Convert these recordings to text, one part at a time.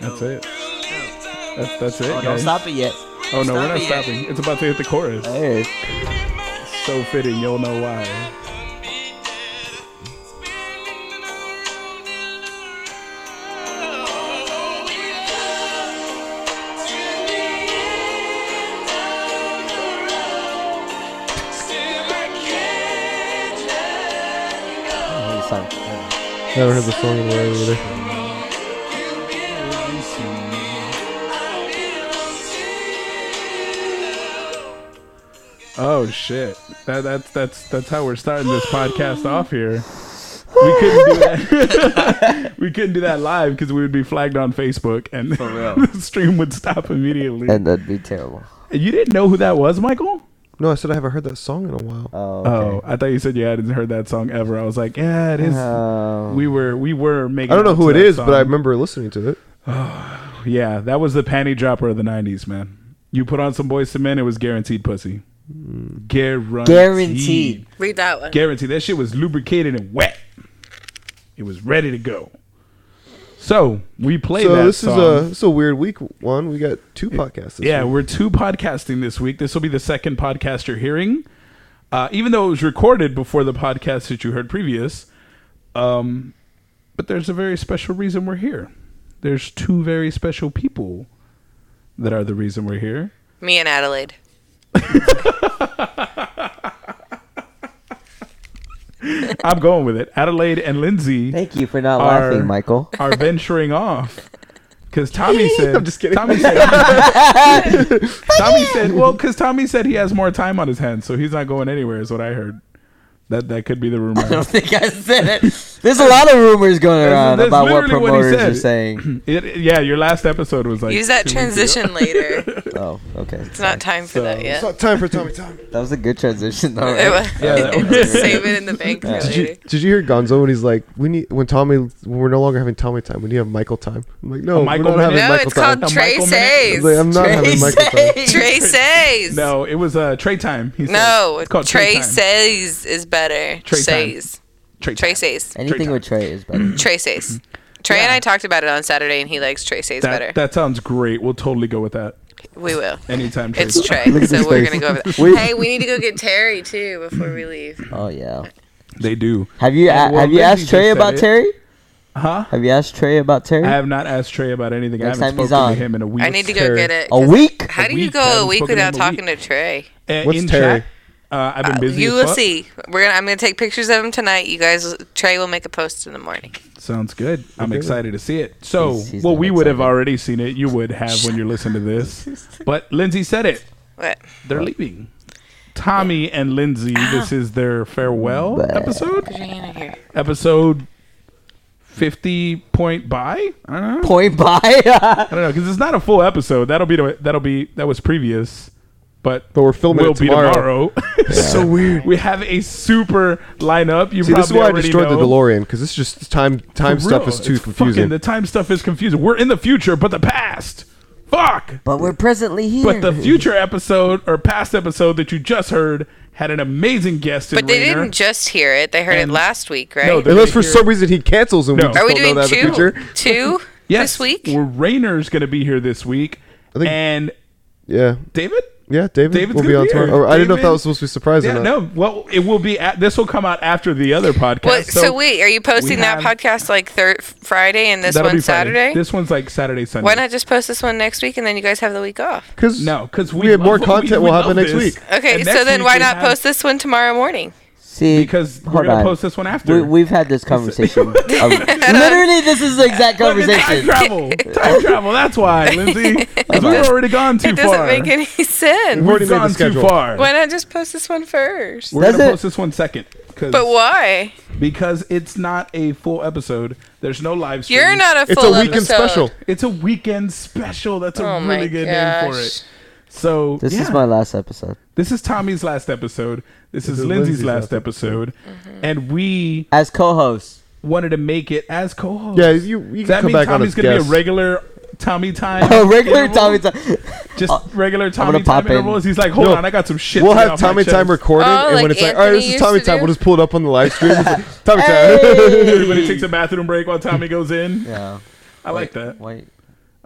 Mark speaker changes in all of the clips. Speaker 1: That's it. That's, that's it.
Speaker 2: Oh, don't
Speaker 1: guys.
Speaker 2: stop it yet.
Speaker 1: Oh no, we're
Speaker 2: stop
Speaker 1: not
Speaker 2: it yet.
Speaker 1: stopping. It's about to hit the chorus.
Speaker 2: Hey,
Speaker 1: So fitting, you'll know why.
Speaker 2: I need a song. Yeah.
Speaker 3: Never heard the song in a while either.
Speaker 1: Oh shit! That that's that's that's how we're starting this podcast off here. We couldn't do that. we couldn't do that live because we would be flagged on Facebook, and
Speaker 2: For real.
Speaker 1: the stream would stop immediately.
Speaker 2: And that'd be terrible.
Speaker 1: you didn't know who that was, Michael?
Speaker 3: No, I said I haven't heard that song in a while.
Speaker 2: Oh,
Speaker 1: Oh, I thought you said you hadn't heard that song ever. I was like, yeah, it is.
Speaker 2: Oh.
Speaker 1: we were we were making.
Speaker 3: I don't know
Speaker 1: out
Speaker 3: who
Speaker 1: to
Speaker 3: it
Speaker 1: that
Speaker 3: is, but
Speaker 1: song.
Speaker 3: I remember listening to it.
Speaker 1: Yeah, that was the panty dropper of the '90s, man. You put on some boys to men, it was guaranteed pussy. Guaranteed.
Speaker 2: Guaranteed.
Speaker 4: Read that one.
Speaker 1: Guaranteed. That shit was lubricated and wet. It was ready to go. So we played
Speaker 3: so
Speaker 1: that
Speaker 3: this
Speaker 1: song.
Speaker 3: is a this is a weird week one. We got two podcasts. This
Speaker 1: yeah,
Speaker 3: week.
Speaker 1: we're two podcasting this week. This will be the second podcast you're hearing. Uh, even though it was recorded before the podcast that you heard previous, um, but there's a very special reason we're here. There's two very special people that are the reason we're here.
Speaker 4: Me and Adelaide.
Speaker 1: I'm going with it. Adelaide and Lindsay.
Speaker 2: Thank you for not
Speaker 1: Our-
Speaker 2: laughing, Michael.
Speaker 1: are venturing off because Tommy said.
Speaker 3: I'm just kidding.
Speaker 1: Tommy said. Tommy said. Well, because Tommy said he has more time on his hands, so he's not going anywhere. Is what I heard. That that could be the rumor.
Speaker 2: I don't think I said it. There's a lot of rumors going around
Speaker 1: that's
Speaker 2: about what
Speaker 1: literally what he
Speaker 2: promoters
Speaker 1: said.
Speaker 2: are saying.
Speaker 1: It- it- yeah, your last episode was like.
Speaker 4: Use that
Speaker 1: two weeks ago.
Speaker 4: transition later.
Speaker 2: Oh, okay.
Speaker 4: It's not time for that
Speaker 1: So-
Speaker 4: yet.
Speaker 3: It's not time for Tommy Time.
Speaker 2: That was a good transition, though.
Speaker 4: It
Speaker 2: Right?
Speaker 4: was-
Speaker 1: Yeah, that was-
Speaker 4: Save it in the bank for
Speaker 3: Did you
Speaker 4: later.
Speaker 3: did you hear Gonzo when he's like, we need when Tommy when we're no longer having Tommy time, we need to have Michael time. I'm like, no,
Speaker 1: A
Speaker 3: we're
Speaker 1: Michael
Speaker 3: not having
Speaker 1: minute?
Speaker 4: No,
Speaker 3: Michael
Speaker 4: it's
Speaker 3: time.
Speaker 4: called
Speaker 1: A Michael
Speaker 3: I was like,
Speaker 4: Traces.
Speaker 3: I'm not having Michael time.
Speaker 4: Traces.
Speaker 1: No, it was uh, Trey time. He said.
Speaker 4: No,
Speaker 1: it's called Trey time.
Speaker 4: Traces is better.
Speaker 1: Trey time.
Speaker 4: Traces.
Speaker 1: Trey time.
Speaker 4: Traces.
Speaker 2: Anything with Trey is better.
Speaker 4: Traces. Trey and I talked about it on Saturday, and he likes Traces better.
Speaker 1: That, that sounds great. We'll totally go with that
Speaker 4: we will.
Speaker 1: anytime. Trey
Speaker 4: It's
Speaker 1: time.
Speaker 4: Trey,
Speaker 2: Look at his
Speaker 4: so we're
Speaker 2: face.
Speaker 4: gonna go over that.
Speaker 2: We-
Speaker 4: hey, we need to go get Terry too before we leave.
Speaker 2: Oh yeah.
Speaker 1: They do.
Speaker 2: Have you
Speaker 1: Yeah,
Speaker 2: a-
Speaker 1: Oh, well,
Speaker 2: have you
Speaker 1: Lindsay
Speaker 2: asked
Speaker 1: just
Speaker 2: Trey
Speaker 1: said
Speaker 2: about
Speaker 1: it.
Speaker 2: Terry?
Speaker 1: Huh?
Speaker 2: Have you asked Trey about Terry?
Speaker 1: I have not asked Trey about anything.
Speaker 2: Next
Speaker 1: I haven't
Speaker 2: time he's
Speaker 1: spoken to
Speaker 2: on.
Speaker 1: him in a week.
Speaker 4: I need to go
Speaker 3: Terry.
Speaker 4: get it.
Speaker 2: a
Speaker 4: 'cause
Speaker 2: week.
Speaker 4: How do
Speaker 1: A
Speaker 4: you
Speaker 1: week? I
Speaker 4: go a
Speaker 1: haven't
Speaker 4: week
Speaker 1: spoken to him
Speaker 4: without
Speaker 1: a
Speaker 4: talking
Speaker 1: week.
Speaker 4: to Trey?
Speaker 1: Uh,
Speaker 3: What's
Speaker 1: in
Speaker 3: Terry?
Speaker 1: chat, uh, I've been busy.
Speaker 4: You
Speaker 1: as
Speaker 4: will
Speaker 1: fuck.
Speaker 4: see. We're gonna. I'm gonna take pictures of him tonight. You guys, Trey will make a post in the morning.
Speaker 1: Sounds good. I'm
Speaker 3: Okay.
Speaker 1: excited to see it. So,
Speaker 2: He's- he's
Speaker 1: well,
Speaker 2: not
Speaker 1: we would have
Speaker 2: excited.
Speaker 1: already seen it. You would have when you're listening to this. But Lindsay said it.
Speaker 4: What?
Speaker 1: They're leaving. Tommy and Lindsay. This
Speaker 4: Ah.
Speaker 1: is their farewell
Speaker 2: Bleh.
Speaker 1: episode.
Speaker 4: Put your hand in here.
Speaker 1: Episode fifty point by. I don't know.
Speaker 2: Point by.
Speaker 1: I don't know because it's not a full episode. That'll be the- that'll be that was previous. But
Speaker 3: But we're filming
Speaker 1: will
Speaker 3: it
Speaker 1: be
Speaker 3: tomorrow.
Speaker 1: tomorrow. so weird. We have a super lineup. You
Speaker 3: See,
Speaker 1: probably
Speaker 3: this is why I
Speaker 1: already
Speaker 3: destroyed the
Speaker 1: know.
Speaker 3: DeLorean because it's just time time
Speaker 1: For
Speaker 3: stuff
Speaker 1: real,
Speaker 3: is too
Speaker 1: it's Fucking,
Speaker 3: confusing.
Speaker 1: the time stuff is confusing. We're in the future, but the past. Fuck.
Speaker 2: but we're presently here.
Speaker 1: But the future episode or past episode that you just heard had an amazing guest. in
Speaker 4: But they
Speaker 1: Rainer.
Speaker 4: didn't just hear it. They heard
Speaker 1: And-
Speaker 4: it last week, right?
Speaker 1: No, they're-
Speaker 3: Unless for
Speaker 1: Here.
Speaker 3: some reason he cancels and
Speaker 1: No.
Speaker 3: we
Speaker 4: Are
Speaker 3: just
Speaker 4: we
Speaker 3: don't know
Speaker 4: doing
Speaker 3: that in the
Speaker 4: two?
Speaker 3: future.
Speaker 4: Two
Speaker 1: yes,
Speaker 4: this week?
Speaker 1: Well, Rainer's going to be here this week,
Speaker 3: I think-
Speaker 1: and
Speaker 3: Yeah,
Speaker 1: David.
Speaker 3: yeah. David
Speaker 1: David's
Speaker 3: will be
Speaker 1: gonna
Speaker 3: on
Speaker 1: be
Speaker 3: tomorrow.
Speaker 1: here.
Speaker 3: Or I didn't know if that
Speaker 1: David-
Speaker 3: was supposed to be surprising.
Speaker 1: Yeah, no. Well, it will be. At, this will come out after the other podcast.
Speaker 4: What, so, wait, are you posting that
Speaker 1: have-
Speaker 4: podcast like thir- Friday and this
Speaker 1: that'll
Speaker 4: one
Speaker 1: be Friday.
Speaker 4: Saturday?
Speaker 1: This one's like Saturday, Sunday.
Speaker 4: Why not just post this one next week and then you guys have the week off?
Speaker 3: because
Speaker 1: No, because we,
Speaker 3: We have
Speaker 1: love
Speaker 3: more
Speaker 1: what
Speaker 3: content
Speaker 1: We,
Speaker 3: will
Speaker 1: we
Speaker 3: happen
Speaker 1: love
Speaker 3: next
Speaker 1: this.
Speaker 3: week.
Speaker 4: Okay,
Speaker 1: And
Speaker 4: so
Speaker 1: next
Speaker 4: then
Speaker 1: week
Speaker 4: why
Speaker 1: we
Speaker 4: not
Speaker 1: have-
Speaker 4: post this one tomorrow morning?
Speaker 2: See,
Speaker 1: because we're
Speaker 2: hold
Speaker 1: gonna
Speaker 2: on.
Speaker 1: post this one after.
Speaker 2: We, we've had this conversation. of- literally, this is the exact
Speaker 1: Look, it's Time
Speaker 2: conversation.
Speaker 1: travel. Time travel. That's why, Lindsay. 'Cause we've already gone too
Speaker 4: it doesn't
Speaker 1: far.
Speaker 4: make any
Speaker 3: We've
Speaker 4: sense.
Speaker 1: We've
Speaker 3: already made the
Speaker 1: gone too
Speaker 3: schedule.
Speaker 1: far.
Speaker 4: Why not just post this one first?
Speaker 1: We're gonna
Speaker 2: Does it-
Speaker 1: post this one second. 'cause-
Speaker 4: But why?
Speaker 1: Because it's not a full episode. There's no live stream.
Speaker 4: You're not a
Speaker 3: it's
Speaker 4: full
Speaker 3: a weekend
Speaker 4: episode.
Speaker 3: special.
Speaker 1: It's a weekend special. That's a
Speaker 4: Oh my
Speaker 1: really good name for
Speaker 4: gosh.
Speaker 1: it. So
Speaker 2: This
Speaker 1: yeah,
Speaker 2: is my last episode.
Speaker 1: this is Tommy's last episode. This is
Speaker 3: is
Speaker 1: Lindsay's
Speaker 3: Lindsay's
Speaker 1: last
Speaker 3: last
Speaker 1: episode,
Speaker 2: Mm-hmm.
Speaker 1: and we
Speaker 2: As co-host,
Speaker 1: wanted to make it as co-host.
Speaker 3: Yeah, you, you
Speaker 1: Does that
Speaker 3: can come
Speaker 1: mean
Speaker 3: back on
Speaker 1: Tommy's
Speaker 3: as
Speaker 1: gonna
Speaker 3: guest.
Speaker 1: be a regular Tommy time?
Speaker 2: a regular
Speaker 1: interval?
Speaker 2: Tommy time.
Speaker 1: just
Speaker 2: Oh,
Speaker 1: regular Tommy
Speaker 2: gonna
Speaker 1: time
Speaker 2: pop in.
Speaker 1: intervals. He's like, hold
Speaker 3: No,
Speaker 1: on, I got some shit.
Speaker 3: We'll
Speaker 1: to get
Speaker 3: have
Speaker 1: off my
Speaker 3: Tommy
Speaker 1: chest."
Speaker 3: time recorded,
Speaker 4: Oh,
Speaker 3: and when
Speaker 4: like
Speaker 3: it's like, all right,
Speaker 4: Anthony
Speaker 3: this is Tommy
Speaker 4: used to
Speaker 3: time,
Speaker 4: do?
Speaker 3: we'll just pull it up on the live stream. It's like, Tommy time.
Speaker 2: Hey!
Speaker 1: Everybody takes a bathroom break while Tommy goes in.
Speaker 2: Yeah.
Speaker 1: I like that.
Speaker 2: Wait.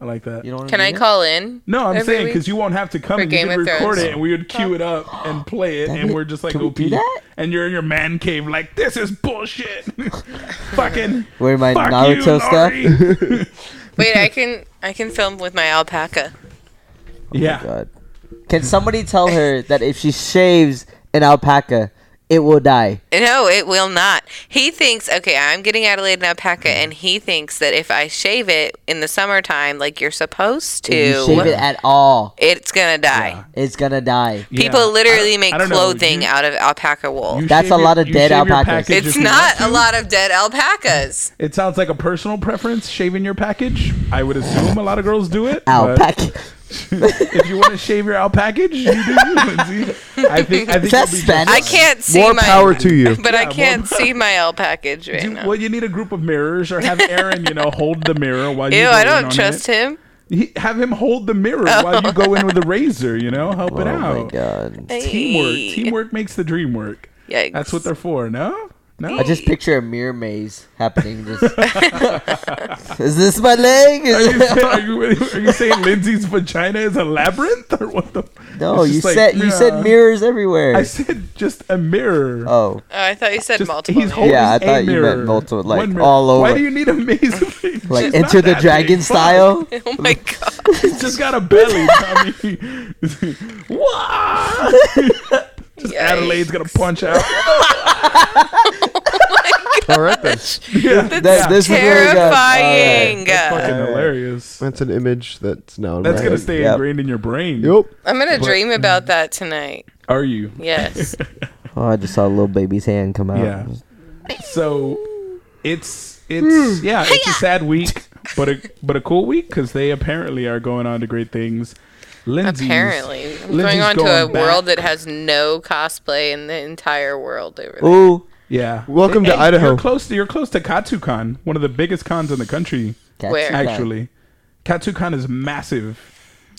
Speaker 1: I like that.
Speaker 2: You don't wanna
Speaker 4: Can
Speaker 2: do
Speaker 4: I
Speaker 2: that?
Speaker 4: call in?
Speaker 1: No, I'm
Speaker 4: every
Speaker 1: saying
Speaker 4: week?
Speaker 1: because you won't have to come
Speaker 4: For
Speaker 1: and you
Speaker 4: Game
Speaker 1: can
Speaker 4: of Thrones.
Speaker 1: record it, and we would cue it up and play it,
Speaker 2: That
Speaker 1: and
Speaker 2: we-
Speaker 1: we're just like
Speaker 2: can we
Speaker 1: OP.
Speaker 2: do that?
Speaker 1: And you're in your man cave, like this is bullshit. Fucking.
Speaker 2: Where my
Speaker 1: fuck
Speaker 2: Naruto
Speaker 1: you,
Speaker 2: stuff?
Speaker 1: Lori.
Speaker 4: Wait, I can I can film with my alpaca.
Speaker 1: yeah.
Speaker 2: Oh God. Can somebody tell her that if she shaves an alpaca, it will die?
Speaker 4: No, it will not. He thinks, okay, I'm getting Adelaide an alpaca, and he thinks that if I shave it in the summertime, like you're supposed
Speaker 2: If you shave
Speaker 4: to,
Speaker 2: it at all,
Speaker 4: it's gonna die.
Speaker 2: it's gonna die.
Speaker 1: Yeah.
Speaker 4: People literally
Speaker 1: I-
Speaker 4: make
Speaker 1: I don't know,
Speaker 4: clothing
Speaker 1: you-
Speaker 4: out of alpaca wool.
Speaker 1: You
Speaker 2: That's
Speaker 1: shave
Speaker 2: a lot
Speaker 1: your-
Speaker 2: of
Speaker 1: you
Speaker 2: dead
Speaker 1: shave your
Speaker 2: alpacas.
Speaker 1: package
Speaker 4: It's
Speaker 1: if you
Speaker 4: not
Speaker 1: want
Speaker 4: a
Speaker 1: to.
Speaker 4: lot of dead alpacas.
Speaker 1: It sounds like a personal preference, shaving your package. I would assume a lot of girls do it. but
Speaker 2: Alpaca.
Speaker 1: if you want to shave your out package, you do. Lindsay. I think. I think
Speaker 2: Is that
Speaker 1: you'll be just
Speaker 2: Spanish?
Speaker 4: I
Speaker 1: fine.
Speaker 4: can't see
Speaker 3: More
Speaker 4: my
Speaker 3: power to you.
Speaker 4: but I
Speaker 1: more
Speaker 4: can't
Speaker 1: power.
Speaker 4: see my alpaca right
Speaker 1: You-
Speaker 4: now.
Speaker 1: Well, you need a group of mirrors, or have Aaron, you know, hold the mirror while you.
Speaker 4: Ew,
Speaker 1: go
Speaker 4: I
Speaker 1: in
Speaker 4: don't
Speaker 1: on
Speaker 4: trust
Speaker 1: it.
Speaker 4: him. Oh.
Speaker 1: He, have him hold the mirror while you go in with a razor. You know, help
Speaker 2: Oh
Speaker 1: it out.
Speaker 2: my god.
Speaker 1: Teamwork.
Speaker 4: Hey.
Speaker 1: Teamwork makes the dream work.
Speaker 4: Yikes.
Speaker 1: That's what they're for. No, no.
Speaker 2: I just picture a mirror maze happening. Just is this my leg?
Speaker 1: Are
Speaker 2: Is
Speaker 1: you, saying, are, you, are you saying Lindsay's vagina is a labyrinth, or what the?
Speaker 2: no,
Speaker 1: It's
Speaker 2: you
Speaker 1: just like,
Speaker 2: said you
Speaker 1: yeah.
Speaker 2: said mirrors everywhere.
Speaker 1: I said just a mirror.
Speaker 2: oh,
Speaker 4: Oh, I thought you said
Speaker 1: Just-
Speaker 4: multiple.
Speaker 1: He's
Speaker 4: names.
Speaker 1: holding
Speaker 2: Yeah, I
Speaker 1: a
Speaker 2: thought you meant
Speaker 1: mirror.
Speaker 2: multiple, like,
Speaker 1: One mirror.
Speaker 2: all
Speaker 1: Why
Speaker 2: over.
Speaker 1: do you need a maze? of things?
Speaker 2: like
Speaker 1: She's not
Speaker 2: Enter the
Speaker 1: that
Speaker 2: Dragon
Speaker 1: big. Fuck.
Speaker 2: style.
Speaker 4: Oh my god.
Speaker 1: She's just got a belly. Tommy. Wah! just Adelaide's gonna punch out.
Speaker 3: All right then.
Speaker 1: yeah. That's
Speaker 2: That- this is where we got-
Speaker 4: Terrifying.
Speaker 1: fucking
Speaker 2: Alright.
Speaker 1: hilarious.
Speaker 3: That's an image that's now.
Speaker 1: That's gonna stay
Speaker 2: Yep.
Speaker 1: ingrained in your brain.
Speaker 3: Yep.
Speaker 4: I'm gonna
Speaker 3: mm.
Speaker 4: dream about that tonight.
Speaker 1: Are you?
Speaker 4: Yes.
Speaker 2: Oh, I just saw a little baby's hand come out.
Speaker 1: Yeah. So it's
Speaker 4: Hmm.
Speaker 1: it's yeah, it's
Speaker 4: uh,
Speaker 1: a sad week, but a but a cool week because they apparently are going on to great things. Lindsay's,
Speaker 4: Apparently, I'm going
Speaker 1: Lindsay's
Speaker 4: on to a
Speaker 1: going
Speaker 4: world
Speaker 1: back.
Speaker 4: that has no cosplay in the entire world over there.
Speaker 2: Ooh,
Speaker 1: Yeah.
Speaker 3: Welcome to
Speaker 1: And
Speaker 3: Idaho.
Speaker 1: You're close to you're close to KatsuCon, one of the biggest cons in the country.
Speaker 2: Cats
Speaker 4: Where?
Speaker 2: and cats.
Speaker 1: Actually, KatsuCon is massive.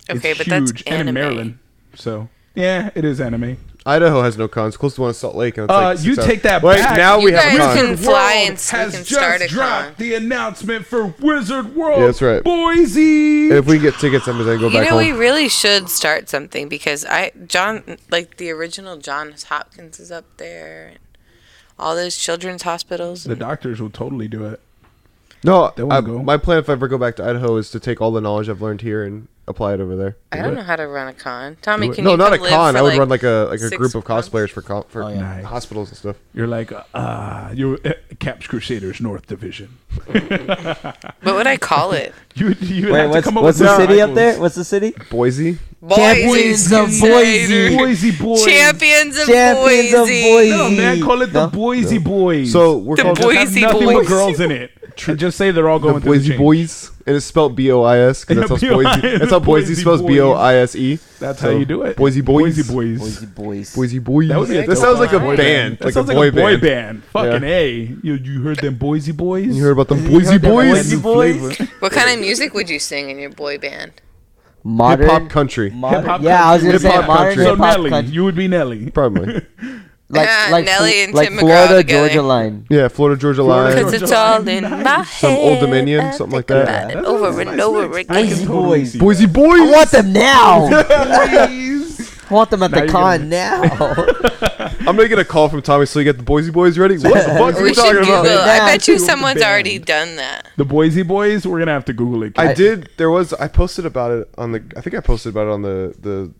Speaker 4: Okay,
Speaker 1: it's
Speaker 4: but
Speaker 1: huge.
Speaker 4: that's
Speaker 1: and in
Speaker 4: anime.
Speaker 1: Maryland. So yeah, it is anime.
Speaker 3: Idaho has no cons. Close to one is Salt Lake. and it's
Speaker 1: Uh,
Speaker 3: like six
Speaker 1: you
Speaker 3: hours.
Speaker 1: take that
Speaker 3: Wait,
Speaker 1: back.
Speaker 3: now
Speaker 4: You
Speaker 3: we have a
Speaker 4: guys
Speaker 3: con.
Speaker 4: can- fly
Speaker 1: World
Speaker 4: and so we
Speaker 1: has
Speaker 4: can
Speaker 1: just
Speaker 4: start a con.
Speaker 1: dropped the announcement for Wizard World.
Speaker 3: Yeah, that's right.
Speaker 1: Boise.
Speaker 3: If we can get tickets, I'm gonna go
Speaker 4: You
Speaker 3: back
Speaker 4: know, we
Speaker 3: home.
Speaker 4: really should start something because I John like the original Johns Hopkins is up there and all those children's hospitals.
Speaker 1: the doctors will totally do it.
Speaker 3: No,
Speaker 1: They won't
Speaker 3: I,
Speaker 1: go.
Speaker 3: my plan if I ever go back to Idaho is to take all the knowledge I've learned here and apply it over there.
Speaker 4: I don't know how to run a con. Tommy, can
Speaker 3: no,
Speaker 4: you
Speaker 3: not a
Speaker 4: come live
Speaker 3: con.
Speaker 4: for,
Speaker 3: I would run like a like a
Speaker 4: six
Speaker 3: group of
Speaker 4: months?
Speaker 3: cosplayers for co- for
Speaker 2: yeah.
Speaker 1: Oh, Nice.
Speaker 3: hospitals and stuff.
Speaker 1: You're like, ah, you're uh, Caps Crusaders North Division.
Speaker 4: What would I call it?
Speaker 1: You would- you would
Speaker 2: Wait,
Speaker 1: have to
Speaker 2: what's,
Speaker 1: come up
Speaker 2: what's
Speaker 1: with
Speaker 2: the
Speaker 1: some
Speaker 2: city up there?
Speaker 1: titles.
Speaker 2: What's the city?
Speaker 3: Boise.
Speaker 4: Boise's
Speaker 2: Champions of
Speaker 4: Crusaders.
Speaker 2: Boise.
Speaker 1: Boise boys.
Speaker 4: Champions of
Speaker 2: Champions of
Speaker 4: Boise.
Speaker 2: Boise.
Speaker 1: No, man, call it
Speaker 2: No?
Speaker 1: the Boise boys.
Speaker 3: So we're
Speaker 4: The
Speaker 3: called
Speaker 1: Just have
Speaker 4: Boise
Speaker 1: nothing
Speaker 4: boys.
Speaker 1: with girls in it. And just say they're all
Speaker 3: the
Speaker 1: going through the
Speaker 3: Boise
Speaker 1: change.
Speaker 3: Boys, and it's spelled B-O-I-S because that's how
Speaker 1: B-O-I-S,
Speaker 3: Boise. That's how Boise
Speaker 1: Boise
Speaker 3: spells
Speaker 1: boys.
Speaker 3: B-O-I-S-E.
Speaker 1: That's how you do it.
Speaker 3: E. Boise Boys.
Speaker 1: Boise boys.
Speaker 2: Boise boys.
Speaker 3: Boise Boys.
Speaker 1: That would be a
Speaker 3: that
Speaker 1: dope
Speaker 3: sounds like a
Speaker 4: line.
Speaker 3: band,
Speaker 1: That
Speaker 3: like a
Speaker 1: sounds
Speaker 3: boy,
Speaker 1: like a boy
Speaker 3: band.
Speaker 1: band. Fucking
Speaker 3: Yeah.
Speaker 1: a. You you heard them Boise boys?
Speaker 3: You heard about the
Speaker 2: You
Speaker 3: Boise
Speaker 2: heard that
Speaker 3: Boys?
Speaker 2: Boise boys.
Speaker 1: Flavor.
Speaker 4: What kind of music would you sing in your boy band?
Speaker 3: Hip
Speaker 2: Modern.
Speaker 3: hop country,
Speaker 2: modern-
Speaker 1: Hip-hop
Speaker 2: yeah, I was gonna
Speaker 1: country.
Speaker 2: say
Speaker 3: Hip-hop
Speaker 2: modern
Speaker 3: country.
Speaker 1: So
Speaker 2: hip hop
Speaker 1: Nelly,
Speaker 2: country.
Speaker 1: you would be Nelly.
Speaker 3: probably.
Speaker 2: Like,
Speaker 4: Ah,
Speaker 2: like,
Speaker 4: Nelly
Speaker 2: Fl-
Speaker 4: and
Speaker 2: like
Speaker 4: Tim
Speaker 2: Florida
Speaker 4: McGraw together.
Speaker 2: Georgia line.
Speaker 3: Yeah, Florida Georgia
Speaker 1: Florida,
Speaker 3: Line,
Speaker 4: Because
Speaker 1: Georgia.
Speaker 4: it's all in
Speaker 1: Nice.
Speaker 4: my head.
Speaker 3: Some Old Dominion,
Speaker 4: I
Speaker 3: something like
Speaker 4: think
Speaker 3: that.
Speaker 4: about it
Speaker 1: That's
Speaker 4: Over
Speaker 1: a nice
Speaker 4: and over
Speaker 1: mix.
Speaker 4: again.
Speaker 2: Boise boys.
Speaker 3: Boise Boys.
Speaker 2: I want them now.
Speaker 1: Boys.
Speaker 2: I want them at
Speaker 1: Now
Speaker 2: the
Speaker 1: you're
Speaker 2: con now.
Speaker 3: I'm gonna get a call from Tommy. So you got the Boise Boys ready? What the fuck are
Speaker 4: We
Speaker 3: you
Speaker 4: should
Speaker 3: talking
Speaker 4: Google.
Speaker 3: about?
Speaker 4: it.
Speaker 2: Nah,
Speaker 4: I bet you
Speaker 1: dude,
Speaker 4: someone's
Speaker 1: band.
Speaker 4: already done that.
Speaker 1: The Boise boys. We're gonna have to Google it.
Speaker 3: I did. There was. I posted about it on the. I think I posted about it on the the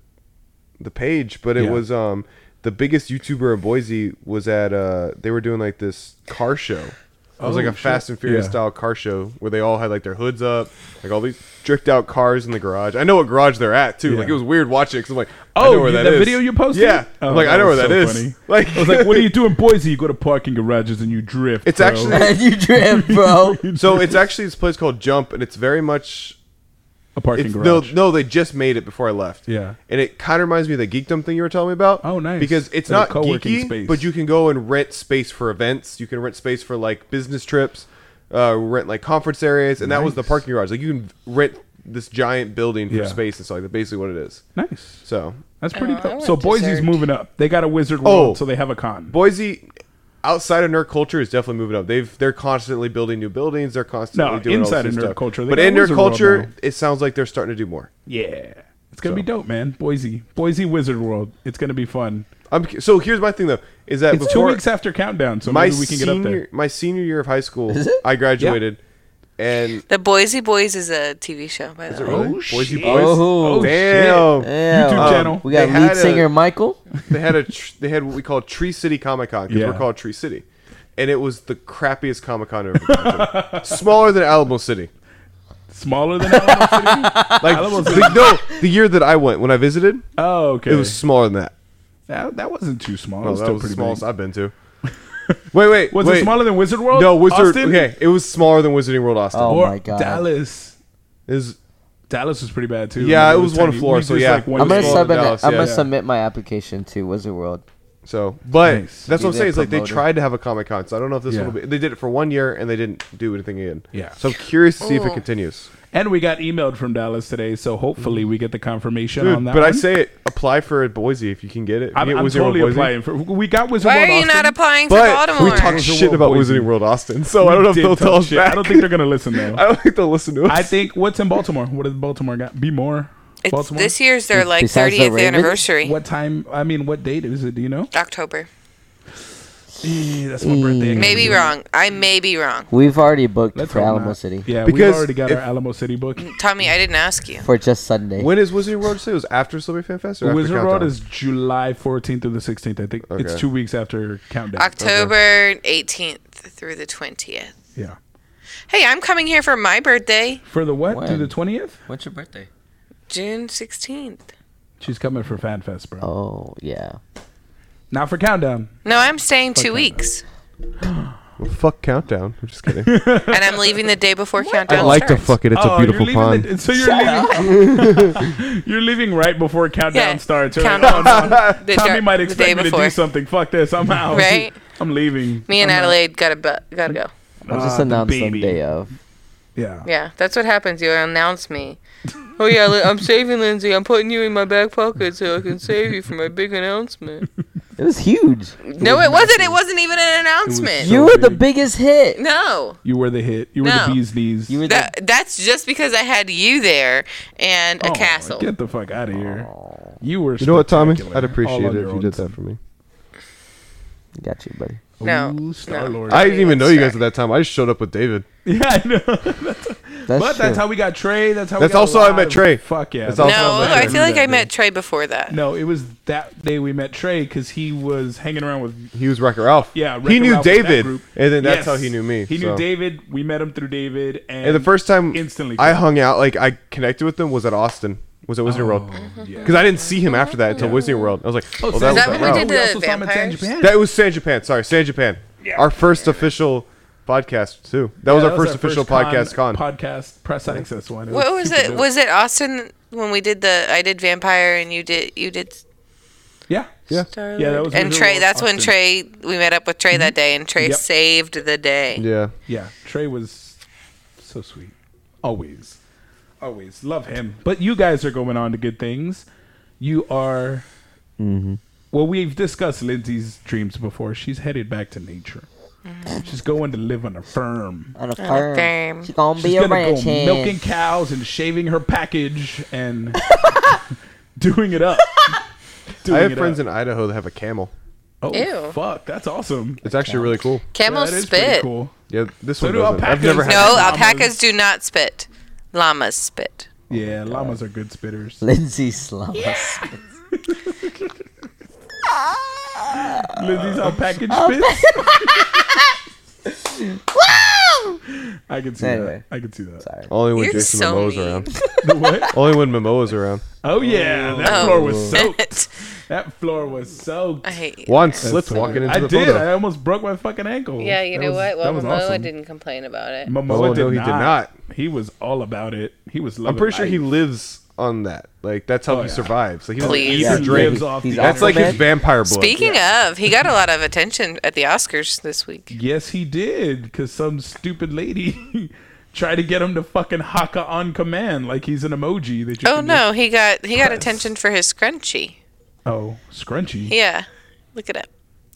Speaker 3: the page, but it
Speaker 1: Yeah.
Speaker 3: was um the biggest YouTuber in Boise was at. uh They were doing like this car show. It was like
Speaker 1: Oh,
Speaker 3: a Fast
Speaker 1: shit.
Speaker 3: and Furious
Speaker 1: Yeah.
Speaker 3: style car show where they all had like their hoods up, like all these tricked out cars in the garage. I know what garage they're at too. Like
Speaker 1: Yeah.
Speaker 3: it was weird watching because I'm like,
Speaker 1: Oh,
Speaker 3: I know where
Speaker 1: you-
Speaker 3: that
Speaker 1: that
Speaker 3: is.
Speaker 1: video you posted?
Speaker 3: Yeah,
Speaker 1: Oh,
Speaker 3: I'm like
Speaker 1: that
Speaker 3: I know where
Speaker 1: was
Speaker 3: that
Speaker 1: so
Speaker 3: is.
Speaker 1: funny.
Speaker 3: Like
Speaker 1: I was like, what do you do in Boise? You go to parking garages and you drift.
Speaker 3: It's
Speaker 1: bro.
Speaker 3: actually-
Speaker 2: and you drip, bro.
Speaker 3: so it's actually this place called Jump, and it's very much
Speaker 1: a parking
Speaker 3: It's- no,
Speaker 1: garage.
Speaker 3: no, they just made it before I left.
Speaker 1: Yeah.
Speaker 3: and it kind of reminds me of the geekdom thing you were telling me about.
Speaker 1: Oh, nice.
Speaker 3: Because it's
Speaker 1: Like a
Speaker 3: not
Speaker 1: co-working
Speaker 3: geeky,
Speaker 1: space.
Speaker 3: but you can go and rent space for events. You can rent space for like business trips, uh, rent like conference areas, and that was the
Speaker 1: Nice.
Speaker 3: parking garage. Like you can rent this giant building for
Speaker 1: Yeah.
Speaker 3: space and stuff. Like that's basically what it is.
Speaker 1: nice.
Speaker 3: So
Speaker 1: That's pretty
Speaker 4: Oh, I
Speaker 1: dope.
Speaker 4: want
Speaker 1: So
Speaker 4: to
Speaker 1: Boise's
Speaker 4: search.
Speaker 1: moving up. They got a Wizard World,
Speaker 3: Oh.
Speaker 1: so they have a con.
Speaker 3: Boise, outside of nerd culture is definitely moving up. They've they're constantly building new buildings. They're constantly
Speaker 1: No,
Speaker 3: doing all
Speaker 1: inside
Speaker 3: this
Speaker 1: of nerd
Speaker 3: stuff.
Speaker 1: culture, they
Speaker 3: but
Speaker 1: got
Speaker 3: in nerd
Speaker 1: Wizard World now.
Speaker 3: culture, it sounds like they're starting to do more.
Speaker 1: Yeah. It's going to be
Speaker 3: So.
Speaker 1: dope, man. Boise. Boise Wizard World. It's going to be fun.
Speaker 3: I'm cu- so here's my thing though is that
Speaker 1: It's
Speaker 3: before
Speaker 1: two weeks after Countdown, so
Speaker 3: my
Speaker 1: maybe we can
Speaker 3: senior
Speaker 1: get up there.
Speaker 3: my senior year of high school, I graduated, and
Speaker 4: The Boise Boys is a TV show, by the way.
Speaker 3: really?
Speaker 1: Oh,
Speaker 3: Boise
Speaker 1: shit.
Speaker 3: Boys,
Speaker 2: Oh,
Speaker 1: shit.
Speaker 3: damn,
Speaker 2: Yeah,
Speaker 1: YouTube
Speaker 2: um,
Speaker 1: channel.
Speaker 2: We got
Speaker 3: They
Speaker 2: lead
Speaker 3: had a-
Speaker 2: singer Michael.
Speaker 3: they had a tr- they had what we call Tree City Comic Con because
Speaker 1: Yeah.
Speaker 3: we're called Tree City, and it was the crappiest Comic Con ever, gone to. smaller than Alamo City.
Speaker 1: Smaller than Alamo City?
Speaker 3: Like
Speaker 1: Alamo
Speaker 3: the-
Speaker 1: City.
Speaker 3: no, the year that I went when I visited,
Speaker 1: Oh, okay.
Speaker 3: it was smaller than that.
Speaker 1: that, that wasn't too small. it
Speaker 3: Oh,
Speaker 1: was
Speaker 3: that
Speaker 1: still
Speaker 3: was the
Speaker 1: pretty
Speaker 3: smallest
Speaker 1: small.
Speaker 3: I've been to. Wait, wait,
Speaker 1: Was
Speaker 3: wait.
Speaker 1: it smaller than Wizard World?
Speaker 3: No, Wizard.
Speaker 1: Austin?
Speaker 3: Okay, it was smaller than Wizarding World Austin.
Speaker 2: Oh.
Speaker 1: Or
Speaker 2: my God.
Speaker 1: Dallas.
Speaker 3: It was-
Speaker 1: Dallas was pretty bad too.
Speaker 3: Yeah,
Speaker 1: Remember,
Speaker 3: it was one
Speaker 1: tiny.
Speaker 3: floor,
Speaker 1: We
Speaker 3: so
Speaker 1: just,
Speaker 3: yeah.
Speaker 1: like, went
Speaker 2: I'm gonna
Speaker 1: small.
Speaker 3: sub-
Speaker 2: submit.
Speaker 3: Dallas,
Speaker 2: I'm
Speaker 3: yeah.
Speaker 2: gonna submit my application to Wizard World.
Speaker 3: So, but
Speaker 1: Nice.
Speaker 3: that's
Speaker 2: Be their
Speaker 3: what I'm saying. Is like they
Speaker 2: promoter.
Speaker 3: tried to have a Comic Con, so I don't know if this
Speaker 1: Yeah.
Speaker 3: one will be. They did it for one year and they didn't do anything again.
Speaker 1: Yeah.
Speaker 3: So I'm curious to see if it
Speaker 4: Oh.
Speaker 3: continues.
Speaker 1: And we got emailed from Dallas today, so hopefully we get the confirmation
Speaker 3: Dude,
Speaker 1: on that.
Speaker 3: but I
Speaker 1: one.
Speaker 3: say it. Apply for it, Boise, if you can get it.
Speaker 1: I'm,
Speaker 3: Get
Speaker 1: I'm
Speaker 3: Wizarding World
Speaker 1: totally
Speaker 3: Boise.
Speaker 1: applying for. We got Wizard
Speaker 4: Why
Speaker 1: World.
Speaker 4: are you not
Speaker 1: Austin.
Speaker 4: applying for
Speaker 3: But
Speaker 4: Baltimore?
Speaker 3: we talk
Speaker 1: Wizard
Speaker 3: shit
Speaker 1: World
Speaker 3: about
Speaker 1: Boise.
Speaker 3: Wizarding World Austin, so I
Speaker 1: We
Speaker 3: don't know if
Speaker 1: did
Speaker 3: they'll
Speaker 1: talk
Speaker 3: tell us
Speaker 1: shit.
Speaker 3: back.
Speaker 1: I don't think they're gonna listen though.
Speaker 3: I don't think they'll listen to us.
Speaker 1: I think what's in Baltimore? What does Baltimore got? Be more.
Speaker 4: it's,
Speaker 1: Baltimore.
Speaker 4: This year's their like
Speaker 2: Besides the
Speaker 4: 30th
Speaker 2: Ravens?
Speaker 4: anniversary.
Speaker 1: What time? I mean, what date is it? Do you know?
Speaker 4: October.
Speaker 1: Eh, that's my birthday.
Speaker 4: Maybe wrong. I may be wrong.
Speaker 2: We've already booked
Speaker 1: Let's
Speaker 2: for
Speaker 1: hope
Speaker 2: Alamo
Speaker 1: not.
Speaker 2: City
Speaker 1: Yeah,
Speaker 3: Because
Speaker 1: we've already got
Speaker 3: if-
Speaker 1: our Alamo City book.
Speaker 4: Tommy, I didn't ask you.
Speaker 2: for just Sunday.
Speaker 3: when is Wizarding World? Say it was after Celebrity Fan Fest or after
Speaker 1: Wizard World
Speaker 3: Countdown?
Speaker 1: is July 14th through the 16th. I think it's
Speaker 3: Okay.
Speaker 1: two weeks after countdown.
Speaker 4: October 18th through the 20th.
Speaker 1: yeah.
Speaker 4: Hey, I'm coming here for my birthday,
Speaker 1: For the what? Through
Speaker 2: When?
Speaker 1: the 20th?
Speaker 2: What's your birthday?
Speaker 4: June 16th.
Speaker 1: She's coming for Fan Fest, bro.
Speaker 2: Oh yeah.
Speaker 1: Not for countdown.
Speaker 4: No, I'm staying two
Speaker 1: Fuck
Speaker 4: weeks,
Speaker 3: Well, fuck Countdown. I'm just kidding.
Speaker 4: and I'm leaving the day before countdown.
Speaker 3: I like to
Speaker 4: starts.
Speaker 3: fuck it. It's a beautiful
Speaker 1: Oh, you're leaving
Speaker 3: pond.
Speaker 1: the- so you're leaving. you're leaving right before countdown
Speaker 4: Yeah,
Speaker 1: starts. You're like,
Speaker 4: countdown.
Speaker 1: "Oh, no,
Speaker 4: The
Speaker 1: Tommy
Speaker 4: dar-
Speaker 1: might
Speaker 4: the
Speaker 1: expect
Speaker 4: day
Speaker 1: me to do
Speaker 4: before.
Speaker 1: something. Fuck this. I'm out.
Speaker 4: Right?
Speaker 1: I'm leaving.
Speaker 4: Me and
Speaker 1: I'm out."
Speaker 4: Adelaide gotta bu- gotta go.
Speaker 2: I'll just
Speaker 1: Ah, the
Speaker 2: announce the
Speaker 1: baby.
Speaker 2: day of.
Speaker 1: Yeah.
Speaker 4: Yeah, that's what happens. You announce me. Oh yeah, Lin- I'm saving Lindsay. I'm putting you in my back pocket so I can save you for my big announcement.
Speaker 2: It was huge.
Speaker 4: No, it wasn't. It wasn't even an announcement.
Speaker 1: so-
Speaker 2: You were the
Speaker 1: big.
Speaker 2: biggest hit.
Speaker 4: no,
Speaker 1: You were the hit. You were the
Speaker 4: No.
Speaker 1: bee's knees.
Speaker 2: You were the
Speaker 4: that that's just because I had you there and a
Speaker 1: Oh,
Speaker 4: castle.
Speaker 1: Get the fuck out of here. You were.
Speaker 3: You know what, Tommy? I'd
Speaker 1: spectacular. All
Speaker 3: appreciate
Speaker 1: on
Speaker 3: it
Speaker 1: your
Speaker 3: if you
Speaker 1: own.
Speaker 3: did that for me.
Speaker 2: Got you, buddy.
Speaker 4: No,
Speaker 1: Ooh,
Speaker 4: no.
Speaker 1: Star-Lord.
Speaker 3: I didn't even know you guys
Speaker 4: Sorry.
Speaker 3: at that time. I just showed up with David.
Speaker 1: yeah, I know.
Speaker 2: That's
Speaker 1: But
Speaker 2: true.
Speaker 1: that's how we got Trey. That's how.
Speaker 3: That's
Speaker 1: we got
Speaker 3: also how I
Speaker 1: Live.
Speaker 3: met Trey.
Speaker 1: Fuck yeah.
Speaker 3: That's
Speaker 1: That's-
Speaker 3: also
Speaker 4: No,
Speaker 3: how I met
Speaker 4: I
Speaker 3: Trey.
Speaker 4: feel like I
Speaker 1: That
Speaker 4: met
Speaker 1: day.
Speaker 4: Trey before that.
Speaker 1: No, it was that day we met Trey because he was hanging around with.
Speaker 3: He was Wrecker Ralph.
Speaker 1: Yeah, Wreck-It
Speaker 3: he knew
Speaker 1: Ralph was that
Speaker 3: David,
Speaker 1: group.
Speaker 3: and then that's
Speaker 1: Yes.
Speaker 3: how he knew me.
Speaker 1: He
Speaker 3: so.
Speaker 1: knew David. We met him through David, and,
Speaker 3: And the first time
Speaker 1: instantly
Speaker 3: I hung out, like I connected with him, was at Austin. Was at Wizarding World.
Speaker 1: Oh, yeah.
Speaker 3: Because I didn't see him after that until Wizarding World. I was like, oh, that, was
Speaker 4: Is that
Speaker 3: that
Speaker 4: when we
Speaker 3: Ralph.
Speaker 4: did
Speaker 1: We
Speaker 4: the
Speaker 1: also saw him at San
Speaker 4: vampires?
Speaker 1: Japan.
Speaker 3: That was San Japan. Sorry, San Japan. Our first official podcast too. That was
Speaker 1: Yeah,
Speaker 3: our first official podcast con.
Speaker 1: podcast press access one. It
Speaker 4: What was
Speaker 1: super
Speaker 4: it?
Speaker 1: dope.
Speaker 4: Was it Austin when we did the I did vampire and you did you did
Speaker 1: yeah, yeah,
Speaker 4: Star
Speaker 1: yeah. That was
Speaker 4: and
Speaker 1: Wizard
Speaker 4: Trey.
Speaker 1: World
Speaker 4: That's when
Speaker 1: Austin. Mm-hmm.
Speaker 4: Trey we met up with Trey that day and Trey
Speaker 1: Yep.
Speaker 4: saved the day.
Speaker 3: yeah.
Speaker 1: Yeah, Trey was so sweet. Always. Always. Love him. But you guys are going on to good things. You are.
Speaker 3: Mm-hmm.
Speaker 1: Well, we've discussed Lindsay's dreams before. She's headed back to nature.
Speaker 4: Mm-hmm.
Speaker 1: She's going to live on a farm.
Speaker 2: on a farm.
Speaker 4: farm.
Speaker 2: She gonna
Speaker 1: She's
Speaker 2: be a
Speaker 1: gonna
Speaker 2: ranch
Speaker 1: go
Speaker 2: hand.
Speaker 1: milking cows and shaving her package and doing it up. Doing
Speaker 3: I have
Speaker 1: it
Speaker 3: friends
Speaker 1: up.
Speaker 3: in Idaho that have a camel.
Speaker 1: oh,
Speaker 4: Ew.
Speaker 1: fuck, that's awesome.
Speaker 3: It's actually really cool.
Speaker 4: Camels
Speaker 1: That is pretty
Speaker 4: spit.
Speaker 1: cool.
Speaker 3: Yeah, this
Speaker 1: So
Speaker 3: one
Speaker 1: do
Speaker 3: doesn't. I've
Speaker 1: alpacas.
Speaker 3: never had.
Speaker 4: No,
Speaker 1: Llamas.
Speaker 4: alpacas do not spit. Llamas spit.
Speaker 3: Oh
Speaker 1: Yeah, llamas are good spitters.
Speaker 2: Lindsay Slums.
Speaker 1: Lindsay's
Speaker 3: Uh,
Speaker 1: all package
Speaker 3: oh,
Speaker 1: spits. I can see
Speaker 2: Anyway.
Speaker 1: that. I can see that.
Speaker 2: Sorry.
Speaker 3: Only when
Speaker 4: You're
Speaker 3: Jason
Speaker 4: so
Speaker 3: Momoa's
Speaker 4: mean.
Speaker 3: around.
Speaker 1: The what?
Speaker 3: Only when Momoa's around.
Speaker 1: Oh yeah, that
Speaker 4: Oh.
Speaker 1: floor was soaked. That floor was soaked.
Speaker 4: I hate you.
Speaker 3: Juan slipped
Speaker 1: so
Speaker 3: walking
Speaker 1: good.
Speaker 3: into
Speaker 1: I
Speaker 3: the
Speaker 1: did.
Speaker 3: photo.
Speaker 1: I almost broke my fucking ankle.
Speaker 4: Yeah, you
Speaker 1: That
Speaker 4: know
Speaker 1: was-
Speaker 4: what?
Speaker 1: that
Speaker 4: Well,
Speaker 1: was
Speaker 4: Momoa
Speaker 1: awesome.
Speaker 4: didn't complain about it.
Speaker 1: Momoa
Speaker 3: Oh,
Speaker 1: did
Speaker 3: no, he
Speaker 1: not.
Speaker 3: did not.
Speaker 1: He was all about it. He was.
Speaker 3: I'm
Speaker 1: Loving
Speaker 3: pretty sure he
Speaker 1: life.
Speaker 3: lives on that. Like that's how
Speaker 1: Oh,
Speaker 3: he
Speaker 1: yeah.
Speaker 3: survives. Like he doesn't
Speaker 4: Please.
Speaker 3: eat
Speaker 1: he
Speaker 3: or
Speaker 2: Yeah,
Speaker 3: drink.
Speaker 1: lives off.
Speaker 2: He's
Speaker 1: the
Speaker 2: awesome.
Speaker 3: That's like his
Speaker 2: Man.
Speaker 3: vampire blood.
Speaker 4: Speaking of, he got a lot of attention at the Oscars this week.
Speaker 1: Yes, he did, because some stupid lady tried to get him to fucking haka on command, like he's an emoji that you.
Speaker 4: Oh
Speaker 1: can
Speaker 4: no, he got he got
Speaker 1: Press.
Speaker 4: attention for his scrunchie.
Speaker 1: Just, oh, scrunchy.
Speaker 4: Yeah, look it up.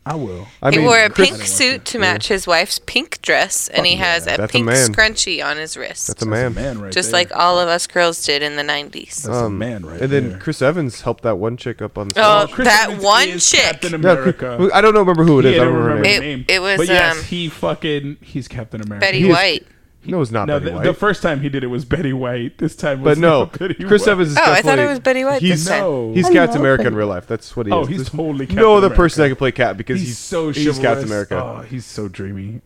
Speaker 1: I will.
Speaker 3: I
Speaker 4: he
Speaker 3: mean,
Speaker 4: wore a
Speaker 3: Chris-
Speaker 4: pink suit to match his wife's pink dress, and he has a
Speaker 3: that's a
Speaker 4: pink
Speaker 3: man.
Speaker 4: scrunchie on his wrist,
Speaker 3: That's a man.
Speaker 1: Man, right
Speaker 4: just
Speaker 1: there.
Speaker 4: like all of us girls did in the '90s.
Speaker 3: Uh,
Speaker 1: That's a man, right
Speaker 3: um, And then
Speaker 1: there.
Speaker 3: Chris Evans helped that one chick up on the
Speaker 4: Oh,
Speaker 3: stage.
Speaker 1: Chris
Speaker 4: that
Speaker 1: Evans
Speaker 4: one
Speaker 1: is
Speaker 4: chick.
Speaker 1: Captain
Speaker 3: No,
Speaker 1: America.
Speaker 3: I don't know, remember who it is.
Speaker 1: Yeah,
Speaker 3: I don't remember her name.
Speaker 1: his
Speaker 4: name.
Speaker 1: name.
Speaker 4: It- it was,
Speaker 1: But yes,
Speaker 4: um,
Speaker 1: he fucking he's Captain America.
Speaker 4: Betty
Speaker 3: He is-
Speaker 4: White.
Speaker 3: No, it's not
Speaker 1: no,
Speaker 3: Betty
Speaker 1: the,
Speaker 3: White.
Speaker 1: the first time he did it was Betty White. This time, was
Speaker 3: but no,
Speaker 1: not Betty
Speaker 3: Chris
Speaker 1: White.
Speaker 3: Evans is
Speaker 4: Oh, I
Speaker 3: definitely.
Speaker 4: thought it was Betty White
Speaker 3: He's
Speaker 4: this time.
Speaker 1: No,
Speaker 3: He's
Speaker 2: I
Speaker 3: Captain
Speaker 2: love
Speaker 3: America in
Speaker 2: Betty.
Speaker 3: real life. That's what he
Speaker 1: Oh,
Speaker 3: is.
Speaker 1: he's
Speaker 3: There's
Speaker 1: totally Captain
Speaker 3: no other
Speaker 1: America.
Speaker 3: person that can play Cat because
Speaker 1: he's,
Speaker 3: he's
Speaker 1: so
Speaker 3: he's Captain
Speaker 1: chivalrous.
Speaker 3: America.
Speaker 1: Oh, he's so dreamy.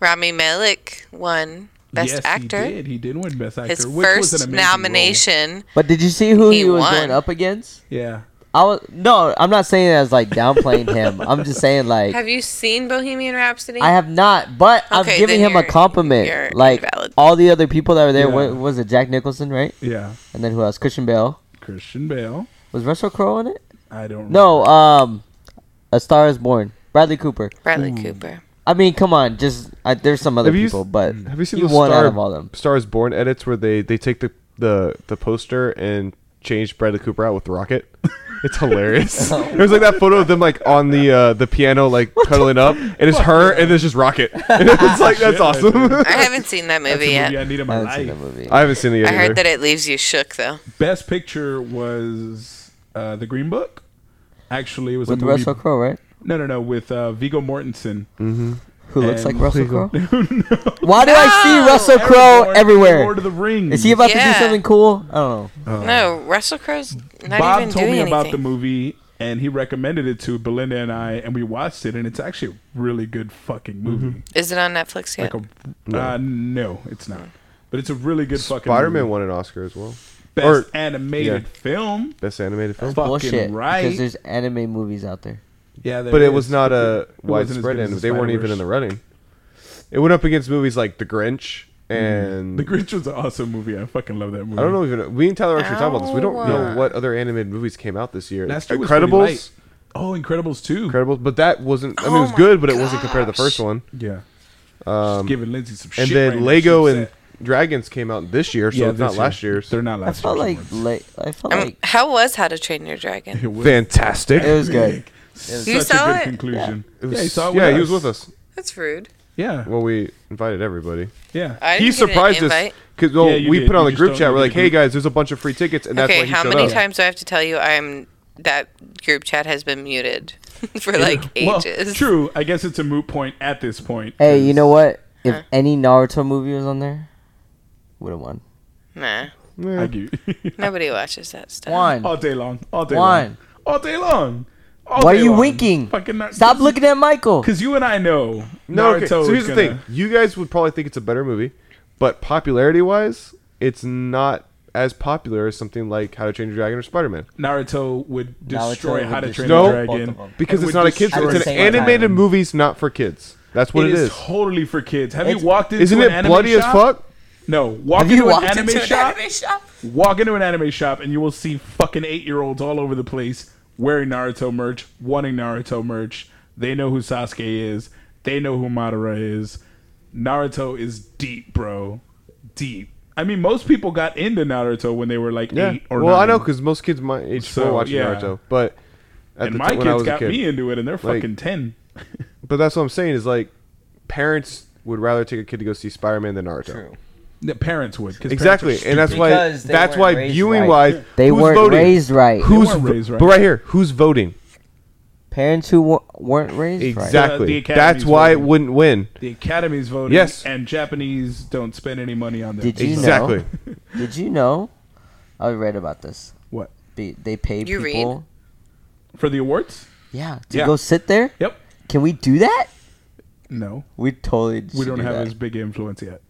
Speaker 4: Rami Malek won Best
Speaker 1: yes,
Speaker 4: Actor.
Speaker 1: He did. He did win Best Actor.
Speaker 4: His
Speaker 1: which was an
Speaker 4: first
Speaker 1: amazing
Speaker 4: nomination.
Speaker 2: But did you see who
Speaker 4: He
Speaker 2: he, was
Speaker 4: won.
Speaker 2: going up against?
Speaker 1: Role. Yeah.
Speaker 2: I was no, I'm not saying it as like downplaying him. I'm just saying like
Speaker 4: Have you seen Bohemian Rhapsody?
Speaker 2: I have not, but I'm
Speaker 4: Okay,
Speaker 2: giving
Speaker 4: then
Speaker 2: him a
Speaker 4: you're- you're
Speaker 2: compliment. Like
Speaker 4: invalid.
Speaker 2: all the other people that were there,
Speaker 1: Yeah.
Speaker 2: wa- was it Jack Nicholson, right?
Speaker 1: Yeah.
Speaker 2: And then who else? Christian Bale.
Speaker 1: Christian Bale.
Speaker 2: Was Russell Crowe in it?
Speaker 1: I don't.
Speaker 2: No, um, A Star Is Born. Bradley Cooper.
Speaker 4: Bradley Cooper.
Speaker 2: I mean, come on, just I, there's some other
Speaker 3: Have you
Speaker 2: people,
Speaker 3: s- mm.
Speaker 2: but
Speaker 1: Mm.
Speaker 3: Have you seen
Speaker 2: he
Speaker 3: the
Speaker 2: won
Speaker 3: Star,
Speaker 2: out of all them.
Speaker 3: Stars Born edits where they, they take the, the, the poster and change Bradley Cooper out with the rocket? It's hilarious. There's like that photo of them like on the uh, the piano like cuddling up, and it's her, and it's just Rocket. And it's like that's awesome.
Speaker 4: I haven't seen that
Speaker 1: That's a
Speaker 4: movie
Speaker 1: movie I
Speaker 4: yet.
Speaker 1: need in
Speaker 2: I
Speaker 1: my
Speaker 2: haven't seen that
Speaker 1: life.
Speaker 2: movie.
Speaker 3: I haven't seen it yet.
Speaker 4: I
Speaker 3: either.
Speaker 4: heard that it leaves you shook though.
Speaker 1: Best Picture was uh, The Green Book. Actually, it was
Speaker 2: With
Speaker 1: a movie.
Speaker 2: Russell Crowe, right?
Speaker 1: No, no, no. With uh, Viggo Mortensen.
Speaker 2: Who looks
Speaker 1: And-
Speaker 2: like Russell Crowe? Why do
Speaker 4: No!
Speaker 2: I see Russell Crowe
Speaker 1: Aragorn,
Speaker 2: everywhere?
Speaker 1: Lord of the Rings.
Speaker 2: Is he about to
Speaker 4: Yeah.
Speaker 2: do something cool? I don't know.
Speaker 4: No, Russell Crowe's not
Speaker 1: Uh, Bob
Speaker 4: even
Speaker 1: told
Speaker 4: doing
Speaker 1: me
Speaker 4: anything.
Speaker 1: about the movie and he recommended it to Belinda and I, and we watched it, and it's actually a really good fucking movie.
Speaker 3: Mm-hmm.
Speaker 4: Is it on Netflix yet?
Speaker 1: Like a, no. Uh, no, it's not. But it's a really good fucking
Speaker 3: Spider Man
Speaker 1: movie.
Speaker 3: won an Oscar as well.
Speaker 1: best
Speaker 3: or-
Speaker 1: animated
Speaker 3: yeah.
Speaker 1: film.
Speaker 3: Best animated film.
Speaker 1: Fucking
Speaker 2: Bullshit.
Speaker 1: right.
Speaker 2: Because there's anime movies out there.
Speaker 1: Yeah, there
Speaker 3: But it
Speaker 1: is.
Speaker 3: was not a
Speaker 1: It wasn't as
Speaker 3: widespread
Speaker 1: good as
Speaker 3: anime.
Speaker 1: the
Speaker 3: They weren't even in the
Speaker 1: Spider-Verse.
Speaker 3: running. It went up against movies like The Grinch and
Speaker 1: Mm. The Grinch was an awesome movie. I fucking love that movie.
Speaker 3: I don't know even we and Tyler were actually talking about this. We don't
Speaker 4: Ow.
Speaker 3: know what other animated movies came out this year.
Speaker 1: Last year was pretty
Speaker 3: Incredibles,
Speaker 1: light. Oh, Incredibles two.
Speaker 3: Incredibles, but that wasn't. I mean,
Speaker 4: Oh
Speaker 3: it was
Speaker 4: my
Speaker 3: good, but it wasn't compared to the
Speaker 4: gosh.
Speaker 3: first one.
Speaker 1: yeah. Um, Just giving Lindsay some shit.
Speaker 3: And
Speaker 1: right
Speaker 3: then
Speaker 1: now.
Speaker 3: Lego
Speaker 1: She's
Speaker 3: and
Speaker 1: upset.
Speaker 3: Dragons came out this year, so
Speaker 1: yeah,
Speaker 3: it's not
Speaker 1: this
Speaker 3: last year's.
Speaker 1: They're not
Speaker 2: I
Speaker 1: last year.
Speaker 2: felt like, like I felt
Speaker 4: Um,
Speaker 2: like
Speaker 4: how was How to Train Your Dragon?
Speaker 3: fantastic.
Speaker 2: it was good.
Speaker 1: Such
Speaker 4: You
Speaker 1: a
Speaker 4: saw
Speaker 1: good
Speaker 4: it?
Speaker 1: conclusion.
Speaker 3: It was-
Speaker 1: yeah, he saw it.
Speaker 3: yeah, he was with us.
Speaker 4: That's rude.
Speaker 1: Yeah,
Speaker 3: Well, we invited everybody.
Speaker 1: yeah.
Speaker 4: I didn't
Speaker 3: he
Speaker 4: get an
Speaker 3: surprised us
Speaker 4: invite.
Speaker 3: because well,
Speaker 1: Yeah, you
Speaker 3: we
Speaker 1: did.
Speaker 3: put on
Speaker 1: You
Speaker 3: the
Speaker 1: just
Speaker 3: group
Speaker 1: don't
Speaker 3: chat.
Speaker 1: look
Speaker 3: We're
Speaker 1: at
Speaker 3: like,
Speaker 1: the
Speaker 3: "Hey
Speaker 1: group."
Speaker 3: guys, there's a bunch of free tickets," and that's why
Speaker 4: Okay,
Speaker 3: he
Speaker 4: how
Speaker 3: showed
Speaker 4: many
Speaker 3: up.
Speaker 4: times do I have to tell you I'm that group chat has been muted for like
Speaker 1: Well,
Speaker 4: ages?
Speaker 1: true. I guess it's a moot point at this point.
Speaker 2: Hey, you know what? If any Naruto movie was on there, would have won.
Speaker 4: Nah,
Speaker 1: I give you-
Speaker 4: nobody watches that stuff.
Speaker 2: One.
Speaker 1: all day long. All day
Speaker 2: Why?
Speaker 1: long. All day long. All
Speaker 2: Why are
Speaker 1: day
Speaker 2: you
Speaker 1: long.
Speaker 2: winking?
Speaker 1: Oh, Fucking not-
Speaker 2: Stop looking at Michael.
Speaker 1: Cause you and I know.
Speaker 3: No, okay.
Speaker 1: Naruto
Speaker 3: So here's
Speaker 1: is
Speaker 3: the
Speaker 1: gonna-
Speaker 3: thing: you guys would probably think it's a better movie, but popularity-wise, it's not as popular as something like How to Train Your Dragon or Spider-Man
Speaker 1: Naruto would destroy
Speaker 2: Naruto would
Speaker 1: How to Train
Speaker 2: destroy
Speaker 1: Your
Speaker 3: No,
Speaker 2: both
Speaker 1: Dragon
Speaker 2: of them.
Speaker 3: because
Speaker 1: It
Speaker 3: it's
Speaker 1: would
Speaker 3: not a kids.
Speaker 1: destroy
Speaker 2: At the
Speaker 3: It's an
Speaker 2: same
Speaker 3: animated
Speaker 2: time.
Speaker 3: movie's not for kids. That's what
Speaker 1: it is
Speaker 3: is.
Speaker 1: totally for kids. Have you
Speaker 2: It's-
Speaker 1: walked into
Speaker 3: Isn't
Speaker 1: an
Speaker 3: it
Speaker 1: anime
Speaker 3: bloody as
Speaker 1: shop?
Speaker 3: fuck?
Speaker 1: No, walk
Speaker 2: Have you
Speaker 1: into an
Speaker 2: walked
Speaker 1: anime
Speaker 4: Into an
Speaker 1: shop.
Speaker 4: anime shop?
Speaker 1: Walk into an anime shop and you will see fucking eight year olds all over the place wearing Naruto merch, wanting Naruto merch. They know who Sasuke is. They know who Madara is. Naruto is deep, bro. Deep. I mean, most people got into Naruto when they were like
Speaker 3: Yeah.
Speaker 1: eight or
Speaker 3: well, I
Speaker 1: nine.
Speaker 3: know because most kids my age
Speaker 1: So,
Speaker 3: were watching
Speaker 1: yeah.
Speaker 3: Naruto, but at
Speaker 1: And
Speaker 3: the
Speaker 1: my
Speaker 3: time when I
Speaker 1: kids
Speaker 3: was a
Speaker 1: got
Speaker 3: kid,
Speaker 1: me into it, and they're
Speaker 3: Like-
Speaker 1: fucking ten.
Speaker 3: but that's what I'm saying is like parents would rather take a kid to go see Spider-Man than Naruto.
Speaker 1: The parents would 'cause
Speaker 3: Exactly,
Speaker 1: parents are
Speaker 3: and that's
Speaker 1: stupid.
Speaker 3: why
Speaker 2: Because they
Speaker 3: that's
Speaker 2: weren't
Speaker 3: why
Speaker 2: raised
Speaker 3: viewing
Speaker 2: right.
Speaker 3: wise,
Speaker 2: They
Speaker 3: who's
Speaker 2: weren't
Speaker 3: voting?
Speaker 2: raised right. They
Speaker 3: Who's
Speaker 1: weren't
Speaker 3: vo-
Speaker 1: raised right.
Speaker 3: but right here? Who's voting?
Speaker 2: Parents who w- weren't raised right.
Speaker 1: The- the
Speaker 3: Exactly.
Speaker 1: Academy's
Speaker 3: that's why
Speaker 1: voting.
Speaker 3: it wouldn't win.
Speaker 1: the academy's voting.
Speaker 3: Yes.
Speaker 1: and Japanese don't spend any money on their
Speaker 2: Did you
Speaker 1: people.
Speaker 3: Exactly.
Speaker 2: Did you know? I read about this.
Speaker 1: What
Speaker 2: They, they paid
Speaker 4: You read?
Speaker 2: people.
Speaker 1: for the awards?
Speaker 2: Yeah. To
Speaker 1: Yeah.
Speaker 2: go sit there.
Speaker 1: Yep.
Speaker 2: Can we do that?
Speaker 1: No.
Speaker 2: We totally.
Speaker 1: we don't have as big influence yet.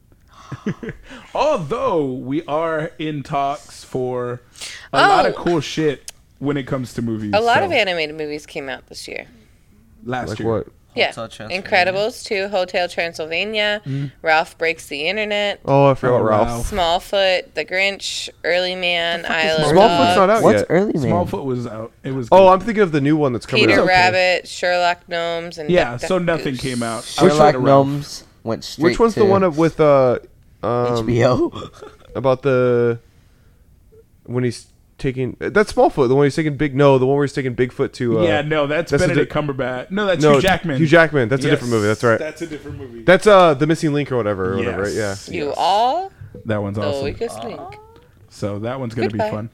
Speaker 1: Although we are in talks for a lot of
Speaker 4: Oh.
Speaker 1: cool shit when it comes to movies.
Speaker 4: A lot
Speaker 1: so-
Speaker 4: of animated movies came out this year.
Speaker 1: Last
Speaker 3: Like
Speaker 1: year.
Speaker 3: what?
Speaker 4: Yeah,
Speaker 2: Transylvania.
Speaker 4: Incredibles 2, Hotel Transylvania,
Speaker 1: Mm-hmm.
Speaker 4: Ralph Breaks the Internet,
Speaker 3: Oh, I forgot
Speaker 1: Oh,
Speaker 3: about Ralph.
Speaker 1: wow.
Speaker 4: Smallfoot, The Grinch, Early Man, Isle of
Speaker 3: Smallfoot's not
Speaker 4: Dogs,
Speaker 3: out
Speaker 2: What's
Speaker 3: yet.
Speaker 2: early man?
Speaker 1: Smallfoot was out. It was.
Speaker 3: Oh,
Speaker 1: good.
Speaker 3: I'm thinking of the new one that's coming
Speaker 4: Peter
Speaker 3: out.
Speaker 4: Rabbit, Sherlock Gnomes, and
Speaker 1: yeah.
Speaker 4: Duck, Duck,
Speaker 1: So nothing
Speaker 4: Goose.
Speaker 1: came out. I was trying
Speaker 2: Sherlock
Speaker 1: to round-
Speaker 2: Gnomes went straight.
Speaker 3: Which one's
Speaker 2: to
Speaker 3: the one of, with uh um
Speaker 2: HBO?
Speaker 3: about the when he's taking uh, that's Smallfoot, the one he's taking Big. No, the one where he's taking Bigfoot to. Uh,
Speaker 1: yeah, no, that's,
Speaker 3: that's a
Speaker 1: Benedict
Speaker 3: di-
Speaker 1: Cumberbatch. No, that's
Speaker 3: No,
Speaker 1: Hugh Jackman.
Speaker 3: Hugh Jackman. That's a different movie. That's right.
Speaker 1: That's a different movie.
Speaker 3: That's uh the missing link or whatever or whatever, right? Yeah.
Speaker 1: Yes.
Speaker 4: You all
Speaker 1: That one's
Speaker 4: the
Speaker 1: awesome. Uh, oh,
Speaker 4: weakest link.
Speaker 1: So that one's gonna be
Speaker 4: Goodbye.
Speaker 1: fun.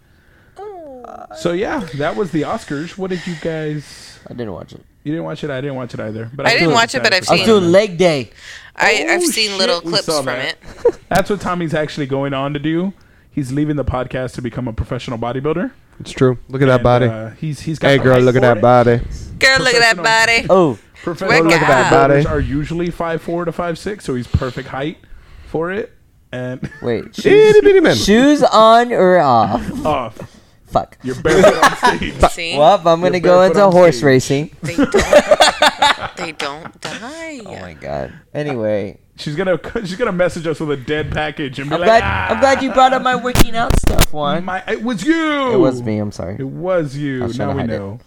Speaker 1: So yeah, that was the Oscars. What did you guys?
Speaker 2: I didn't watch it.
Speaker 1: You didn't watch it. I didn't watch it either. But
Speaker 4: I didn't
Speaker 1: feel
Speaker 4: watch it, but
Speaker 1: bad
Speaker 4: I've
Speaker 1: for
Speaker 2: I was
Speaker 4: seen-
Speaker 1: Tommy.
Speaker 2: doing leg day.
Speaker 4: I, I've
Speaker 1: Oh,
Speaker 4: seen
Speaker 1: shit,
Speaker 4: little
Speaker 1: we
Speaker 4: clips
Speaker 1: saw
Speaker 4: from
Speaker 1: that.
Speaker 4: it.
Speaker 1: That's what Tommy's actually going on to do. He's leaving the podcast to become a professional bodybuilder.
Speaker 3: It's true. Look at
Speaker 1: And, Uh, he's he's got.
Speaker 3: hey
Speaker 1: the
Speaker 3: girl,
Speaker 1: height
Speaker 3: look at
Speaker 1: for
Speaker 3: that
Speaker 1: it.
Speaker 3: body.
Speaker 4: Girl, look at that
Speaker 1: Professional.
Speaker 4: body.
Speaker 2: Oh,
Speaker 1: Professional
Speaker 4: Look at that
Speaker 1: bodybuilders
Speaker 3: body.
Speaker 1: are usually five four to five six, so he's perfect height for it. And
Speaker 2: wait. Shoes,
Speaker 3: Itty bitty man.
Speaker 2: shoes on or off?
Speaker 1: off,
Speaker 2: Fuck.
Speaker 1: you're barefoot on stage.
Speaker 4: See?
Speaker 2: Well, I'm gonna
Speaker 1: You're
Speaker 2: go
Speaker 1: barefoot
Speaker 2: into
Speaker 1: on
Speaker 2: horse
Speaker 1: stage.
Speaker 2: racing.
Speaker 4: They don't, they don't die.
Speaker 2: Oh my god. Anyway,
Speaker 1: She's gonna she's gonna message us with a dead package and be
Speaker 2: I'm
Speaker 1: like,
Speaker 2: glad.
Speaker 1: ah,
Speaker 2: I'm glad you brought up my working out stuff. One.
Speaker 1: My, it was you.
Speaker 2: It was me. I'm sorry.
Speaker 1: It was you.
Speaker 2: was trying
Speaker 1: Now
Speaker 2: to
Speaker 1: we
Speaker 2: hide it.
Speaker 1: know.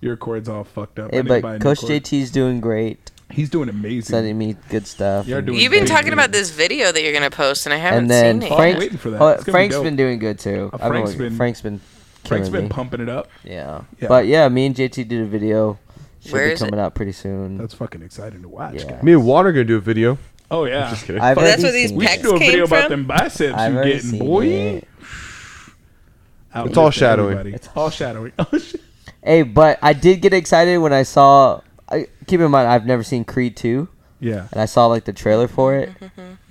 Speaker 1: Your cord's all fucked up. I
Speaker 2: Hey,
Speaker 1: need to buy a
Speaker 2: but
Speaker 1: new
Speaker 2: Coach
Speaker 1: cord.
Speaker 2: JT's doing great.
Speaker 1: he's doing amazing.
Speaker 2: Sending me good stuff.
Speaker 1: You're
Speaker 2: and-
Speaker 1: doing
Speaker 4: You've been
Speaker 1: great.
Speaker 4: talking about this video that you're gonna post, and I
Speaker 2: and
Speaker 4: haven't
Speaker 2: then
Speaker 4: seen it.
Speaker 2: Frank,
Speaker 1: waiting for that.
Speaker 2: oh,
Speaker 1: It's gonna be
Speaker 2: Frank's
Speaker 1: dope.
Speaker 2: been doing good too.
Speaker 1: Uh,
Speaker 2: I've been
Speaker 1: Frank's
Speaker 2: working-
Speaker 1: been-
Speaker 2: Frank's been killing
Speaker 1: Frank's been
Speaker 2: me.
Speaker 1: pumping it up.
Speaker 2: yeah.
Speaker 1: Yeah.
Speaker 2: but yeah, me and JT did a video. Should
Speaker 4: Where
Speaker 2: be
Speaker 4: is
Speaker 2: coming out pretty soon.
Speaker 1: That's fucking exciting to watch.
Speaker 2: Yeah.
Speaker 3: Me and Water gonna do a video.
Speaker 1: Oh yeah.
Speaker 3: Just kidding.
Speaker 2: I've
Speaker 4: Well,
Speaker 2: already
Speaker 4: that's where these
Speaker 2: seen
Speaker 1: We
Speaker 2: it.
Speaker 1: should
Speaker 4: Pecs
Speaker 1: do a video
Speaker 4: came
Speaker 1: about
Speaker 4: from?
Speaker 1: them biceps
Speaker 2: I've
Speaker 1: you
Speaker 2: already
Speaker 1: getting,
Speaker 2: seen
Speaker 1: boy.
Speaker 2: it.
Speaker 1: Outlifting
Speaker 3: all shadowing.
Speaker 1: everybody. It's all shadowing. Oh shit.
Speaker 2: Hey, but I did get excited when I saw. I, keep in mind, I've never seen Creed two,
Speaker 1: Yeah.
Speaker 2: and I saw like the trailer for it.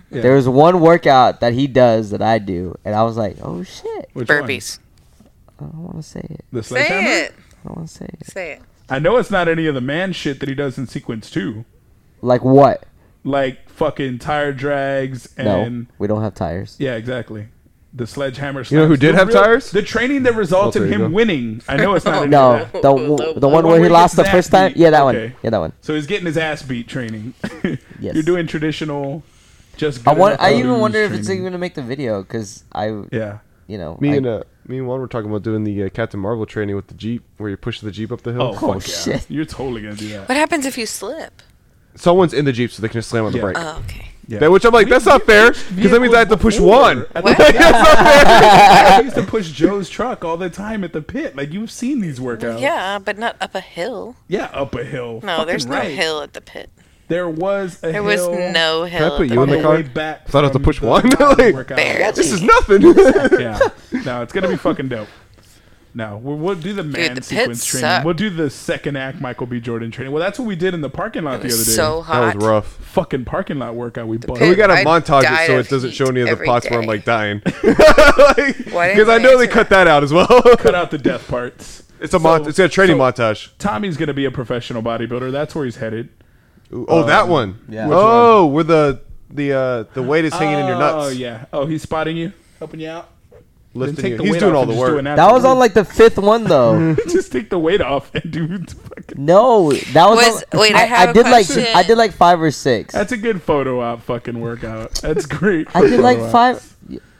Speaker 1: Yeah.
Speaker 2: There was one workout that he does that I do, and I was like, "Oh shit!"
Speaker 1: Which one?
Speaker 4: Burpees.
Speaker 2: I don't want to say it.
Speaker 1: The sledgehammer?
Speaker 4: Say it.
Speaker 2: I don't want to say it.
Speaker 4: Say it.
Speaker 1: I know it's not any of the man shit that he does in sequence two,
Speaker 2: Like what?
Speaker 1: like fucking tire drags and.
Speaker 2: no, we don't have tires.
Speaker 1: Yeah, exactly. The sledgehammer.
Speaker 3: You know who
Speaker 1: slaps.
Speaker 3: did
Speaker 1: The
Speaker 3: have tires?
Speaker 1: The training that results
Speaker 3: Oh,
Speaker 1: in
Speaker 3: there you
Speaker 1: him
Speaker 3: go.
Speaker 1: winning. I know it's not. any
Speaker 2: No,
Speaker 1: of that.
Speaker 2: the
Speaker 4: Oh,
Speaker 2: the
Speaker 4: oh,
Speaker 2: one
Speaker 1: oh,
Speaker 2: where
Speaker 1: where
Speaker 2: he
Speaker 1: he
Speaker 2: lost the
Speaker 1: gets
Speaker 2: first
Speaker 1: that
Speaker 2: time.
Speaker 1: beat.
Speaker 2: Yeah, that
Speaker 1: Okay.
Speaker 2: one. Yeah, that one.
Speaker 1: So he's getting his ass beat training.
Speaker 2: Yes.
Speaker 1: You're doing traditional. Just.
Speaker 2: I
Speaker 1: good
Speaker 2: want.
Speaker 1: enough
Speaker 2: I
Speaker 1: to
Speaker 2: even
Speaker 1: lose
Speaker 2: wonder if it's
Speaker 1: training.
Speaker 2: even gonna make the video because I,
Speaker 1: Yeah.
Speaker 2: you know,
Speaker 3: Me
Speaker 2: I,
Speaker 3: and uh, me and Juan were talking about doing the uh, Captain Marvel training with the jeep, where you push the jeep up the
Speaker 1: Oh,
Speaker 3: hill.
Speaker 1: fuck yeah.
Speaker 2: shit.
Speaker 1: You're totally gonna do that.
Speaker 4: What happens if you slip?
Speaker 3: Someone's in the jeep, so they can just slam on the
Speaker 1: Yeah. Uh,
Speaker 3: brake.
Speaker 4: Oh, okay.
Speaker 1: Yeah.
Speaker 3: That- which I'm like, that's not fair, because that means I have to push one.
Speaker 1: At the-
Speaker 4: What?
Speaker 1: I used to push Joe's truck all the time at the pit. Like you've seen these workouts.
Speaker 4: Yeah, but not up a hill.
Speaker 1: Yeah, up a hill.
Speaker 4: No,
Speaker 1: Fucking
Speaker 4: there's no
Speaker 1: right.
Speaker 4: hill at the pit.
Speaker 1: There was a hill.
Speaker 4: There was no hill.
Speaker 3: I
Speaker 4: at
Speaker 3: put
Speaker 4: the
Speaker 3: you in the
Speaker 4: pit.
Speaker 3: car?
Speaker 1: way back.
Speaker 3: Thought I had to
Speaker 1: from
Speaker 3: push
Speaker 1: the
Speaker 3: one? Like-
Speaker 1: workout.
Speaker 4: Barely.
Speaker 3: This is nothing.
Speaker 1: yeah. No, it's gonna be fucking dope. No, we'll, we'll do the man
Speaker 4: the pits
Speaker 1: sequence training.
Speaker 4: suck.
Speaker 1: We'll do the second act Michael B. Jordan training. Well, that's what we did in the parking lot
Speaker 4: It
Speaker 1: the other
Speaker 4: was
Speaker 1: day.
Speaker 4: so hot.
Speaker 3: that was rough.
Speaker 1: fucking parking lot workout. We
Speaker 3: And we
Speaker 1: bought.
Speaker 4: pit.
Speaker 3: gotta
Speaker 4: I
Speaker 3: montage
Speaker 4: died
Speaker 3: it so
Speaker 4: of
Speaker 3: it doesn't show
Speaker 4: heat
Speaker 3: any of the
Speaker 4: every
Speaker 3: parts where I'm
Speaker 4: day.
Speaker 3: like dying.
Speaker 4: Why
Speaker 3: Because
Speaker 4: didn't
Speaker 3: I know they
Speaker 4: answer
Speaker 3: cut
Speaker 4: that?
Speaker 3: that out as well.
Speaker 1: Cut out the death parts.
Speaker 3: it's a mon-
Speaker 1: So-
Speaker 3: it's a training
Speaker 1: so
Speaker 3: montage.
Speaker 1: Tommy's gonna be a professional bodybuilder. That's where he's headed.
Speaker 3: Oh, that one.
Speaker 2: yeah. Which
Speaker 3: Oh, where the the uh, the weight is hanging
Speaker 1: oh,
Speaker 3: in your nuts,
Speaker 1: yeah. Oh, he's spotting you, helping you out. Then
Speaker 3: lifting
Speaker 1: take
Speaker 3: you.
Speaker 1: the
Speaker 3: He's
Speaker 1: weight
Speaker 3: doing
Speaker 1: off
Speaker 3: all
Speaker 1: and
Speaker 3: the
Speaker 1: just do
Speaker 3: work.
Speaker 1: an
Speaker 2: that was on
Speaker 1: afterward.
Speaker 2: like the fifth one though.
Speaker 1: just take the weight off and do. Fucking,
Speaker 2: no, that was.
Speaker 4: Was-
Speaker 2: on-
Speaker 4: wait, I have a
Speaker 2: did like
Speaker 4: question.
Speaker 2: I did like five or six.
Speaker 1: that's a good photo op fucking workout. That's great.
Speaker 2: I did
Speaker 1: photo
Speaker 2: like
Speaker 1: op.
Speaker 2: five.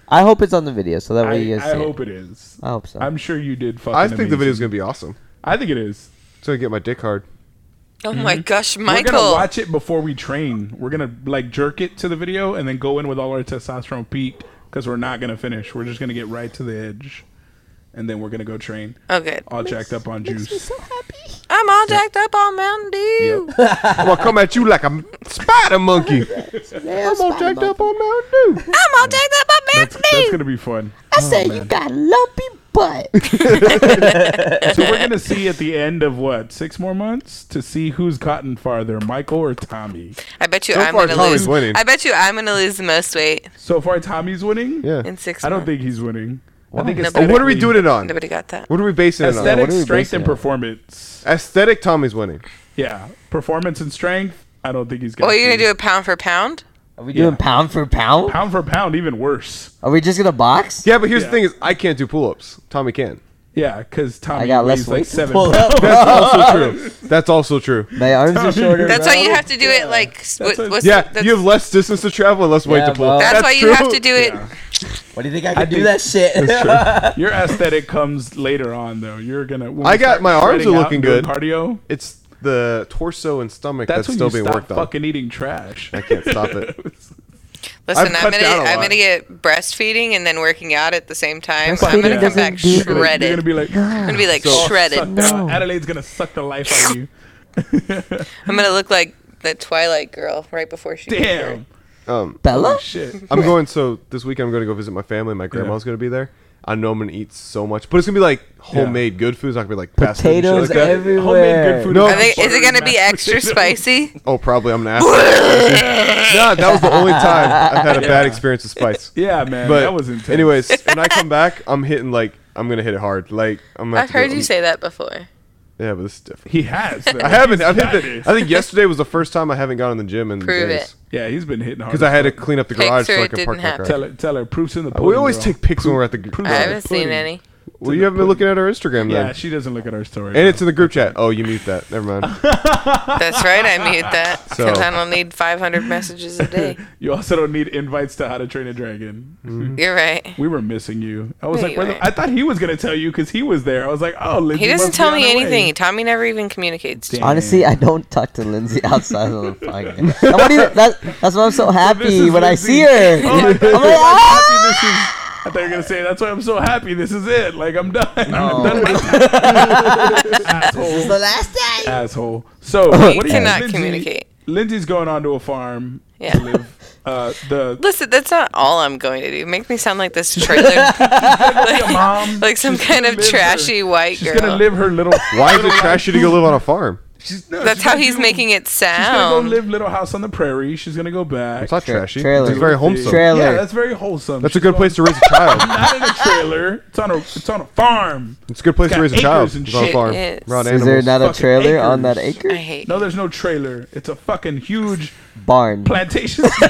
Speaker 2: I hope it's on the video so that way
Speaker 1: I,
Speaker 2: you guys
Speaker 1: I
Speaker 2: see.
Speaker 1: hope
Speaker 2: it.
Speaker 1: it is.
Speaker 2: I hope so.
Speaker 1: I'm sure you did fucking.
Speaker 3: I think the
Speaker 1: amazing.
Speaker 3: video's gonna be awesome.
Speaker 1: I think it is.
Speaker 3: It's gonna get my dick hard.
Speaker 4: Oh my
Speaker 3: Mm-hmm.
Speaker 4: gosh,
Speaker 1: We're gonna
Speaker 4: Michael.
Speaker 1: watch it before we train. We're gonna like jerk it to the video and then go in with all our testosterone peaked because we're not gonna finish. We're just gonna get right to the edge, and then we're gonna go train.
Speaker 4: oh good.
Speaker 1: All jacked up on juice.
Speaker 4: I'm all jacked up on Mountain Dew.
Speaker 3: I'm gonna come at you like a spider monkey. I'm all jacked up on Mountain Dew.
Speaker 4: I'm all jacked up on
Speaker 1: That's,
Speaker 4: Mountain
Speaker 1: that's
Speaker 4: Dew.
Speaker 1: gonna be fun.
Speaker 2: I said you got lumpy butt.
Speaker 1: So we're gonna see at the end of what six more months to see who's gotten farther, Michael or Tommy.
Speaker 4: I bet you
Speaker 3: So
Speaker 4: I'm
Speaker 3: far,
Speaker 4: gonna
Speaker 3: Tommy's
Speaker 4: lose.
Speaker 3: winning.
Speaker 4: I bet you I'm gonna lose the most weight
Speaker 1: So far, Tommy's winning.
Speaker 3: Yeah.
Speaker 4: in six.
Speaker 1: I don't
Speaker 4: months.
Speaker 1: think he's winning. I think
Speaker 4: No,
Speaker 1: it's
Speaker 4: but-
Speaker 3: Oh, what are we doing it on?
Speaker 4: nobody got that.
Speaker 3: What are we basing it on?
Speaker 1: aesthetic,
Speaker 3: What are we
Speaker 1: strength,
Speaker 3: basing
Speaker 1: and
Speaker 3: it on?
Speaker 1: performance.
Speaker 3: Aesthetic. Tommy's winning.
Speaker 1: Yeah, performance and strength. I don't think he's gonna.
Speaker 4: Well, you're gonna
Speaker 1: be-
Speaker 4: do it pound for pound.
Speaker 2: Are we doing pound for pound?
Speaker 1: pound for pound, even worse.
Speaker 2: Are we just gonna box?
Speaker 3: Yeah, but here's
Speaker 1: Yeah.
Speaker 3: the thing: is I can't do pull-ups. Tommy can.
Speaker 1: Yeah, because Tommy
Speaker 2: I got less
Speaker 1: weighs
Speaker 2: weight
Speaker 1: like
Speaker 2: to
Speaker 1: seven.
Speaker 2: pull
Speaker 1: pounds.
Speaker 2: up.
Speaker 3: That's
Speaker 1: Oh,
Speaker 3: also true. That's also true.
Speaker 2: My arms are shorter.
Speaker 4: That's
Speaker 2: bro.
Speaker 4: why you have to do it like. s- What,
Speaker 1: what-
Speaker 4: what's
Speaker 3: Yeah,
Speaker 4: that's,
Speaker 3: you have less distance to travel and less weight
Speaker 2: Yeah,
Speaker 3: to pull.
Speaker 2: bro.
Speaker 4: that's, why you have
Speaker 3: true.
Speaker 4: to do it.
Speaker 2: What do you think I can do
Speaker 1: think-
Speaker 2: that shit?
Speaker 1: Your aesthetic comes later on, though. You're gonna. when
Speaker 3: I
Speaker 1: we
Speaker 3: got-
Speaker 1: start
Speaker 3: my arms
Speaker 1: spreading
Speaker 3: are
Speaker 1: out
Speaker 3: looking
Speaker 1: and doing
Speaker 3: good.
Speaker 1: Cardio.
Speaker 3: It's the torso and stomach
Speaker 1: That's,
Speaker 3: that's,
Speaker 1: when
Speaker 3: still
Speaker 1: you
Speaker 3: being
Speaker 1: stop
Speaker 3: worked on.
Speaker 1: fucking eating trash.
Speaker 3: I can't stop it.
Speaker 4: Listen,
Speaker 3: I've
Speaker 4: I'm
Speaker 3: cut
Speaker 4: gonna
Speaker 3: down a
Speaker 4: I'm
Speaker 3: lot.
Speaker 4: gonna get breastfeeding and then working out at the same time. So I'm
Speaker 2: Breastfeeding
Speaker 4: gonna come
Speaker 2: doesn't
Speaker 4: back
Speaker 2: do it.
Speaker 1: You're gonna
Speaker 4: shredded.
Speaker 1: be like
Speaker 4: I'm gonna be like
Speaker 3: So-
Speaker 1: suck
Speaker 4: shredded.
Speaker 1: that-
Speaker 2: No.
Speaker 1: Adelaide's gonna suck the life out of you.
Speaker 4: I'm gonna look like the Twilight girl right before she. gets there.
Speaker 1: Damn.
Speaker 3: Um,
Speaker 2: Bella?
Speaker 1: Shit.
Speaker 3: I'm going. So this week I'm going to go visit my family. My grandma's going to be there. I know I'm going to eat so much, but it's going to be like homemade good food. It's not going to be like fast food and shit
Speaker 2: Potatoes
Speaker 3: like that.
Speaker 2: everywhere.
Speaker 1: Homemade good food.
Speaker 3: No.
Speaker 1: is
Speaker 4: Are they, is
Speaker 1: buttered
Speaker 4: it gonna be
Speaker 1: mashed
Speaker 4: extra
Speaker 1: potatoes.
Speaker 4: spicy?
Speaker 3: Oh, probably I'm going to ask. no, that was the only time I've had a bad experience with spice.
Speaker 1: Yeah, man.
Speaker 3: but
Speaker 1: that was intense.
Speaker 3: anyways, when I come back, I'm hitting like I'm gonna hit it hard. Like I'm. Gonna have
Speaker 4: I've
Speaker 3: to do
Speaker 4: heard
Speaker 3: it.
Speaker 4: you
Speaker 3: I'm-
Speaker 4: say that before.
Speaker 3: Yeah, but this is different.
Speaker 1: he has. though.
Speaker 3: I haven't.
Speaker 1: He's
Speaker 3: I've
Speaker 1: got
Speaker 3: hit the,
Speaker 1: this.
Speaker 3: I think yesterday was the first time I haven't gone in the gym in
Speaker 4: Prove
Speaker 3: days
Speaker 4: it.
Speaker 1: Yeah, he's been hitting hard.
Speaker 3: because I had to
Speaker 1: as fuck.
Speaker 3: clean up the
Speaker 4: Pics
Speaker 3: garage so
Speaker 4: or
Speaker 3: I
Speaker 4: it
Speaker 3: could
Speaker 4: didn't
Speaker 3: park my car.
Speaker 4: happen?
Speaker 1: Tell her, tell her. Proofs in the pudding.
Speaker 3: We always
Speaker 1: girl.
Speaker 3: take pics when we're at the. gr-
Speaker 1: prove
Speaker 4: I
Speaker 1: Yeah,
Speaker 4: haven't seen
Speaker 1: pudding.
Speaker 4: any.
Speaker 3: Well, you haven't been looking at our Instagram then.
Speaker 1: Yeah, she doesn't look at our story.
Speaker 3: and it's in the group chat. Oh, you mute that. Never mind.
Speaker 4: That's right, I mute that
Speaker 3: So-
Speaker 4: because I don't need 500 messages a day.
Speaker 1: you also don't need invites to How to Train a Dragon.
Speaker 4: You're right.
Speaker 1: We were missing you. I was
Speaker 4: Yeah,
Speaker 1: like, where
Speaker 4: you
Speaker 1: the,
Speaker 4: were.
Speaker 1: I thought he was gonna tell you because he was there. I was like, oh, Lindsay
Speaker 4: He doesn't
Speaker 1: must be
Speaker 4: tell
Speaker 1: on
Speaker 4: me
Speaker 1: her way.
Speaker 4: anything. Tommy never even communicates. to
Speaker 1: Damn.
Speaker 2: Honestly, I don't talk to Lindsay outside of the podcast. Nobody, that, that's why I'm so
Speaker 1: This
Speaker 2: happy
Speaker 1: is
Speaker 2: when I
Speaker 1: Lindsay.
Speaker 2: see her.
Speaker 1: Oh, I
Speaker 2: I'm like,
Speaker 1: thought you were like,
Speaker 2: ah!
Speaker 1: happy this is. I thought you were gonna say that's why I'm so happy. This is it. Like I'm done. I'm
Speaker 2: No.
Speaker 1: done with this.
Speaker 2: This is
Speaker 1: asshole.
Speaker 2: the last day.
Speaker 1: Asshole. So what
Speaker 4: You
Speaker 1: do you
Speaker 4: cannot
Speaker 1: Lindsay-
Speaker 4: communicate.
Speaker 1: Lindsay's going onto a farm
Speaker 4: Yeah.
Speaker 1: to live. Uh, the
Speaker 4: Listen, that's not all I'm going to do. Make me sound like this trailer, like,
Speaker 1: mom.
Speaker 4: like some kind of
Speaker 1: live her-
Speaker 4: trashy white
Speaker 1: She's
Speaker 4: girl.
Speaker 1: gonna live her little.
Speaker 3: Why is it trashy to go live on a farm?
Speaker 1: She's, no,
Speaker 4: That's
Speaker 1: she's
Speaker 4: how
Speaker 1: gonna
Speaker 4: he's
Speaker 1: do-
Speaker 4: making it
Speaker 1: She's gonna go
Speaker 4: sound.
Speaker 1: live Little House on the Prairie. She's gonna go back.
Speaker 3: It's not
Speaker 2: Tra-
Speaker 3: trashy.
Speaker 2: trailer.
Speaker 3: It's very wholesome.
Speaker 2: Trailer.
Speaker 1: Yeah, that's very wholesome.
Speaker 3: That's a
Speaker 1: She's
Speaker 3: good place to raise a child.
Speaker 1: not in a trailer. It's on a it's on a farm.
Speaker 3: It's a good place
Speaker 1: It's
Speaker 3: to
Speaker 1: got
Speaker 3: raise a
Speaker 1: acres
Speaker 3: child.
Speaker 1: and
Speaker 3: It's on a
Speaker 4: shit.
Speaker 3: farm.
Speaker 4: Yes.
Speaker 3: Around
Speaker 2: Is there
Speaker 3: animals.
Speaker 2: not a
Speaker 1: fucking
Speaker 2: trailer on
Speaker 1: acres.
Speaker 2: that
Speaker 4: I
Speaker 2: acre?
Speaker 4: hate.
Speaker 1: No, there's no trailer. It's a fucking huge
Speaker 2: Barn.
Speaker 1: plantation.
Speaker 3: Wait,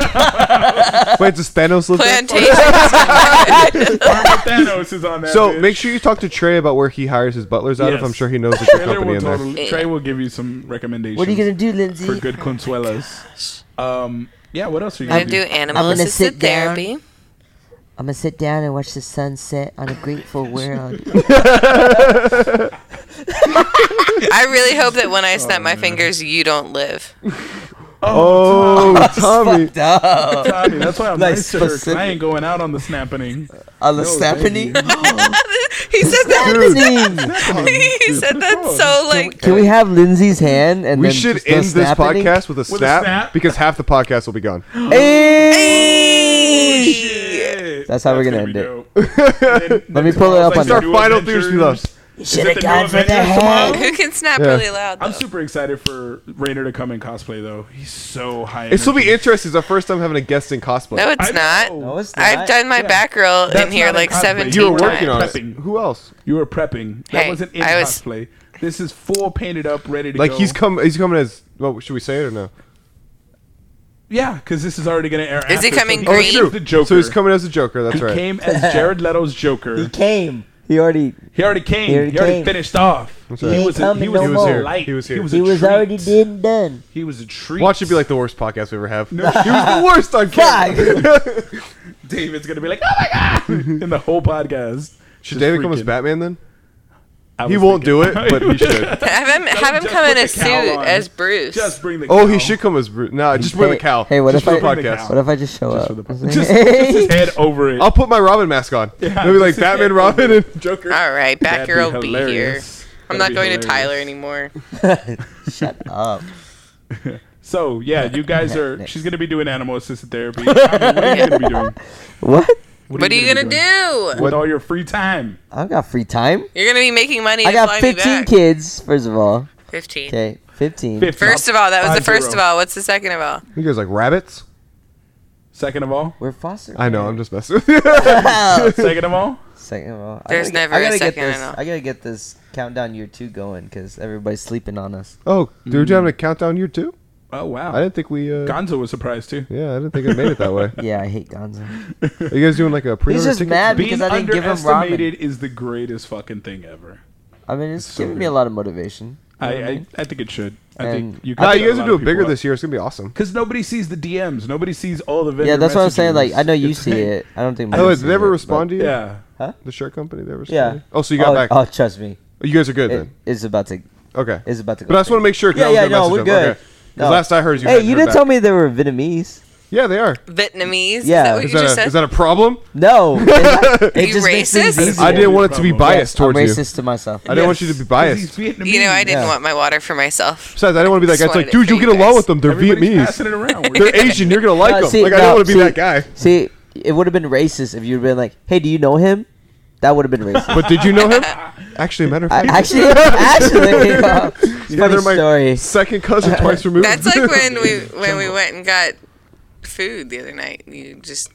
Speaker 3: does Thanos live there?
Speaker 4: plantation.
Speaker 1: Thanos is on that.
Speaker 3: So
Speaker 1: bitch.
Speaker 3: make sure you talk to Trey about where he hires his butlers out
Speaker 1: Yes.
Speaker 3: of. I'm sure he knows the good
Speaker 1: Trailer
Speaker 3: company
Speaker 1: will
Speaker 3: in there.
Speaker 1: totally, Trey will give you some recommendations.
Speaker 2: What are you gonna do,
Speaker 1: for
Speaker 2: Lindsay?
Speaker 1: good consuelas? Um, yeah. What else are you
Speaker 4: I
Speaker 1: gonna
Speaker 4: do
Speaker 1: do?
Speaker 4: animal
Speaker 2: gonna sit
Speaker 4: assisted
Speaker 2: down.
Speaker 4: therapy.
Speaker 2: I'm gonna sit down and watch the sunset on a grateful world.
Speaker 4: I really hope that when I
Speaker 1: Oh,
Speaker 4: snap my fingers, you don't live.
Speaker 3: Oh, Tommy.
Speaker 2: Fucked up.
Speaker 1: Tommy, that's why I'm
Speaker 2: Like
Speaker 1: nice to her, 'cause I
Speaker 2: specific.
Speaker 1: ain't going out on the snapping.
Speaker 2: On
Speaker 1: No,
Speaker 2: the snapping.
Speaker 4: he said that.
Speaker 2: Snapping.
Speaker 4: He said that so like.
Speaker 2: Can we have Lindsay's hand and
Speaker 3: We
Speaker 2: then
Speaker 3: should
Speaker 2: just no
Speaker 3: end this
Speaker 2: snapping?
Speaker 3: podcast with a
Speaker 1: a
Speaker 3: snap,
Speaker 1: snap?
Speaker 3: because half the podcast will be gone.
Speaker 2: That's how we're gonna end it.
Speaker 1: it.
Speaker 2: Let me pull it up on
Speaker 3: It's our final thing she loves.
Speaker 1: Is it
Speaker 2: Should
Speaker 1: the
Speaker 2: have gone
Speaker 1: new
Speaker 2: for the
Speaker 1: Avengers tomorrow?
Speaker 2: head.
Speaker 4: Who can snap
Speaker 3: Yeah.
Speaker 4: really loud?
Speaker 1: I'm
Speaker 4: though?
Speaker 1: super excited for Rainer to come in cosplay though. He's so high.
Speaker 3: This will be
Speaker 1: energy.
Speaker 3: interesting. It's our first time having a guest in cosplay.
Speaker 4: No, it's
Speaker 1: I
Speaker 4: not.
Speaker 1: know.
Speaker 2: No, it's not.
Speaker 4: I've done my
Speaker 1: Yeah.
Speaker 4: back roll
Speaker 1: That's
Speaker 4: in here
Speaker 1: not
Speaker 4: like
Speaker 1: in cosplay.
Speaker 4: 17
Speaker 3: you were
Speaker 1: Team
Speaker 3: working on
Speaker 4: times.
Speaker 3: it.
Speaker 1: prepping.
Speaker 3: Who else?
Speaker 1: You were prepping. That
Speaker 4: Hey,
Speaker 1: wasn't in
Speaker 4: I was-
Speaker 1: cosplay. This is full painted up, ready to
Speaker 3: Like
Speaker 1: go.
Speaker 3: he's come. He's coming as. Well, should we say it or no?
Speaker 1: yeah, because this is already gonna air.
Speaker 4: Is he
Speaker 1: after,
Speaker 4: coming
Speaker 1: so
Speaker 4: green?
Speaker 1: he's
Speaker 4: Oh, true.
Speaker 1: The Joker.
Speaker 3: So he's coming as a Joker. That's
Speaker 1: He
Speaker 3: right.
Speaker 1: came as Jared Leto's Joker.
Speaker 2: He came. He already.
Speaker 1: He already came. He
Speaker 2: He
Speaker 1: already,
Speaker 2: already came.
Speaker 1: finished off.
Speaker 3: right.
Speaker 1: He
Speaker 3: He
Speaker 1: was.
Speaker 2: ain't
Speaker 1: A, he
Speaker 2: coming
Speaker 1: was. a
Speaker 2: no more. He was
Speaker 3: here.
Speaker 1: Light.
Speaker 3: He was here.
Speaker 1: a
Speaker 2: He was
Speaker 1: treat.
Speaker 2: already did and done.
Speaker 1: He was a treat.
Speaker 3: Watch it be like the worst podcast we ever have. he was the worst on camera.
Speaker 1: David's gonna be like, oh my god, in the whole podcast.
Speaker 3: should David come as Batman then?
Speaker 1: I
Speaker 3: He
Speaker 1: was
Speaker 3: won't
Speaker 1: thinking-
Speaker 3: do it, but he should.
Speaker 4: Have him, have him
Speaker 1: Just
Speaker 4: come in
Speaker 1: put
Speaker 4: a
Speaker 1: the
Speaker 4: suit
Speaker 1: cowl on.
Speaker 4: as Bruce.
Speaker 1: Just bring the.
Speaker 3: Oh,
Speaker 1: cow.
Speaker 3: he should come as Bruce. Nah, just wear the
Speaker 2: Hey-
Speaker 3: cow.
Speaker 2: hey, what
Speaker 3: just
Speaker 2: if
Speaker 3: for the
Speaker 2: I-
Speaker 3: podcast?
Speaker 2: What if I just show
Speaker 1: Just for
Speaker 2: up?
Speaker 1: the-
Speaker 2: I was like,
Speaker 1: Just-
Speaker 2: "Hey."
Speaker 1: His head over it.
Speaker 3: I'll put my Robin mask on.
Speaker 1: Yeah,
Speaker 3: Maybe like
Speaker 1: this is
Speaker 3: Batman,
Speaker 1: it.
Speaker 3: Robin, and Joker.
Speaker 4: All right,
Speaker 1: That'd
Speaker 4: back
Speaker 1: be
Speaker 4: here will be here.
Speaker 1: hilarious.
Speaker 4: I'm
Speaker 1: That'd
Speaker 4: not
Speaker 1: be
Speaker 4: going to
Speaker 1: hilarious.
Speaker 4: Tyler anymore.
Speaker 2: Shut up.
Speaker 1: So yeah, you guys are.
Speaker 2: Next.
Speaker 1: She's gonna be doing animal assisted therapy. Tommy, what are you gonna be doing?
Speaker 2: What?
Speaker 4: What are you
Speaker 1: gonna
Speaker 4: gonna
Speaker 1: be
Speaker 4: do?
Speaker 1: With all your free time.
Speaker 2: I don't got free time.
Speaker 4: You're gonna be making money.
Speaker 2: I
Speaker 4: to
Speaker 2: got
Speaker 4: fly me
Speaker 2: 15
Speaker 4: back.
Speaker 2: kids, first of all.
Speaker 4: Fifteen.
Speaker 2: Okay, 15.
Speaker 1: Fifty.
Speaker 4: First of all, that was the
Speaker 1: Five
Speaker 4: first of
Speaker 1: zero.
Speaker 4: all. What's the second of all?
Speaker 3: You guys like rabbits?
Speaker 1: Second of all.
Speaker 2: We're foster.
Speaker 3: I know. I'm just messing with you.
Speaker 2: Wow.
Speaker 1: Second of all.
Speaker 2: second of all, I gotta
Speaker 4: There's
Speaker 2: get-
Speaker 4: never
Speaker 2: I
Speaker 4: a
Speaker 2: gotta
Speaker 4: second
Speaker 2: Get this,
Speaker 4: at all.
Speaker 2: I gotta get this countdown year two going because everybody's sleeping on us.
Speaker 3: oh, dude, you having a countdown year too?
Speaker 1: Oh
Speaker 3: I
Speaker 1: wow.
Speaker 3: didn't think we. Uh,
Speaker 1: Gonzo was surprised too.
Speaker 3: yeah, I didn't think I made it that way.
Speaker 2: Yeah, I hate Gonzo.
Speaker 3: Are you guys doing like a pre-order
Speaker 2: just
Speaker 3: ticket?
Speaker 2: mad.
Speaker 1: Being
Speaker 2: Because I didn't give him ramen.
Speaker 1: underestimated is the greatest fucking thing ever.
Speaker 2: I mean, it's
Speaker 1: So
Speaker 2: giving me
Speaker 1: good.
Speaker 2: a lot of motivation.
Speaker 1: I, I, I think it should. I think
Speaker 2: And-
Speaker 1: you.
Speaker 3: Nah, you guys are doing bigger this year. It's gonna be awesome.
Speaker 1: Because nobody sees the DMs. Nobody sees all the. vendor
Speaker 2: yeah, that's what I'm saying. Like,
Speaker 1: messages.
Speaker 2: I know you
Speaker 1: It's
Speaker 2: see
Speaker 1: like-
Speaker 2: it. I don't think.
Speaker 3: By the
Speaker 2: Mike
Speaker 3: way, Oh, did
Speaker 2: sees
Speaker 3: they ever
Speaker 2: it,
Speaker 3: respond to you?
Speaker 1: Yeah.
Speaker 3: The shirt company, they ever
Speaker 2: but- Yeah.
Speaker 3: responded? Oh, so you got
Speaker 2: oh,
Speaker 3: back.
Speaker 2: Oh, trust me.
Speaker 3: You guys are good
Speaker 2: It,
Speaker 3: then.
Speaker 2: it's about to.
Speaker 3: Okay.
Speaker 2: It's about to. Go
Speaker 3: But I just want to
Speaker 2: through.
Speaker 3: make sure. 'cause
Speaker 2: Yeah,
Speaker 3: I was
Speaker 2: yeah,
Speaker 3: gonna
Speaker 2: no,
Speaker 3: message
Speaker 2: we're
Speaker 3: him.
Speaker 2: good.
Speaker 3: Okay. 'Cause Last I heard you.
Speaker 2: hey,
Speaker 3: hadn't
Speaker 2: you
Speaker 3: heard
Speaker 2: didn't
Speaker 3: back.
Speaker 2: tell me they were Vietnamese.
Speaker 3: Yeah, they are.
Speaker 4: Vietnamese.
Speaker 2: Yeah.
Speaker 4: Is that what
Speaker 3: Is
Speaker 4: you
Speaker 3: that,
Speaker 4: just
Speaker 3: a,
Speaker 4: said?
Speaker 3: is that a problem?
Speaker 2: No, it, it
Speaker 4: You
Speaker 2: just makes things
Speaker 4: racist?
Speaker 2: easier.
Speaker 3: I didn't want it to be
Speaker 1: Yes,
Speaker 3: biased
Speaker 2: I'm
Speaker 3: towards you.
Speaker 2: racist to myself.
Speaker 3: I didn't want you to be biased.
Speaker 4: you know, I didn't
Speaker 2: Yeah.
Speaker 4: want my water for myself.
Speaker 3: Besides, I didn't want to be that guy. It's
Speaker 4: Just
Speaker 3: like,
Speaker 4: wanted
Speaker 3: dude,
Speaker 4: it
Speaker 3: you'll
Speaker 4: for
Speaker 3: get
Speaker 4: you
Speaker 3: along
Speaker 4: guys.
Speaker 3: with them. They're
Speaker 1: Everybody's passing
Speaker 3: Vietnamese.
Speaker 1: it around. We're-
Speaker 3: They're Asian. You're gonna like
Speaker 2: No,
Speaker 3: them.
Speaker 2: see,
Speaker 3: like I don't
Speaker 2: no,
Speaker 3: want to be
Speaker 2: see-
Speaker 3: that guy.
Speaker 2: See, it would have been racist if you'd been like, "Hey, do you know him?" That would have been racist.
Speaker 3: But did you know him? Actually, matter of
Speaker 2: I,
Speaker 3: fact,
Speaker 2: actually, actually, uh,
Speaker 3: yeah, they're
Speaker 2: funny
Speaker 3: my
Speaker 2: story.
Speaker 3: second cousin twice removed.
Speaker 4: That's like when we when we went and got food the other night. You just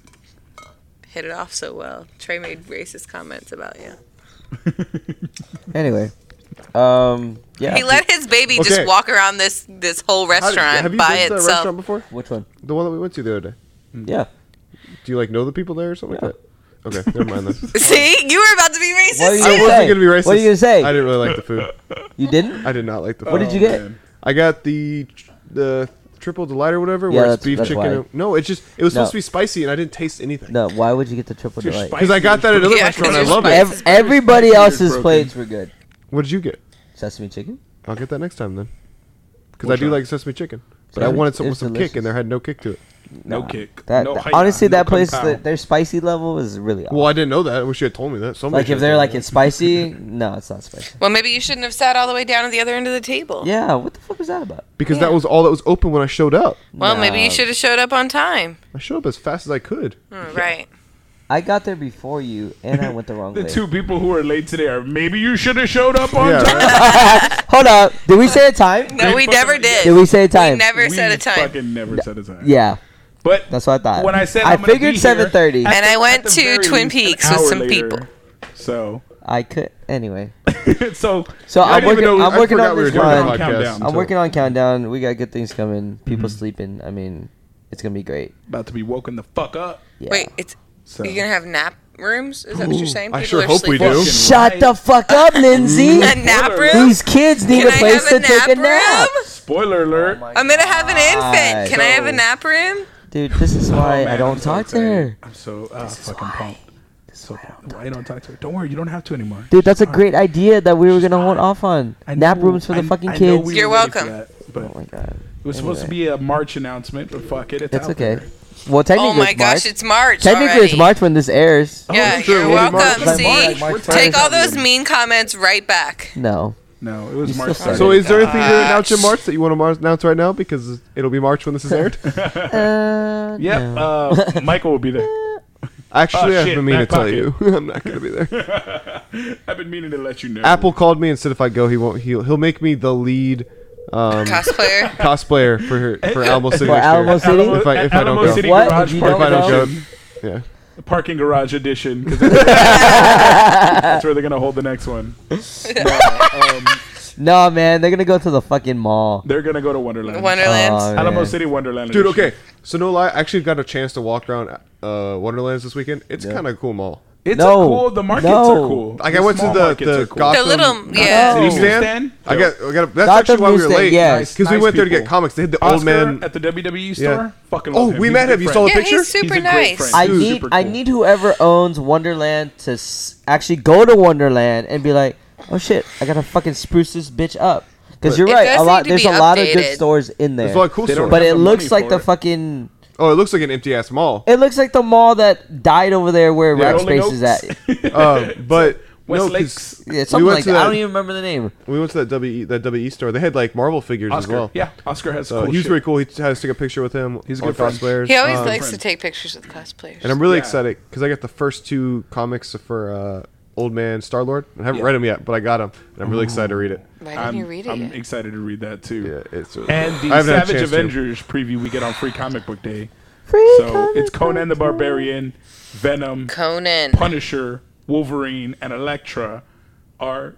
Speaker 4: hit it off so well. Trey made racist comments about you.
Speaker 2: Anyway, um, yeah.
Speaker 4: He let his baby
Speaker 3: Okay.
Speaker 4: just walk around this this whole
Speaker 3: How did-
Speaker 4: restaurant
Speaker 3: have you
Speaker 4: by
Speaker 3: been to that
Speaker 4: itself.
Speaker 3: restaurant before?
Speaker 2: Which one?
Speaker 3: The one that we went to the other day.
Speaker 2: Yeah.
Speaker 3: Do you like know the people there or something like that? Okay, never mind then.
Speaker 4: See, you were about to be racist.
Speaker 2: What are you
Speaker 4: too.
Speaker 3: I
Speaker 2: gonna
Speaker 3: wasn't
Speaker 2: say?
Speaker 3: gonna be racist.
Speaker 2: What are you gonna say?
Speaker 3: I didn't really like the food.
Speaker 2: You didn't?
Speaker 3: I did not like the food.
Speaker 2: What did you get?
Speaker 3: I got the the triple delight or whatever,
Speaker 2: Yeah,
Speaker 3: where it's
Speaker 2: that's-
Speaker 3: beef
Speaker 2: that's
Speaker 3: chicken.
Speaker 2: why.
Speaker 3: and- No, it's just it was
Speaker 2: No.
Speaker 3: supposed to be spicy, and I didn't taste anything.
Speaker 2: No. Why would you get the triple
Speaker 1: You're
Speaker 2: delight?
Speaker 1: spicy.
Speaker 3: Because I got that at another
Speaker 4: Yeah,
Speaker 3: restaurant, I
Speaker 4: 'cause
Speaker 3: love
Speaker 4: you're
Speaker 3: it.
Speaker 4: spicy.
Speaker 2: Ev- everybody
Speaker 1: Spicy
Speaker 2: else's
Speaker 1: is broken.
Speaker 2: plates were good.
Speaker 3: What did you get?
Speaker 2: Sesame chicken.
Speaker 3: I'll get that next time then. Because
Speaker 1: We'll
Speaker 3: I do
Speaker 1: try.
Speaker 3: like sesame chicken, but I
Speaker 2: Sesame-
Speaker 3: wanted something with
Speaker 2: it's
Speaker 3: some kick,
Speaker 2: delicious.
Speaker 3: and there had no kick to it.
Speaker 1: No
Speaker 2: Nah.
Speaker 1: kick.
Speaker 2: That,
Speaker 1: No
Speaker 2: that-
Speaker 1: hi-ya,
Speaker 2: honestly,
Speaker 1: no
Speaker 2: that
Speaker 1: kung
Speaker 2: place,
Speaker 1: pao.
Speaker 2: the, their spicy level is really off.
Speaker 3: Well, I didn't know that. I wish you had told me that. Somebody
Speaker 2: Like if
Speaker 3: should've
Speaker 2: they're
Speaker 3: told
Speaker 2: like
Speaker 3: me
Speaker 2: it's spicy, no, it's not spicy.
Speaker 4: Well, maybe you shouldn't have sat all the way down at the other end of the table.
Speaker 2: Yeah, what the fuck was that about?
Speaker 3: that. because that was all that was open when I showed up.
Speaker 4: Well, maybe
Speaker 2: Nah.
Speaker 4: you should have showed up on time.
Speaker 3: I showed up as fast as I could.
Speaker 4: Mm, Right.
Speaker 2: I got there before you, and I went the wrong
Speaker 1: The
Speaker 2: way.
Speaker 1: two people who are late today are maybe you should have showed up on
Speaker 3: Yeah,
Speaker 1: time.
Speaker 2: Hold up, did we say a time?
Speaker 4: No, we
Speaker 1: fucking-
Speaker 4: never did.
Speaker 2: Did we say a time?
Speaker 4: never
Speaker 1: We
Speaker 4: set a time.
Speaker 1: Fucking never set a time.
Speaker 2: Yeah,
Speaker 1: but
Speaker 2: that's what I thought.
Speaker 1: when I said
Speaker 2: I
Speaker 1: I'm gonna
Speaker 2: figured
Speaker 1: be here,
Speaker 2: 7:30.
Speaker 1: at
Speaker 4: And I went
Speaker 1: at the
Speaker 4: to
Speaker 1: very least
Speaker 4: Twin
Speaker 1: an
Speaker 4: Peaks with
Speaker 1: hour
Speaker 4: some
Speaker 1: later.
Speaker 4: people.
Speaker 1: So,
Speaker 2: I could anyway.
Speaker 1: so
Speaker 2: So I'm
Speaker 3: didn't even
Speaker 2: working.
Speaker 3: know-
Speaker 2: I'm
Speaker 3: I
Speaker 2: working
Speaker 3: forgot
Speaker 2: on
Speaker 3: we were
Speaker 2: this
Speaker 3: doing
Speaker 1: one.
Speaker 3: a
Speaker 2: one.
Speaker 1: Countdown.
Speaker 3: podcast
Speaker 1: I'm
Speaker 2: I'm
Speaker 3: until-
Speaker 2: working on countdown. We got good things coming. People
Speaker 1: Mm-hmm.
Speaker 2: sleeping. I mean, it's gonna be great.
Speaker 1: about to be woken the fuck up.
Speaker 2: Yeah.
Speaker 4: Wait, it's
Speaker 1: So
Speaker 4: you gonna have nap rooms? Is that what you're saying?
Speaker 3: I
Speaker 4: People
Speaker 3: sure
Speaker 4: are
Speaker 3: hope we
Speaker 4: sleeping.
Speaker 3: do.
Speaker 2: Shut the fuck up, Lindsay.
Speaker 4: A nap room?
Speaker 2: These kids need
Speaker 4: Can
Speaker 2: a
Speaker 4: I
Speaker 2: place to
Speaker 4: have a
Speaker 2: take a
Speaker 4: nap
Speaker 2: nap.
Speaker 4: room?
Speaker 1: spoiler
Speaker 2: Oh
Speaker 1: alert.
Speaker 4: I'm gonna have an infant. Can I have a
Speaker 1: So-
Speaker 4: nap room?
Speaker 2: Dude, this is
Speaker 1: Oh,
Speaker 2: why
Speaker 1: man,
Speaker 2: I don't
Speaker 1: I'm so
Speaker 2: talk to
Speaker 1: excited.
Speaker 2: her.
Speaker 1: I'm so ah, fucking pumped. So pumped. why you don't talk to her? Don't worry, you don't have to anymore.
Speaker 2: Dude, that's a great idea that we were gonna hold off on.
Speaker 1: I
Speaker 2: Nap
Speaker 1: know-
Speaker 2: rooms for the
Speaker 1: I-
Speaker 2: fucking
Speaker 1: I know
Speaker 2: kids.
Speaker 1: we
Speaker 4: You're
Speaker 1: were late for
Speaker 4: welcome.
Speaker 1: that, but
Speaker 2: oh my god,
Speaker 1: it was supposed to be a March announcement, but fuck it, it's,
Speaker 2: it's
Speaker 1: out
Speaker 2: okay.
Speaker 1: there.
Speaker 2: Well, technically,
Speaker 4: Oh my
Speaker 2: it's
Speaker 4: gosh,
Speaker 2: March.
Speaker 4: it's March.
Speaker 2: technically, it's
Speaker 4: already.
Speaker 2: March when this airs.
Speaker 1: Oh.
Speaker 4: Yeah,
Speaker 3: that's true.
Speaker 4: you're
Speaker 3: It was March.
Speaker 4: welcome.
Speaker 3: Like
Speaker 4: See,
Speaker 2: March, March
Speaker 4: take
Speaker 2: first.
Speaker 4: all those mean comments right back.
Speaker 2: No,
Speaker 1: No, it was March.
Speaker 2: You still
Speaker 1: third.
Speaker 2: started.
Speaker 3: So is there anything to
Speaker 4: Gosh.
Speaker 3: announce in March that you want to mar- announce right now? Because it'll be March when this is aired.
Speaker 2: uh,
Speaker 1: Yep,
Speaker 2: no.
Speaker 1: uh, Michael will be there.
Speaker 3: Actually,
Speaker 1: Oh,
Speaker 3: I've
Speaker 1: shit,
Speaker 3: been meaning to
Speaker 1: back
Speaker 3: tell you. I'm not gonna be there.
Speaker 1: I've been meaning to let you know.
Speaker 3: Apple called me and said if I go, he won't. He'll he'll make me the lead um,
Speaker 4: Cosplayer.
Speaker 3: cosplayer for her, for Alamo City.
Speaker 2: For
Speaker 3: next year.
Speaker 2: Alamo City?
Speaker 1: Alamo,
Speaker 3: If I- if I
Speaker 1: Alamo
Speaker 3: don't go.
Speaker 1: City
Speaker 2: What?
Speaker 1: Garage
Speaker 2: If you
Speaker 1: Park
Speaker 2: don't
Speaker 3: If I
Speaker 1: Edition.
Speaker 3: don't
Speaker 2: Alamo.
Speaker 3: go, yeah.
Speaker 1: Parking Garage Edition. 'cause that's, that's where they're gonna hold the next one. No, um,
Speaker 2: no, man, they're gonna go to the fucking mall.
Speaker 1: they're gonna go to Wonderland.
Speaker 4: Wonderland.
Speaker 2: Oh,
Speaker 1: Alamo
Speaker 2: man.
Speaker 1: City Wonderland.
Speaker 3: Dude,
Speaker 1: Edition.
Speaker 3: okay. So no lie, I actually got a chance to walk around uh, Wonderlands this weekend. It's kind of a cool mall.
Speaker 1: It's
Speaker 2: No.
Speaker 1: a cool. The markets
Speaker 2: No.
Speaker 1: are cool.
Speaker 3: Like
Speaker 1: The
Speaker 3: I went to
Speaker 1: small
Speaker 3: the
Speaker 1: markets
Speaker 3: the
Speaker 1: are cool.
Speaker 3: Gotham,
Speaker 4: The little, yeah.
Speaker 2: Oh.
Speaker 3: City stand.
Speaker 1: Newsstand?
Speaker 3: I got, I got. A, that's
Speaker 2: Gotham
Speaker 3: actually why we were
Speaker 2: newsstand,
Speaker 3: late.
Speaker 2: yeah.
Speaker 3: Because we
Speaker 1: nice
Speaker 3: went there to get
Speaker 1: people.
Speaker 3: comics. They had the old
Speaker 1: Oscar
Speaker 3: man.
Speaker 1: at the WWE store.
Speaker 3: Yeah.
Speaker 1: Fucking.
Speaker 3: Oh,
Speaker 1: love him.
Speaker 3: we
Speaker 1: He's
Speaker 3: met
Speaker 1: a good
Speaker 3: him. You
Speaker 1: friend.
Speaker 3: saw the
Speaker 4: Yeah, he's
Speaker 3: picture.
Speaker 1: He's
Speaker 4: super
Speaker 1: a great
Speaker 4: nice.
Speaker 1: friend.
Speaker 2: I
Speaker 1: Dude,
Speaker 2: need
Speaker 1: super
Speaker 2: I
Speaker 1: cool.
Speaker 2: need whoever owns Wonderland to s- actually go to Wonderland and be like, oh shit, I gotta fucking spruce this bitch up. Because you're
Speaker 4: It
Speaker 2: right,
Speaker 4: does
Speaker 2: a lot
Speaker 4: need to
Speaker 2: there's
Speaker 4: be
Speaker 2: a lot of good
Speaker 4: updated.
Speaker 2: stores in there,
Speaker 3: It's like a cool
Speaker 1: They don't
Speaker 3: store.
Speaker 1: have
Speaker 2: but it
Speaker 1: the
Speaker 2: looks
Speaker 1: money
Speaker 2: like
Speaker 1: for
Speaker 2: the
Speaker 1: it.
Speaker 2: fucking
Speaker 3: oh, it looks like an empty ass mall.
Speaker 2: it looks like the mall that died over there where
Speaker 3: Yeah.
Speaker 2: Rack
Speaker 1: Rolling
Speaker 2: Space is at.
Speaker 1: Oaks.
Speaker 2: Yeah,
Speaker 3: Uh, but
Speaker 1: West
Speaker 3: no, 'cause
Speaker 1: Lakes.
Speaker 2: something
Speaker 3: went
Speaker 2: like
Speaker 3: to
Speaker 2: that. I
Speaker 3: that-
Speaker 2: don't even remember the name.
Speaker 3: we went to that W E, that WE store. They had like Marvel figures
Speaker 1: Oscar.
Speaker 3: as well.
Speaker 1: Yeah, Oscar has.
Speaker 3: So
Speaker 1: cool
Speaker 3: he was
Speaker 1: shit.
Speaker 3: really cool. He had us take a picture with him.
Speaker 1: He's a
Speaker 3: all
Speaker 1: good friend.
Speaker 3: cosplayers.
Speaker 4: He always
Speaker 3: Um,
Speaker 4: likes to
Speaker 1: friend.
Speaker 4: take pictures with cosplayers.
Speaker 3: And I'm really
Speaker 1: Yeah.
Speaker 3: excited because I got the first two comics for uh, Old Man Star Lord. I haven't
Speaker 1: Yeah.
Speaker 3: read them yet, but I got them, and I'm really excited to read it.
Speaker 4: Why didn't
Speaker 1: I'm,
Speaker 4: you read it?
Speaker 1: I'm
Speaker 4: yet?
Speaker 1: excited to read that too.
Speaker 3: Yeah, it's really
Speaker 1: And
Speaker 3: cool.
Speaker 1: the
Speaker 3: I haven't had a
Speaker 1: Savage
Speaker 3: chance to.
Speaker 1: Avengers preview we get on Free Comic Book Day.
Speaker 2: Free
Speaker 1: So
Speaker 2: comic
Speaker 1: it's Conan the
Speaker 2: book day.
Speaker 1: Barbarian, Venom,
Speaker 4: Conan.
Speaker 1: Punisher, Wolverine, and Elektra are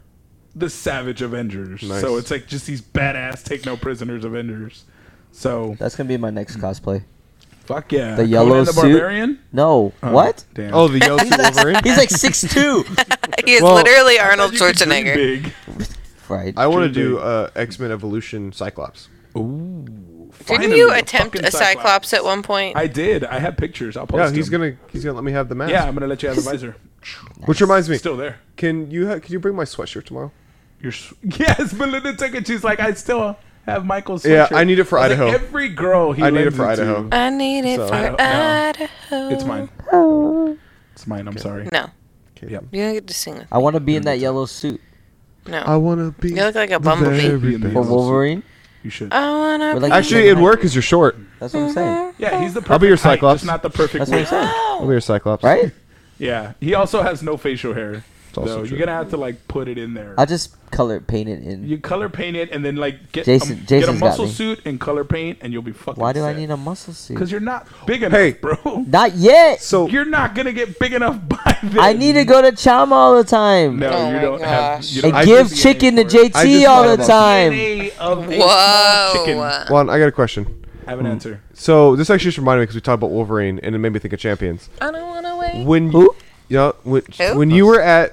Speaker 1: the Savage Avengers.
Speaker 3: Nice.
Speaker 1: So it's like just these badass take no prisoners Avengers. So
Speaker 2: That's gonna be my next cosplay.
Speaker 1: fuck yeah,
Speaker 2: The yellow
Speaker 1: Conan the
Speaker 2: suit?
Speaker 1: Barbarian.
Speaker 2: No,
Speaker 1: Oh,
Speaker 2: what?
Speaker 1: Damn.
Speaker 3: Oh, the Yellow Suit Wolverine.
Speaker 2: He's like six two.
Speaker 4: He is
Speaker 3: Well,
Speaker 4: literally Arnold
Speaker 1: You could dream
Speaker 4: Schwarzenegger.
Speaker 1: Big.
Speaker 2: Right.
Speaker 3: I want to
Speaker 1: Dream
Speaker 3: do
Speaker 1: big.
Speaker 3: uh, X Men Evolution Cyclops.
Speaker 4: Didn't
Speaker 1: Finally,
Speaker 4: you
Speaker 1: a
Speaker 4: attempt
Speaker 1: fucking
Speaker 4: a Cyclops at one point?
Speaker 1: I did. I have pictures. I'll post.
Speaker 3: Yeah, he's
Speaker 1: them.
Speaker 3: gonna he's gonna let me have the mask.
Speaker 1: Yeah, I'm gonna let you have a visor.
Speaker 3: Which reminds me,
Speaker 1: Still there.
Speaker 3: can you ha- can you bring my sweatshirt tomorrow?
Speaker 1: You're s- yes, Belinda took it. She's like, I still have Michael's
Speaker 3: Yeah,
Speaker 1: sweatshirt.
Speaker 3: I need it for
Speaker 1: I was
Speaker 3: Idaho.
Speaker 1: Like, every girl he
Speaker 3: I need it
Speaker 1: lends
Speaker 3: for
Speaker 1: to-
Speaker 3: Idaho.
Speaker 4: I need it
Speaker 3: So-
Speaker 4: for
Speaker 1: Idaho.
Speaker 4: Idaho.
Speaker 1: It's mine. It's mine. I'm sorry.
Speaker 4: No,
Speaker 3: Okay.
Speaker 1: Yep.
Speaker 4: you don't get to sing with.
Speaker 2: I want to be in that yellow suit
Speaker 4: No.
Speaker 3: I wanna be.
Speaker 4: You look like a
Speaker 3: the
Speaker 4: bumblebee.
Speaker 3: very
Speaker 1: Be in
Speaker 2: for
Speaker 1: the-
Speaker 3: best.
Speaker 2: Wolverine.
Speaker 1: You should.
Speaker 2: Uh,
Speaker 4: I wanna.
Speaker 2: We're like-
Speaker 3: Actually, it'd work because you're short.
Speaker 2: That's what I'm saying.
Speaker 1: yeah, he's the perfect.
Speaker 3: I'll be your
Speaker 1: height,
Speaker 3: Cyclops.
Speaker 1: just not the perfect
Speaker 2: That's what I'm
Speaker 1: weight.
Speaker 2: saying.
Speaker 3: I'll be your Cyclops.
Speaker 2: Right?
Speaker 1: Yeah, he also has no facial hair.
Speaker 3: also
Speaker 1: So
Speaker 3: true.
Speaker 1: you're gonna have to like put it in there.
Speaker 2: I'll just color it, paint it in.
Speaker 1: you color paint it and then like get
Speaker 2: Jason-
Speaker 1: a, get a
Speaker 2: Jason's got
Speaker 1: muscle
Speaker 2: me.
Speaker 1: suit and color paint and you'll be fucking.
Speaker 2: Why do I need a muscle suit?
Speaker 1: Because you're not big enough,
Speaker 3: Hey.
Speaker 1: bro.
Speaker 2: Not yet.
Speaker 3: So
Speaker 1: You're not gonna get big enough by then.
Speaker 2: I need to go to Chama all the time.
Speaker 1: No,
Speaker 4: Oh
Speaker 1: you
Speaker 4: my
Speaker 1: don't have.
Speaker 4: gosh.
Speaker 1: You don't
Speaker 2: And
Speaker 3: I
Speaker 1: have
Speaker 2: give
Speaker 1: DNA
Speaker 2: chicken to
Speaker 1: for it.
Speaker 3: I just
Speaker 2: JT all
Speaker 3: thought
Speaker 2: the
Speaker 3: about
Speaker 2: time.
Speaker 1: DNA of a small chicken.
Speaker 4: Whoa.
Speaker 3: Juan, I got a question.
Speaker 1: I
Speaker 2: Hmm.
Speaker 1: have an answer.
Speaker 3: So this actually just reminded me because we talked about Wolverine and it made me think of Champions.
Speaker 4: I don't wanna wait.
Speaker 3: When
Speaker 2: Who?
Speaker 3: you, you know, when,
Speaker 4: Who?
Speaker 3: when you were at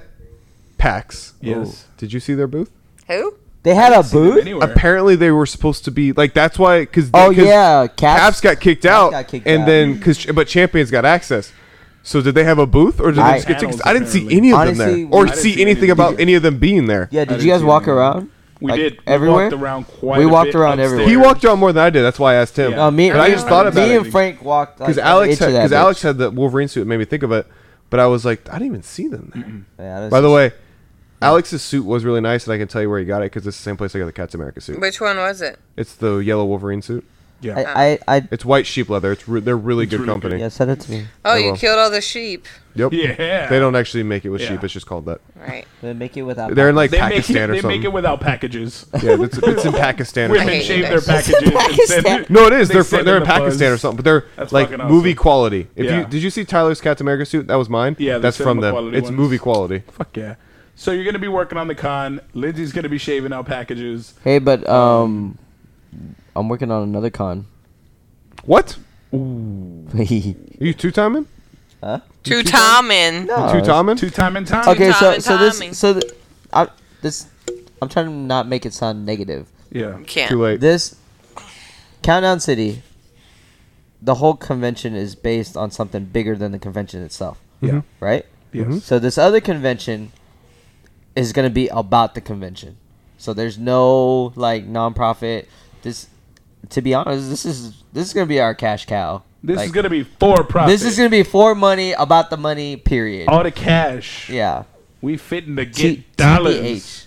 Speaker 3: PAX, Oh,
Speaker 1: Yes.
Speaker 3: did you see their booth?
Speaker 4: Who?
Speaker 2: They had a
Speaker 1: Seen them
Speaker 2: booth.
Speaker 1: anywhere.
Speaker 3: Apparently, they were supposed to be like that's why because
Speaker 2: Oh yeah,
Speaker 3: Caps
Speaker 2: Caps.
Speaker 3: got kicked
Speaker 2: Caps
Speaker 3: out,
Speaker 2: got kicked
Speaker 3: and
Speaker 2: out.
Speaker 3: then because but Champions got access. So did they have a booth or did
Speaker 2: I-
Speaker 3: they just get tickets?
Speaker 1: Panels,
Speaker 3: I didn't see
Speaker 1: apparently.
Speaker 3: any of
Speaker 2: Honestly,
Speaker 3: them there or
Speaker 2: I
Speaker 1: didn't
Speaker 3: see
Speaker 1: see
Speaker 3: anything
Speaker 1: any.
Speaker 3: about any of them being there.
Speaker 2: Yeah. Did
Speaker 1: didn't
Speaker 2: you guys
Speaker 1: see
Speaker 2: walk
Speaker 1: them.
Speaker 2: around?
Speaker 1: We
Speaker 2: Like,
Speaker 1: did.
Speaker 2: everywhere?
Speaker 1: We walked around quite.
Speaker 2: We
Speaker 1: a
Speaker 2: walked
Speaker 1: bit
Speaker 2: around
Speaker 1: upstairs.
Speaker 2: everywhere.
Speaker 3: He walked around more than I did. That's why I asked him.
Speaker 1: Yeah.
Speaker 2: No, me.
Speaker 3: But I
Speaker 2: me-
Speaker 3: just thought about
Speaker 2: Me
Speaker 3: it.
Speaker 2: and Frank walked like
Speaker 3: because
Speaker 2: an
Speaker 3: Alex
Speaker 2: inch of
Speaker 3: had,
Speaker 2: that
Speaker 3: cause Alex
Speaker 2: bitch.
Speaker 3: had the Wolverine suit, it made me think of it. But I was like, I didn't even see them there.
Speaker 2: Yeah, that's
Speaker 3: By the
Speaker 2: just-
Speaker 3: way, Alex's suit was really nice, and I can tell you where he got it because it's the same place I got the Cats America suit.
Speaker 4: Which one was it?
Speaker 3: It's the yellow Wolverine suit.
Speaker 1: Yeah.
Speaker 2: I I, I
Speaker 3: It's white sheep leather. It's re- they're really good
Speaker 1: really good.
Speaker 3: company.
Speaker 2: yeah, send it to me.
Speaker 4: Oh,
Speaker 3: I
Speaker 4: you
Speaker 3: will.
Speaker 4: killed all the sheep.
Speaker 3: Yep.
Speaker 1: Yeah.
Speaker 3: They don't actually make it with sheep.
Speaker 1: Yeah.
Speaker 3: It's just called that.
Speaker 4: Right.
Speaker 2: They make it without.
Speaker 3: They're in like
Speaker 1: They
Speaker 3: Pakistan
Speaker 1: make
Speaker 3: or
Speaker 1: it, They
Speaker 3: something.
Speaker 1: make it without packages.
Speaker 3: yeah, it's, it's in Pakistan or
Speaker 1: Women
Speaker 4: hate
Speaker 3: something.
Speaker 4: you
Speaker 1: shave their
Speaker 4: guys.
Speaker 1: packages. and send
Speaker 2: Pakistan.
Speaker 1: it-
Speaker 3: No, it is.
Speaker 1: They
Speaker 3: They're
Speaker 1: send
Speaker 3: fr- they're
Speaker 1: them
Speaker 3: in
Speaker 1: the
Speaker 3: Pakistan
Speaker 1: buzz.
Speaker 3: or something, but they're
Speaker 1: That's
Speaker 3: like
Speaker 1: fucking
Speaker 3: movie
Speaker 1: awesome.
Speaker 3: quality. If
Speaker 1: Yeah.
Speaker 3: you did you see Tyler's Cats America suit? That was mine.
Speaker 1: Yeah, they
Speaker 3: that's
Speaker 1: send them
Speaker 3: from
Speaker 1: the
Speaker 3: them.
Speaker 1: quality
Speaker 3: It's
Speaker 1: ones.
Speaker 3: movie quality.
Speaker 1: Fuck yeah. So you're gonna be working on the con. Lindsay's gonna be shaving out packages.
Speaker 2: Hey, but um, I'm working on another con.
Speaker 3: What?
Speaker 2: no.
Speaker 3: Are you two timing?
Speaker 4: Two Tommen.
Speaker 3: Two timing?
Speaker 1: Two time and time.
Speaker 2: Okay, so
Speaker 4: Tommy,
Speaker 2: so
Speaker 4: Tommy.
Speaker 2: this so th- I this I'm trying to not make it sound negative.
Speaker 1: Yeah.
Speaker 4: Can't.
Speaker 3: Too late.
Speaker 2: This Countdown City, the whole convention is based on something bigger than the convention itself,
Speaker 3: Mm-hmm.
Speaker 1: Yeah.
Speaker 2: right?
Speaker 1: Yes.
Speaker 2: So this other convention is going to be about the convention. So there's no like nonprofit. This, to be honest, this is this is going to be our cash cow.
Speaker 1: This
Speaker 2: Like,
Speaker 1: is gonna be for profit. Oh.
Speaker 2: This is going to be for money about the money. Period.
Speaker 1: all the cash.
Speaker 2: yeah.
Speaker 1: We fitting to get
Speaker 2: T-
Speaker 1: dollars. We
Speaker 2: TBH.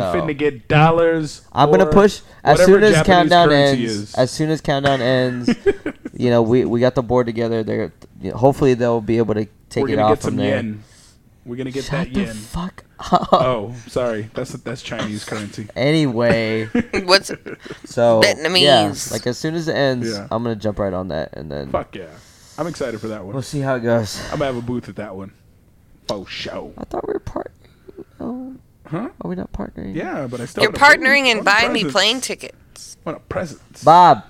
Speaker 2: So-
Speaker 1: fitting to get dollars.
Speaker 2: I'm gonna
Speaker 1: or
Speaker 2: push as
Speaker 1: whatever
Speaker 2: soon as
Speaker 1: Japanese
Speaker 2: countdown
Speaker 1: currency
Speaker 2: ends.
Speaker 1: is.
Speaker 2: As soon as countdown ends, you know we, we got the board together. They're you know, hopefully they'll be able to take
Speaker 1: We're
Speaker 2: it
Speaker 1: gonna
Speaker 2: off
Speaker 1: get
Speaker 2: from
Speaker 1: some
Speaker 2: there.
Speaker 1: yen. We're gonna get
Speaker 2: Shut
Speaker 1: that
Speaker 2: the
Speaker 1: yen.
Speaker 2: fuck up.
Speaker 1: Oh, sorry. That's that's Chinese currency.
Speaker 2: Anyway,
Speaker 4: What's
Speaker 2: so yeah,
Speaker 4: Vietnamese.
Speaker 2: like as soon as it ends,
Speaker 1: Yeah.
Speaker 2: I'm gonna jump right on that, and then
Speaker 1: Fuck yeah. I'm excited for that one.
Speaker 2: we'll see how it goes.
Speaker 1: I'm gonna have a booth at that one. For show.
Speaker 2: I thought we were part. Oh,
Speaker 1: Huh?
Speaker 2: are we not partnering?
Speaker 1: Yeah, but I still.
Speaker 4: you're
Speaker 1: want a booth.
Speaker 4: partnering
Speaker 1: I
Speaker 4: and
Speaker 1: want a
Speaker 4: buying me
Speaker 1: presence.
Speaker 4: plane tickets.
Speaker 1: I Want a presence?
Speaker 2: Bob.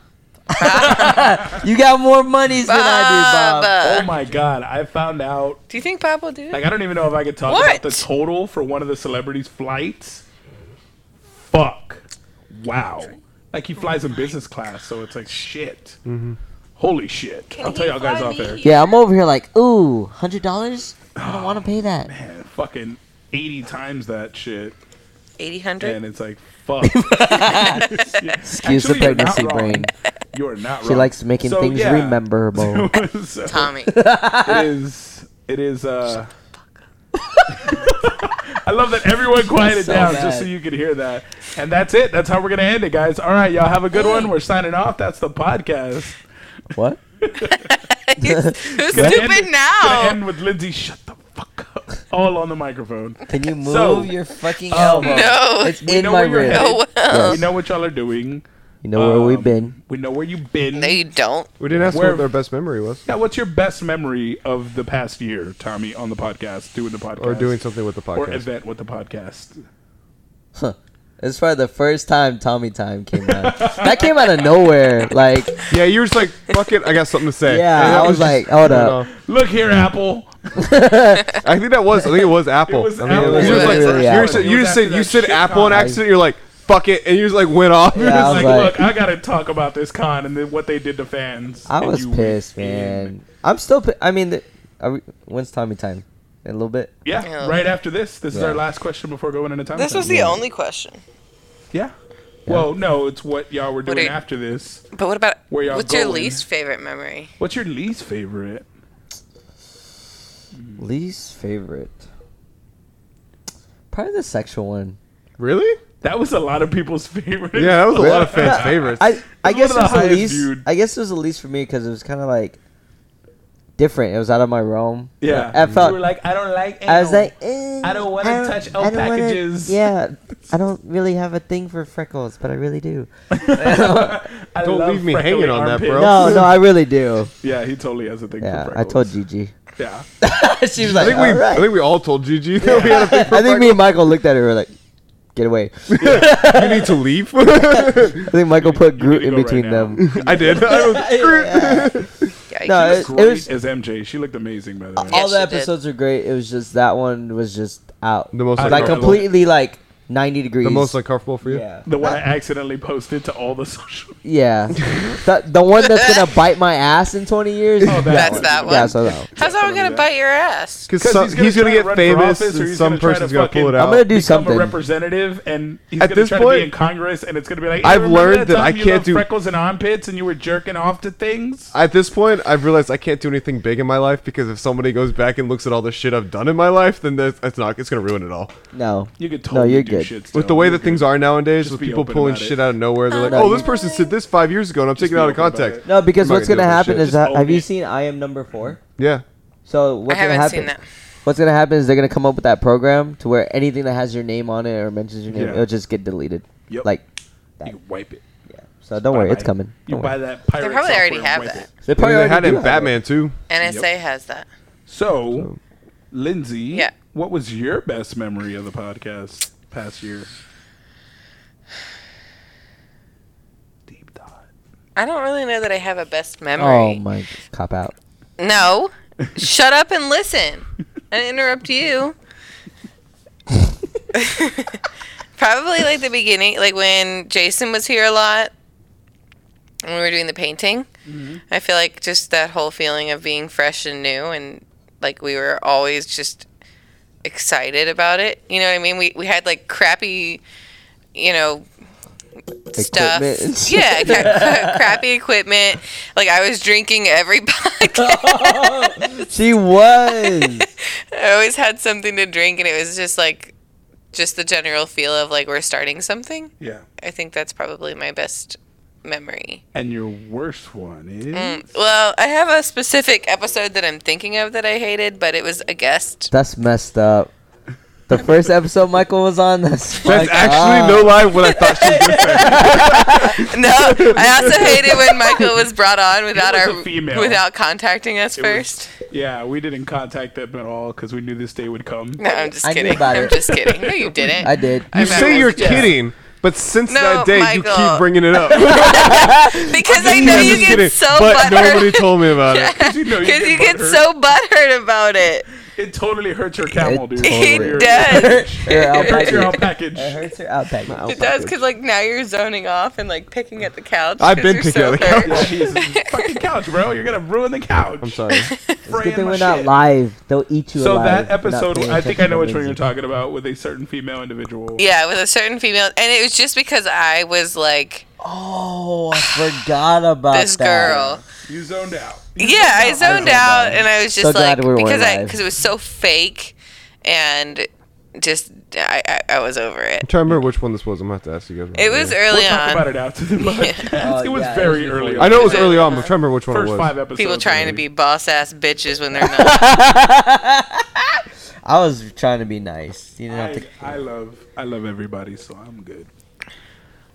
Speaker 2: you got more monies than I do, Bob.
Speaker 1: Oh
Speaker 4: Bob.
Speaker 1: my god! I found out.
Speaker 4: Do you think Bob will do it?
Speaker 1: Like I don't even know if I could talk about
Speaker 4: What?
Speaker 1: the total for one of the celebrities' flights. Fuck! Wow! Like he flies
Speaker 4: Oh
Speaker 1: in business class, so it's like shit.
Speaker 2: Mm-hmm.
Speaker 1: Holy shit! I'll tell
Speaker 4: he
Speaker 1: y'all guys
Speaker 4: fly
Speaker 1: off there.
Speaker 4: me?
Speaker 2: Yeah, I'm over here like, ooh, hundred dollars. I don't want to pay that.
Speaker 1: Oh, Man, fucking eighty times that shit,
Speaker 4: 80, 100?
Speaker 1: and it's like fuck.
Speaker 2: Excuse the
Speaker 1: Actually, you're not
Speaker 2: pregnancy
Speaker 1: wrong.
Speaker 2: brain.
Speaker 1: You are not.
Speaker 2: She
Speaker 1: wrong.
Speaker 2: likes making
Speaker 1: So,
Speaker 2: things
Speaker 1: yeah.
Speaker 2: rememberable.
Speaker 1: So-
Speaker 4: Tommy.
Speaker 2: Ah.
Speaker 1: it is it is uh I love that everyone quieted
Speaker 2: So
Speaker 1: down
Speaker 2: bad.
Speaker 1: just so you could hear that. And that's it. That's how we're gonna end it, guys. All right, y'all have a good one. We're signing off. That's the podcast.
Speaker 2: what?
Speaker 4: Who's
Speaker 1: Gonna
Speaker 4: stupid
Speaker 1: end- Gonna
Speaker 4: now?
Speaker 1: end with Lindsay. Shut the fuck up. All on the microphone.
Speaker 2: Can you move
Speaker 1: So-
Speaker 2: your fucking
Speaker 1: Um,
Speaker 2: elbow?
Speaker 4: No.
Speaker 2: It's in
Speaker 1: know
Speaker 2: my
Speaker 1: where you're
Speaker 2: rib.
Speaker 1: headed.
Speaker 4: Oh, well.
Speaker 1: We know what y'all are doing.
Speaker 2: You know where we've
Speaker 1: Um,
Speaker 2: been.
Speaker 1: We know where you've been.
Speaker 4: No, you don't.
Speaker 3: We didn't ask
Speaker 1: Where-
Speaker 3: what their best memory was
Speaker 1: yeah, what's your best memory of the past year, Tommy, on the podcast, doing the podcast,
Speaker 3: or doing something with the
Speaker 1: or
Speaker 3: podcast.
Speaker 1: event with the podcast?
Speaker 2: It's probably the first time Tommy Time came out. that came out of nowhere. Like,
Speaker 3: Yeah, you were just like, fuck it, I got something to say.
Speaker 2: Yeah,
Speaker 3: And that
Speaker 2: I was
Speaker 3: just-
Speaker 2: like, uh, hold
Speaker 3: I
Speaker 2: up.
Speaker 3: don't know.
Speaker 1: Look here, Apple.
Speaker 3: I think that was, I think it was Apple.
Speaker 1: It was
Speaker 3: I think
Speaker 1: Apple.
Speaker 3: You
Speaker 2: It
Speaker 3: just
Speaker 2: was
Speaker 3: like-
Speaker 2: really
Speaker 3: you
Speaker 2: Apple.
Speaker 3: just said,
Speaker 1: It
Speaker 3: you
Speaker 1: was
Speaker 3: just
Speaker 1: after
Speaker 3: said,
Speaker 1: that
Speaker 3: you said
Speaker 1: shit
Speaker 3: Apple on
Speaker 1: con.
Speaker 3: accident, you're like, fuck it, and you just like went off.
Speaker 2: Yeah. I
Speaker 1: It's
Speaker 2: was
Speaker 1: like,
Speaker 2: like-
Speaker 1: look, I gotta talk about this con and then what they did to fans.
Speaker 2: I
Speaker 1: And
Speaker 2: was
Speaker 1: you
Speaker 2: pissed,
Speaker 1: went in.
Speaker 2: man. I'm still. Pi- I mean, the, are we, when's Tommy Time? In a little bit.
Speaker 1: Yeah,
Speaker 4: Yeah.
Speaker 1: right after this, this is
Speaker 2: Yeah.
Speaker 1: our last question before going into time.
Speaker 4: This was
Speaker 1: the
Speaker 4: the only question.
Speaker 1: yeah. Well, no, it's what y'all were doing
Speaker 4: are you-
Speaker 1: after this.
Speaker 4: But what about
Speaker 1: Where y'all
Speaker 4: what's your
Speaker 1: going?
Speaker 4: least favorite memory?
Speaker 1: What's your least favorite?
Speaker 2: Least favorite. Probably the sexual one.
Speaker 3: Really?
Speaker 1: That was a lot of people's favorite.
Speaker 3: Yeah, that was a lot of fans' favorites.
Speaker 2: I, I
Speaker 1: It's one of
Speaker 2: guess it was
Speaker 1: the
Speaker 2: the
Speaker 1: highest
Speaker 2: least.
Speaker 1: viewed.
Speaker 2: I guess it was the least for me because it was kind of like different. It was out of my realm.
Speaker 1: Yeah.
Speaker 2: I felt.
Speaker 1: you were like, I don't like.
Speaker 2: I was
Speaker 1: anal.
Speaker 2: like, eh,
Speaker 1: I don't wanna
Speaker 2: I
Speaker 1: touch
Speaker 2: I
Speaker 1: old
Speaker 2: don't wanna-
Speaker 1: packages.
Speaker 2: yeah, I don't really have a thing for freckles, but I really do.
Speaker 1: I
Speaker 3: Don't
Speaker 1: love
Speaker 3: leave me
Speaker 1: freckly
Speaker 3: hanging on that, bro.
Speaker 1: armpits.
Speaker 2: No, no, I really do.
Speaker 1: Yeah, he totally has a thing
Speaker 2: Yeah,
Speaker 1: for
Speaker 2: I told
Speaker 1: freckles.
Speaker 2: Gigi.
Speaker 1: Yeah.
Speaker 2: she was like,
Speaker 3: I think we I think we all told Gigi that we had a big
Speaker 2: I think me and Michael looked at her and were like, get away.
Speaker 3: You need to leave. I
Speaker 2: I think Michael put
Speaker 1: You need
Speaker 2: Groot
Speaker 1: to
Speaker 2: in
Speaker 1: go right
Speaker 2: between
Speaker 1: now.
Speaker 2: them.
Speaker 3: did. I was,
Speaker 4: Yeah,
Speaker 2: No,
Speaker 4: you-
Speaker 2: it-
Speaker 1: Great
Speaker 2: was-
Speaker 1: as MJ. She looked amazing, by the way.
Speaker 4: Yeah,
Speaker 2: All the
Speaker 4: she did.
Speaker 2: episodes are great. It was just that one was just out.
Speaker 3: The most
Speaker 2: like
Speaker 3: uncomfortable.
Speaker 2: completely like ninety degrees.
Speaker 3: the most uncomfortable for you.
Speaker 2: yeah,
Speaker 1: The one I accidentally posted to all the social.
Speaker 2: yeah. the, the one that's gonna bite my ass in twenty years.
Speaker 1: Oh, that
Speaker 4: That's
Speaker 1: one.
Speaker 4: that one.
Speaker 2: Yeah, so that one.
Speaker 4: How's that one gonna bite your ass?
Speaker 3: Because
Speaker 1: 'Cause
Speaker 3: some,
Speaker 1: he's
Speaker 3: he's
Speaker 1: gonna
Speaker 3: gonna,
Speaker 1: try to
Speaker 3: get
Speaker 1: run for
Speaker 3: famous,
Speaker 1: office, or
Speaker 3: and
Speaker 1: he's
Speaker 3: some
Speaker 1: gonna try to
Speaker 3: person's gonna pull it
Speaker 1: fucking-
Speaker 3: out.
Speaker 2: I'm gonna do
Speaker 1: become
Speaker 2: something.
Speaker 1: a representative, and he's
Speaker 3: At
Speaker 1: gonna
Speaker 3: this
Speaker 1: try to
Speaker 3: point-
Speaker 1: be in Congress, and it's gonna be like
Speaker 3: I've
Speaker 1: remember
Speaker 3: learned that I
Speaker 1: time you
Speaker 3: can't
Speaker 1: loved
Speaker 3: do-
Speaker 1: freckles and armpits, and you were jerking off to things.
Speaker 3: At this point, I've realized I can't do anything big in my life because if somebody goes back and looks at all the shit I've done in my life, then that's, that's not. It's gonna ruin it all.
Speaker 2: No,
Speaker 1: You could
Speaker 2: no,
Speaker 1: totally
Speaker 2: you're
Speaker 1: do
Speaker 2: good.
Speaker 1: shit. Still.
Speaker 3: With the way
Speaker 1: You're
Speaker 3: that things
Speaker 1: good.
Speaker 3: are nowadays,
Speaker 1: Just
Speaker 3: with
Speaker 1: be
Speaker 3: people
Speaker 1: open
Speaker 3: pulling
Speaker 1: about it.
Speaker 3: shit out of nowhere, they're like,
Speaker 2: No,
Speaker 3: "Oh,
Speaker 2: you-
Speaker 3: this person said this five years ago, and I'm taking
Speaker 1: be
Speaker 3: it out of
Speaker 1: open about
Speaker 3: context."
Speaker 1: it.
Speaker 2: No, because
Speaker 3: I'm not
Speaker 2: what's
Speaker 3: gonna
Speaker 2: gonna
Speaker 3: do that
Speaker 2: happen
Speaker 3: shit.
Speaker 2: is
Speaker 1: Just
Speaker 2: that
Speaker 1: own
Speaker 2: have you
Speaker 1: it.
Speaker 2: seen I Am Number Four?
Speaker 3: Yeah,
Speaker 2: So what's gonna
Speaker 4: I haven't
Speaker 2: happen?
Speaker 4: seen that.
Speaker 2: What's gonna happen is they're gonna come up with that program to where anything that has your name on it or mentions your name,
Speaker 1: Yeah.
Speaker 2: it'll just get deleted.
Speaker 1: Yep.
Speaker 2: Like,
Speaker 1: You can wipe it.
Speaker 2: so don't worry,
Speaker 1: Bye-bye.
Speaker 2: it's coming.
Speaker 1: You
Speaker 2: Don't
Speaker 1: buy
Speaker 2: worry.
Speaker 1: that pirate.
Speaker 4: They probably
Speaker 1: software
Speaker 4: already
Speaker 1: and
Speaker 4: have
Speaker 1: wipe
Speaker 4: that.
Speaker 1: it.
Speaker 2: They
Speaker 3: they
Speaker 2: probably already
Speaker 3: had it
Speaker 2: do
Speaker 3: in
Speaker 2: have it.
Speaker 3: Batman too.
Speaker 4: NSA has that.
Speaker 1: So, Lindsay,
Speaker 4: Yeah.
Speaker 1: what was your best memory of the podcast past year? Deep thought.
Speaker 4: I don't really know that I have a best
Speaker 2: Oh
Speaker 4: memory.
Speaker 2: my cop out.
Speaker 4: No. Shut up and listen. I didn't interrupt you. Probably like the beginning, like when Jason was here a lot when we were doing the painting. I feel like just that whole feeling of being fresh and new and like we were always just excited about it. You know what I mean? We we had like crappy, you know,
Speaker 2: Equipment and
Speaker 4: stuff.
Speaker 2: shit.
Speaker 4: Yeah, cra- crappy equipment. Like I was drinking every podcast.
Speaker 2: She was.
Speaker 4: I always had something to drink, and it was just like, just the general feel of like we're starting something.
Speaker 1: Yeah.
Speaker 4: I think that's probably my best memory. Mm.
Speaker 1: And your worst one is
Speaker 4: Well, I have a specific episode that I'm thinking of that I hated, but it was a guest.
Speaker 2: That's messed up. The first episode Michael was on. That's, fucked
Speaker 3: That's
Speaker 2: up.
Speaker 3: actually no lie. What I thought she was gonna say.
Speaker 4: No, I also hated when Michael was brought on without
Speaker 1: was
Speaker 4: our
Speaker 1: a female.
Speaker 4: without contacting us
Speaker 1: was-
Speaker 4: first.
Speaker 1: Yeah, we didn't contact them at all because we knew this day would come.
Speaker 4: No, I'm just
Speaker 2: I knew
Speaker 4: kidding.
Speaker 2: about
Speaker 4: I'm
Speaker 2: it.
Speaker 4: just kidding. No, you didn't.
Speaker 2: I did.
Speaker 4: I
Speaker 3: You
Speaker 4: bet
Speaker 3: say
Speaker 4: it
Speaker 3: you're
Speaker 4: was-
Speaker 3: kidding, but since
Speaker 4: No,
Speaker 3: that day, you
Speaker 4: Michael.
Speaker 3: keep bringing it up.
Speaker 4: because I know
Speaker 3: I'm
Speaker 4: you
Speaker 3: just
Speaker 4: get
Speaker 3: kidding,
Speaker 4: so
Speaker 3: but nobody
Speaker 4: butthurt.
Speaker 3: told me about it.
Speaker 1: you know you
Speaker 4: Because
Speaker 1: get
Speaker 4: you get
Speaker 1: butthurt.
Speaker 4: so butthurt about it.
Speaker 1: It totally hurts your camel,
Speaker 2: It
Speaker 1: dude.
Speaker 4: It
Speaker 1: Your-
Speaker 4: does.
Speaker 2: Her
Speaker 1: It hurts your whole
Speaker 2: alpaca.
Speaker 1: package.
Speaker 2: It hurts her alpaca.
Speaker 4: It does because like now you're zoning off and like picking at the couch.
Speaker 3: I've
Speaker 4: 'cause
Speaker 3: been
Speaker 4: you're
Speaker 3: picking
Speaker 4: so
Speaker 3: at the couch.
Speaker 4: hurt.
Speaker 1: Jesus, fucking couch, bro. You're gonna ruin the couch.
Speaker 3: I'm sorry.
Speaker 1: Fraying
Speaker 2: Good thing
Speaker 1: my
Speaker 2: we're not
Speaker 1: shit.
Speaker 2: live. They'll eat you
Speaker 1: So
Speaker 2: alive.
Speaker 1: that episode,
Speaker 2: Not paying
Speaker 1: I think I
Speaker 2: attention
Speaker 1: know
Speaker 2: to
Speaker 1: which one
Speaker 2: Lindsay.
Speaker 1: you're talking about with a certain female individual.
Speaker 4: Yeah, with a certain female, and it was just because I was like
Speaker 2: Oh, I forgot about
Speaker 4: this
Speaker 2: that.
Speaker 4: girl.
Speaker 1: You zoned out.
Speaker 4: Yeah, I zoned out, and I was just
Speaker 2: So
Speaker 4: like
Speaker 2: glad we weren't
Speaker 4: because I
Speaker 2: live.
Speaker 4: because it was so fake, and just I, I I was over it.
Speaker 3: I'm trying to remember which one this was. I'm gonna have to ask you guys. about
Speaker 4: It was
Speaker 1: We'll
Speaker 4: early
Speaker 1: talk about
Speaker 4: on.
Speaker 1: it after the podcast.
Speaker 2: Oh,
Speaker 1: it was
Speaker 2: yeah,
Speaker 1: very
Speaker 2: it was
Speaker 1: early. on.
Speaker 2: before
Speaker 3: I know it was early on, but I'm trying to remember which one it
Speaker 1: First
Speaker 3: was.
Speaker 1: five episodes.
Speaker 4: People trying to
Speaker 1: maybe.
Speaker 4: be boss ass bitches when they're not.
Speaker 2: I was trying to be nice. You didn't have
Speaker 1: I,
Speaker 2: to.
Speaker 1: I love, I love everybody, so I'm good.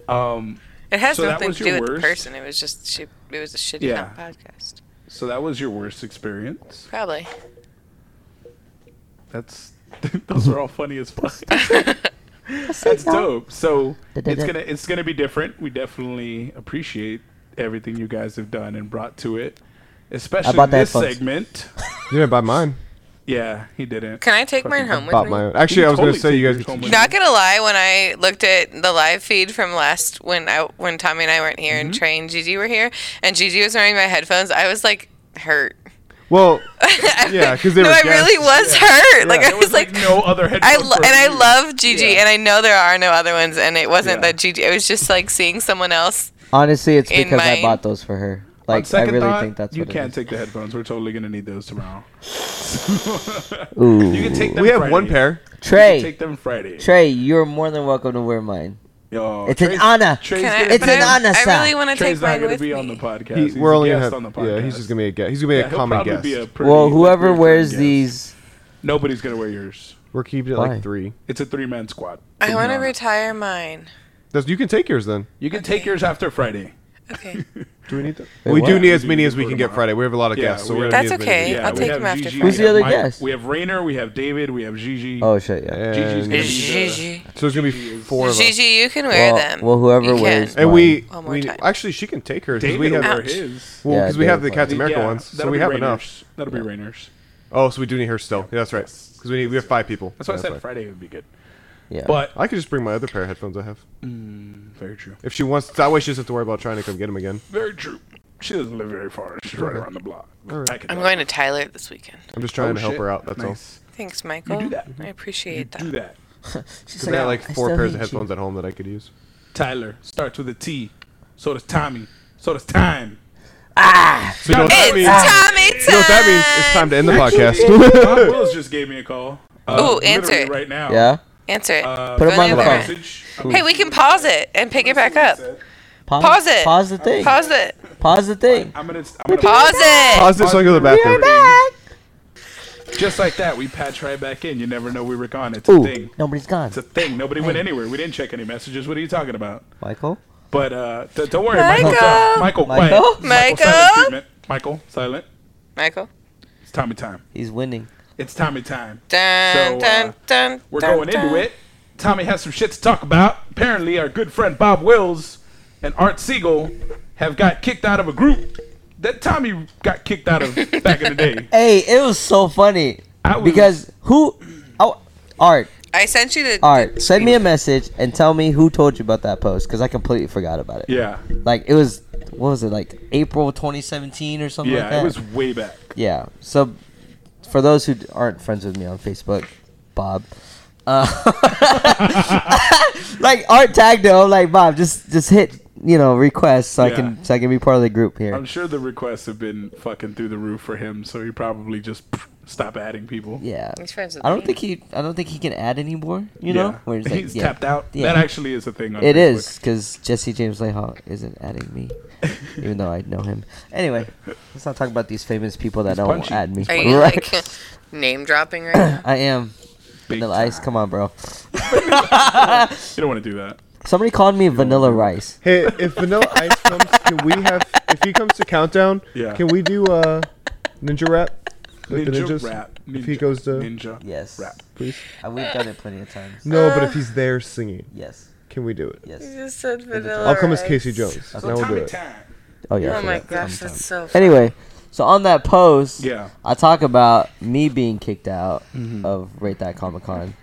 Speaker 1: Um,
Speaker 4: It has
Speaker 1: So that
Speaker 4: nothing
Speaker 1: was
Speaker 4: to
Speaker 1: your
Speaker 4: do with the
Speaker 1: worst?
Speaker 4: person. It was just she, it was a shitty
Speaker 1: Yeah.
Speaker 4: podcast.
Speaker 1: so that was your worst experience.
Speaker 4: Probably.
Speaker 1: That's, those are all funny as fuck. That's dope. So it's gonna, it's gonna be different. We definitely appreciate everything you guys have done and brought to it, especially
Speaker 2: bought the
Speaker 1: this
Speaker 2: headphones.
Speaker 1: segment.
Speaker 3: You didn't buy mine.
Speaker 1: Yeah, he didn't.
Speaker 4: Can I take
Speaker 1: Fucking
Speaker 4: mine home with
Speaker 3: Bought
Speaker 4: me?
Speaker 3: my own. Actually,
Speaker 1: You
Speaker 3: I was
Speaker 1: totally
Speaker 3: gonna say you
Speaker 1: took
Speaker 3: guys.
Speaker 1: yours home with
Speaker 4: Not gonna lie, when I looked at the live feed from last when I when
Speaker 1: Mm-hmm.
Speaker 4: Tommy and I weren't here and Trey and Gigi were here and Gigi was wearing my headphones, I was like hurt.
Speaker 3: Well, yeah, because they
Speaker 4: no,
Speaker 3: were.
Speaker 4: I
Speaker 3: guests.
Speaker 4: really was hurt. Like I
Speaker 1: There
Speaker 4: was like,
Speaker 1: no other head.
Speaker 4: I lo- and I love Gigi,
Speaker 1: Yeah.
Speaker 4: and I know there are no other ones, and it wasn't
Speaker 1: Yeah.
Speaker 4: that Gigi. It was just like seeing someone else.
Speaker 2: Honestly, it's
Speaker 4: In
Speaker 2: because I
Speaker 4: my-
Speaker 2: bought those for her.
Speaker 1: On
Speaker 2: Like I
Speaker 1: second
Speaker 2: really
Speaker 1: thought,
Speaker 2: think that's
Speaker 1: you
Speaker 2: what
Speaker 1: can't
Speaker 2: it
Speaker 1: take the headphones. We're totally gonna need those tomorrow.
Speaker 2: is. Ooh.
Speaker 1: You can take them.
Speaker 3: We have
Speaker 1: Friday.
Speaker 3: one pair.
Speaker 1: You can
Speaker 2: Trey,
Speaker 1: take them Friday.
Speaker 2: Trey, you're more than welcome to wear mine.
Speaker 1: Yo,
Speaker 2: It's an honor.
Speaker 1: Oh, Trey's
Speaker 4: Can I,
Speaker 1: gonna
Speaker 2: It's
Speaker 4: but
Speaker 1: be-
Speaker 2: an
Speaker 4: I-
Speaker 2: honor, sir.
Speaker 4: I really want to take
Speaker 1: Trey's not
Speaker 4: mine
Speaker 1: gonna
Speaker 4: with
Speaker 1: be
Speaker 4: me.
Speaker 1: on the podcast.
Speaker 3: He,
Speaker 1: He's
Speaker 3: we're
Speaker 1: a
Speaker 3: only gonna
Speaker 1: guest
Speaker 3: have,
Speaker 1: on the podcast.
Speaker 3: yeah. He's just gonna be a guest. He's gonna be
Speaker 1: Yeah,
Speaker 3: a
Speaker 1: he'll
Speaker 3: common
Speaker 1: probably
Speaker 3: guest.
Speaker 1: be a pretty-
Speaker 2: Well, whoever
Speaker 1: recurring
Speaker 2: wears
Speaker 1: guest.
Speaker 2: these,
Speaker 1: nobody's gonna wear yours.
Speaker 3: We're keeping it
Speaker 2: Why?
Speaker 3: like three.
Speaker 1: It's a three-man squad.
Speaker 4: I want to retire mine.
Speaker 3: That's, you can take yours then.
Speaker 1: You can take yours after Friday.
Speaker 4: Okay,
Speaker 3: Do we need that?
Speaker 2: Wait,
Speaker 3: we
Speaker 2: what?
Speaker 3: do need
Speaker 1: We
Speaker 3: as
Speaker 1: do
Speaker 3: many
Speaker 1: need
Speaker 3: as
Speaker 1: to
Speaker 3: we
Speaker 1: go
Speaker 3: can get
Speaker 1: tomorrow.
Speaker 3: Friday. We have a lot of
Speaker 1: Yeah,
Speaker 3: guests, so
Speaker 1: we
Speaker 3: we're
Speaker 1: have-
Speaker 3: gonna need
Speaker 4: That's
Speaker 3: as many as
Speaker 4: okay.
Speaker 3: we
Speaker 1: Yeah,
Speaker 4: I'll
Speaker 1: we
Speaker 4: take
Speaker 1: have
Speaker 4: him after
Speaker 1: Gigi,
Speaker 4: Friday.
Speaker 2: Who's the other
Speaker 1: we have Mike-
Speaker 2: guest?
Speaker 1: We have Rainer. We have David. We have Gigi.
Speaker 2: oh shit, yeah.
Speaker 3: can.
Speaker 1: Gigi's gonna
Speaker 3: And-
Speaker 1: be the-
Speaker 4: Gigi.
Speaker 3: so there's gonna be four of us.
Speaker 4: Gigi, you can wear
Speaker 2: Well,
Speaker 4: them.
Speaker 2: well, whoever
Speaker 4: You
Speaker 2: wears-
Speaker 4: can.
Speaker 3: And we,
Speaker 4: One more
Speaker 3: we
Speaker 4: time.
Speaker 3: actually she can take hers because
Speaker 1: David
Speaker 3: we
Speaker 1: will wear
Speaker 3: have
Speaker 1: his.
Speaker 3: well
Speaker 2: Yeah,
Speaker 3: because we have the
Speaker 2: David
Speaker 3: Captain
Speaker 2: will.
Speaker 3: America
Speaker 1: Yeah,
Speaker 3: ones, so
Speaker 1: that'll
Speaker 3: we
Speaker 1: be
Speaker 3: have
Speaker 1: Rainer's.
Speaker 3: enough.
Speaker 1: That'll be Rainer's.
Speaker 3: Oh, so we do need her still. Yeah, that's right. Because we need we have five people.
Speaker 1: That's why I
Speaker 3: Yeah,
Speaker 1: said
Speaker 3: fine.
Speaker 1: Friday would be good.
Speaker 2: yeah.
Speaker 1: But
Speaker 3: I could just bring my other pair of headphones I have.
Speaker 1: very true.
Speaker 3: If she wants, that way she doesn't have to worry about trying to come get them again.
Speaker 1: Very true. She doesn't live very far. She's right around the block.
Speaker 3: All right.
Speaker 1: I can
Speaker 4: I'm
Speaker 1: do
Speaker 4: going to Tyler this weekend.
Speaker 3: I'm just
Speaker 1: that.
Speaker 3: trying
Speaker 1: Oh,
Speaker 3: to help
Speaker 1: shit.
Speaker 3: her out. That's
Speaker 1: Nice.
Speaker 4: Thanks, Michael.
Speaker 1: do that.
Speaker 4: I appreciate that.
Speaker 1: Do that.
Speaker 2: She's
Speaker 3: all. 'Cause I got like
Speaker 2: "I
Speaker 3: four
Speaker 2: still
Speaker 3: pairs
Speaker 2: hate
Speaker 3: of
Speaker 2: you."
Speaker 3: headphones at home that I could use.
Speaker 1: Tyler starts with a T. So does Tommy. So does time.
Speaker 3: So you know what that
Speaker 4: It's
Speaker 3: means?
Speaker 1: Ah.
Speaker 4: Tommy time.
Speaker 3: You know what that means? It's time to end the podcast.
Speaker 1: Bob Wills just gave me a call. Uh,
Speaker 4: Ooh,
Speaker 1: literally
Speaker 4: answer it.
Speaker 1: Right now.
Speaker 2: Yeah.
Speaker 4: Answer it.
Speaker 1: Uh,
Speaker 2: Put
Speaker 4: Go
Speaker 2: 'em on the
Speaker 4: the other
Speaker 2: phone.
Speaker 4: end.
Speaker 1: Message.
Speaker 4: Hey, we can pause it and pick it back up.
Speaker 2: Pause,
Speaker 4: Pause it.
Speaker 2: Pause the thing. Pause,
Speaker 4: Pause it.
Speaker 2: the thing.
Speaker 1: I'm gonna. I'm gonna
Speaker 4: Pause it.
Speaker 3: Pause this so I go to the bathroom.
Speaker 1: Just like that, we patch right back in. You never know we were gone. It's a
Speaker 2: Ooh,
Speaker 1: thing.
Speaker 2: nobody's gone.
Speaker 1: It's a thing. Nobody went anywhere. We didn't check any messages. What are you talking about?
Speaker 2: Michael.
Speaker 1: But uh, d- don't worry,
Speaker 4: Michael.
Speaker 1: Michael's up. Michael, quiet. Michael,
Speaker 2: Michael?
Speaker 1: silent
Speaker 4: Michael?
Speaker 1: treatment. Michael, silent.
Speaker 4: Michael.
Speaker 1: It's Tommy time.
Speaker 2: He's winning.
Speaker 1: It's Tommy time.
Speaker 4: Dun,
Speaker 1: So, uh,
Speaker 4: dun, dun,
Speaker 1: We're
Speaker 4: dun,
Speaker 1: going into
Speaker 4: dun.
Speaker 1: it. Tommy has some shit to talk about. Apparently, our good friend Bob Wills and Art Siegel have got kicked out of a group that Tommy got kicked out of back in the day.
Speaker 2: Hey, it was so funny
Speaker 1: I was-
Speaker 2: because who? Oh, Art.
Speaker 4: I sent you the.
Speaker 2: Art, send me a message and tell me who told you about that post because I completely forgot about it.
Speaker 1: Yeah,
Speaker 2: Like it was, what was it? Like April 2017 or something like
Speaker 1: yeah,
Speaker 2: that.
Speaker 1: it was way back.
Speaker 2: Yeah. So, for those who aren't friends with me on Facebook, Bob, uh, like Art tagged him. I'm like Bob, just just hit you know request so I
Speaker 1: Yeah.
Speaker 2: can so I can be part of the group here.
Speaker 1: I'm sure the requests have been fucking through the roof for him, so he probably just stop adding people.
Speaker 2: yeah.
Speaker 4: He's friends with
Speaker 2: I don't
Speaker 4: me.
Speaker 2: think he I don't think he can add anymore. You know,
Speaker 1: Yeah.
Speaker 2: where it's like,
Speaker 1: he's
Speaker 2: yeah,
Speaker 1: tapped out.
Speaker 2: Yeah.
Speaker 1: That actually is a thing. On
Speaker 2: It
Speaker 1: Facebook.
Speaker 2: is because Jesse James Layhaw isn't adding me, even though I know him. Anyway, let's not talk about these famous people that don't
Speaker 1: punchy.
Speaker 2: add me.
Speaker 4: Are you like name dropping right now?
Speaker 2: I am.
Speaker 1: Big
Speaker 2: Vanilla
Speaker 1: time.
Speaker 2: Ice, come on, bro.
Speaker 1: You don't want to do that.
Speaker 2: Somebody called me Vanilla Rice.
Speaker 3: Hey, if Vanilla Ice comes, can we have? If he comes to countdown,
Speaker 1: Yeah.
Speaker 3: can we do uh, ninja rap? Like the
Speaker 1: Ninja
Speaker 3: ninjas?
Speaker 1: rap. Ninja,
Speaker 3: If he goes to,
Speaker 1: ninja
Speaker 2: Yes.
Speaker 1: rap.
Speaker 3: please.
Speaker 2: Uh, We've done it plenty of times.
Speaker 3: No, but if he's there singing,
Speaker 2: Yes.
Speaker 3: can we do it?
Speaker 4: You
Speaker 2: Yes.
Speaker 4: just said vanilla.
Speaker 3: I'll come as
Speaker 4: rice.
Speaker 3: Casey Jones.
Speaker 2: Okay.
Speaker 3: Now we'll do
Speaker 1: Tommy
Speaker 3: it.
Speaker 1: time.
Speaker 2: Oh yeah. I
Speaker 4: Oh my
Speaker 2: forgot.
Speaker 4: gosh,
Speaker 2: Sometime.
Speaker 4: that's so. Funny.
Speaker 2: Anyway, so on that post,
Speaker 1: Yeah.
Speaker 2: I talk about me being kicked out
Speaker 1: Mm-hmm.
Speaker 2: of Rate That Comic Con.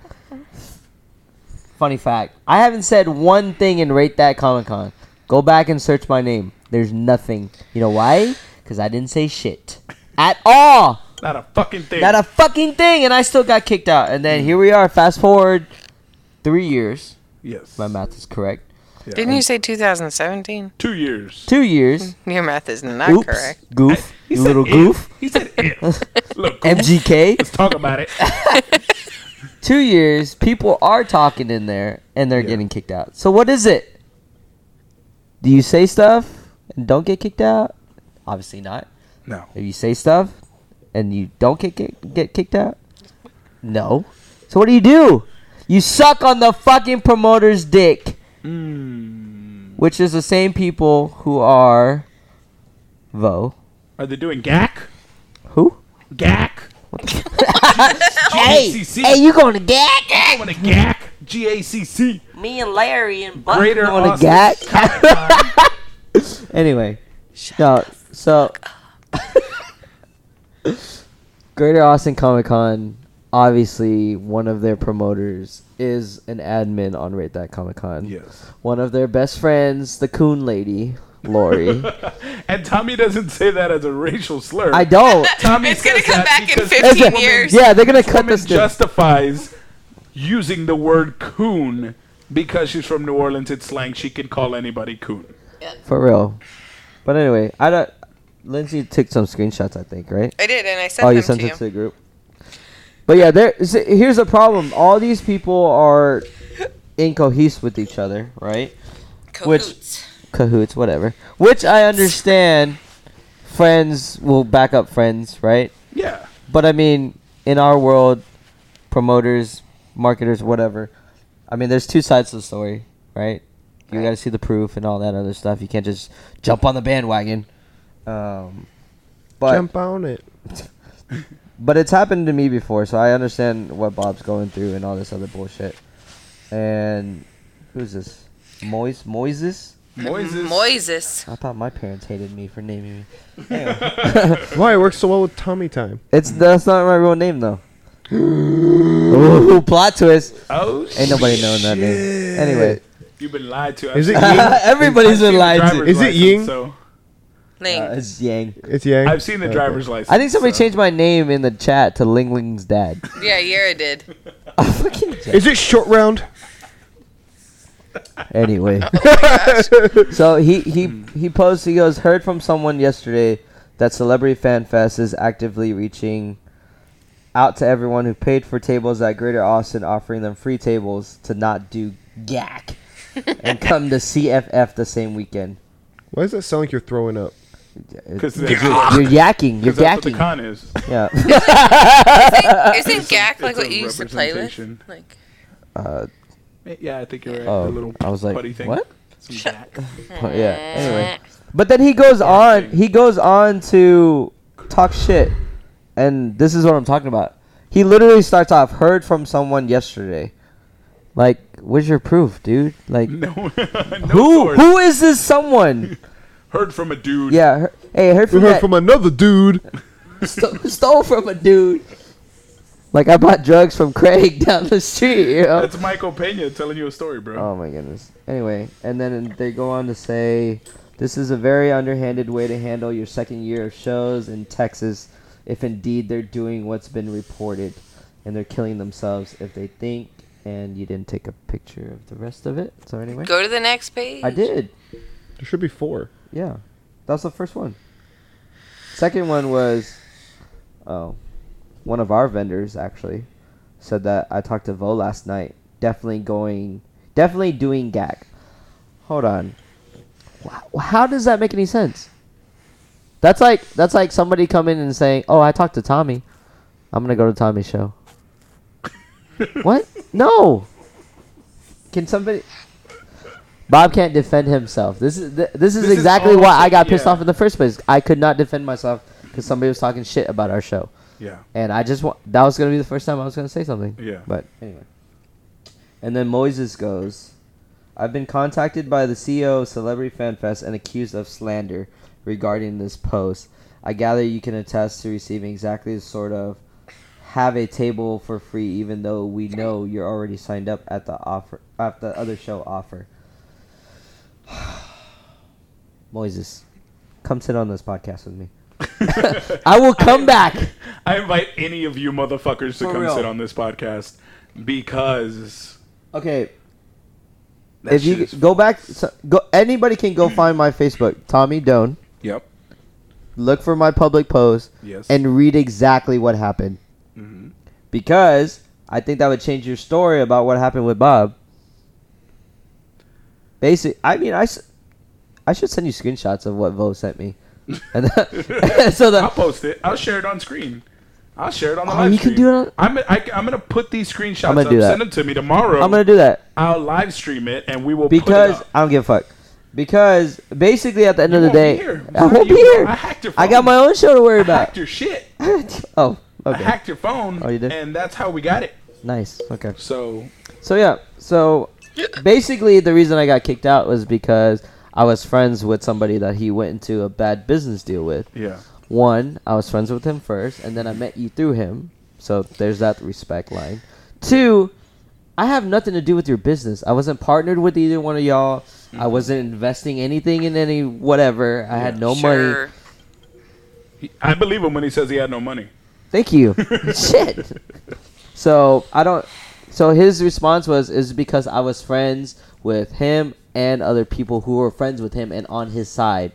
Speaker 2: Funny fact: I haven't said one thing in Rate That Comic Con. Go back and search my name. There's nothing. You know why? Because I didn't say shit at all.
Speaker 1: Not a fucking thing.
Speaker 2: Not a fucking thing, and I still got kicked out. And then here we are. Fast forward three years.
Speaker 1: yes.
Speaker 2: My math is correct.
Speaker 4: Didn't you say 2017?
Speaker 1: Two years.
Speaker 2: Two years.
Speaker 4: Your math is not
Speaker 2: Oops.
Speaker 4: correct.
Speaker 2: Goof.
Speaker 1: He
Speaker 2: you
Speaker 1: said
Speaker 2: little
Speaker 1: if.
Speaker 2: goof.
Speaker 1: He said if. Look,
Speaker 2: MGK.
Speaker 1: let's talk about it.
Speaker 2: two years, people are talking in there and they're getting kicked out. So what is it? Do you say stuff and don't get kicked out? Obviously not.
Speaker 1: No.
Speaker 2: If you say stuff and you don't get get, get kicked out? No. So what do you do? You suck on the fucking promoter's dick,
Speaker 1: Mm.
Speaker 2: which is the same people who are Vo.
Speaker 1: Are they doing GAC?
Speaker 2: Who?
Speaker 1: GAC?
Speaker 2: Hey,
Speaker 1: GACC.
Speaker 2: hey, you going to gag?
Speaker 1: I want to GAC. GACC.
Speaker 2: Me and Larry and Buck
Speaker 1: Greater
Speaker 2: going to
Speaker 1: Austin
Speaker 2: gag.
Speaker 1: Comic Con.
Speaker 2: Anyway, no, so Greater Austin Comic Con, obviously one of their promoters is an admin on Rate That Comic Con.
Speaker 1: Yes.
Speaker 2: One of their best friends, the Coon Lady, Lori.
Speaker 1: And Tommy doesn't say that as a racial slur.
Speaker 2: I don't.
Speaker 1: Tommy
Speaker 4: It's gonna
Speaker 1: says
Speaker 4: come
Speaker 1: that
Speaker 4: back in
Speaker 1: because
Speaker 4: 15
Speaker 1: this woman-
Speaker 4: years.
Speaker 2: yeah, they're gonna
Speaker 1: this
Speaker 2: cut
Speaker 1: woman
Speaker 2: this. dude.
Speaker 1: justifies using the word coon because she's from New Orleans. It's slang. She can call anybody coon.
Speaker 2: For real. But anyway, I don't. Lindsay took some screenshots, I think, right?
Speaker 4: I did, and I sent
Speaker 2: Oh,
Speaker 4: them
Speaker 2: you sent
Speaker 4: to
Speaker 2: it
Speaker 4: you.
Speaker 2: to the group. But yeah, there. s- Here's the problem. All these people are incohesive with each other, right? Which-
Speaker 4: Cahoots.
Speaker 2: Cahoots, whatever. Which I understand. Friends will back up friends, right?
Speaker 1: Yeah.
Speaker 2: But I mean, in our world, promoters, marketers, whatever. I mean, there's two sides to the story, right? You got to see the proof and all that other stuff. You can't just jump on the bandwagon. Um, but
Speaker 3: Jump on it.
Speaker 2: but it's happened to me before, so I understand what Bob's going through and all this other bullshit. And who's this? Moise Moises?
Speaker 1: Moises.
Speaker 4: Moises.
Speaker 2: I thought my parents hated me for naming me. Anyway,
Speaker 3: Why it works so well with Tommy time?
Speaker 2: it's that's not my real name though. Ooh, plot twist.
Speaker 1: Oh,
Speaker 2: Ain't nobody knowing that name. Anyway,
Speaker 1: You've been lied to.
Speaker 3: Is it
Speaker 1: I've seen-
Speaker 3: Ying?
Speaker 2: everybody's
Speaker 1: I've
Speaker 2: been
Speaker 1: seen
Speaker 2: lied
Speaker 1: the
Speaker 2: to.
Speaker 1: driver's
Speaker 3: Is it
Speaker 1: license,
Speaker 3: Ying?
Speaker 1: So
Speaker 4: Ling.
Speaker 2: Uh, it's Yang.
Speaker 3: It's Yang.
Speaker 1: I've seen the
Speaker 3: Okay.
Speaker 1: driver's license.
Speaker 2: I think somebody
Speaker 1: so.
Speaker 2: changed my name in the chat to Ling Ling's dad.
Speaker 4: yeah, Yara did.
Speaker 2: I'm fucking dead.
Speaker 3: Is it short round?
Speaker 2: Anyway. so he he he posts. He goes, heard from someone yesterday that Celebrity Fan Fest is actively reaching out to everyone who paid for tables at Greater Austin, offering them free tables to not do gack and come to CFF the same weekend.
Speaker 3: Why does that sound like you're throwing up?
Speaker 1: 'Cause
Speaker 2: you're,
Speaker 1: that's-
Speaker 2: you're yakking. You're
Speaker 1: Because that's what the
Speaker 2: yakking.
Speaker 1: con is.
Speaker 2: yeah.
Speaker 4: Isn't Gak like
Speaker 1: it's a
Speaker 4: what you used to play with?
Speaker 1: representation.
Speaker 4: Like,
Speaker 2: Uh,
Speaker 1: Yeah, I think you're right.
Speaker 2: Oh,
Speaker 1: the little
Speaker 2: I was like,
Speaker 1: putty thing.
Speaker 2: what?
Speaker 1: Some jack.
Speaker 2: But yeah. Anyway, but then he goes on.
Speaker 1: thing.
Speaker 2: He goes on to talk shit, and this is what I'm talking about. He literally starts off. Heard from someone yesterday. Like, where's your proof, dude? Like,
Speaker 1: No, no
Speaker 2: who
Speaker 1: source.
Speaker 2: who is this someone?
Speaker 1: Heard from a dude.
Speaker 2: yeah. Her, hey, heard
Speaker 3: We
Speaker 2: from
Speaker 3: heard
Speaker 2: that.
Speaker 3: from another dude.
Speaker 2: sto- stole from a dude. Like I bought drugs from Craig down the street. You know?
Speaker 1: That's Michael Pena telling you a story, bro.
Speaker 2: Oh my goodness. Anyway, and then they go on to say this is a very underhanded way to handle your second year of shows in Texas if indeed they're doing what's been reported and they're killing themselves if they think and you didn't take a picture of the rest of it. So anyway,
Speaker 4: Go to the next page.
Speaker 2: I did.
Speaker 3: There should be four.
Speaker 2: Yeah. That was the first one. Second one was oh, one of our vendors actually said that I talked to Vo last night. Definitely going definitely doing gag. Hold on. Wh- How does that make any sense? That's like that's like somebody coming and saying, "Oh, I talked to Tommy. I'm going to go to Tommy's show." what? No. Can somebody Bob can't defend himself. This is th- this is
Speaker 1: This is
Speaker 2: exactly
Speaker 1: all
Speaker 2: why I
Speaker 1: shit-
Speaker 2: got pissed
Speaker 1: yeah.
Speaker 2: off in the first place. I could not defend myself because somebody was talking shit about our show,
Speaker 1: Yeah.
Speaker 2: and I just want that was gonna be the first time I was gonna say something.
Speaker 1: Yeah.
Speaker 2: But anyway, and then Moises goes, "I've been contacted by the CEO of Celebrity Fan Fest and accused of slander regarding this post. I gather you can attest to receiving exactly the sort of." Have a table for free, even though we know you're already signed up at the offer at the other show offer. Moises, come sit on this podcast with me. I will come back.
Speaker 1: I invite any of you motherfuckers to
Speaker 2: For
Speaker 1: come
Speaker 2: real.
Speaker 1: sit on this podcast because
Speaker 2: Okay,
Speaker 1: that
Speaker 2: if
Speaker 1: shit
Speaker 2: you
Speaker 1: is-
Speaker 2: go back, so, go. Anybody can go find my Facebook, Tommy Doan.
Speaker 1: Yep.
Speaker 2: Look for my public post
Speaker 1: Yes.
Speaker 2: and read exactly what happened,
Speaker 1: Mhm.
Speaker 2: because I think that would change your story about what happened with Bob. Basic. I mean, I, s- I should send you screenshots of what Vo sent me, and then- so
Speaker 1: I'll
Speaker 2: the
Speaker 1: post it. I'll share it on screen. I'll share it on the
Speaker 2: Oh,
Speaker 1: live
Speaker 2: you can
Speaker 1: stream.
Speaker 2: do it on-
Speaker 1: I'm, I, I'm gonna put these screenshots
Speaker 2: I'm gonna
Speaker 1: up.
Speaker 2: do that.
Speaker 1: Send them to me tomorrow.
Speaker 2: I'm gonna do that.
Speaker 1: I'll live stream it and we will
Speaker 2: because
Speaker 1: put it up.
Speaker 2: I don't give a fuck. Because basically, at the end of the
Speaker 1: won't be
Speaker 2: day,
Speaker 1: here.
Speaker 2: I won't
Speaker 1: You
Speaker 2: be
Speaker 1: know,
Speaker 2: here.
Speaker 1: I hacked your
Speaker 2: I got
Speaker 1: phone.
Speaker 2: my own show to worry
Speaker 1: I
Speaker 2: about.
Speaker 1: hacked your shit.
Speaker 2: oh,
Speaker 1: I
Speaker 2: okay,
Speaker 1: hacked your phone.
Speaker 2: Oh, you did?
Speaker 1: And that's how we got it.
Speaker 2: nice. Okay,
Speaker 1: So
Speaker 2: so yeah, so basically, the reason I got kicked out was because I was friends with somebody that he went into a bad business deal with.
Speaker 1: yeah.
Speaker 2: One, I was friends with him first, and then I met you through him. So there's that respect line. Two, I have nothing to do with your business. I wasn't partnered with either one of y'all. I wasn't investing anything in any whatever. I had no money.
Speaker 4: sure.
Speaker 1: He- I believe him when he says he had no money.
Speaker 2: Thank you. Shit. So I don't. So his response was is because I was friends with him and other people who were friends with him and on his side.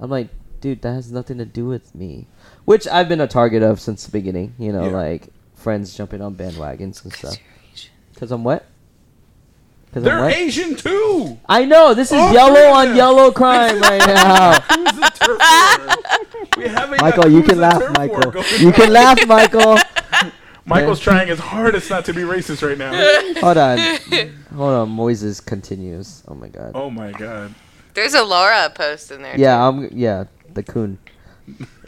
Speaker 2: I'm like, dude, that has nothing to do with me. Which I've been a target of since the beginning. You know,
Speaker 1: Yeah.
Speaker 2: like friends jumping on bandwagons and stuff.
Speaker 4: You're Asian.
Speaker 2: Because I'm what? Because I'm
Speaker 1: They're
Speaker 2: what?
Speaker 1: Asian Oh, too.
Speaker 2: I know this is
Speaker 1: All three
Speaker 2: yellow
Speaker 1: of
Speaker 2: on
Speaker 1: them.
Speaker 2: yellow crime right now.
Speaker 1: Who's the turf war? We have a
Speaker 2: Michael, you
Speaker 1: who's
Speaker 2: can
Speaker 1: the
Speaker 2: laugh,
Speaker 1: turf war
Speaker 2: Michael.
Speaker 1: going
Speaker 2: You
Speaker 1: on?
Speaker 2: can laugh, Michael.
Speaker 1: Michael's trying his hardest not to be racist right now.
Speaker 2: Hold on. Hold on. Moises continues. Oh my god.
Speaker 1: Oh my god.
Speaker 4: There's a Laura post in there.
Speaker 2: Yeah, I'm. Yeah, the coon.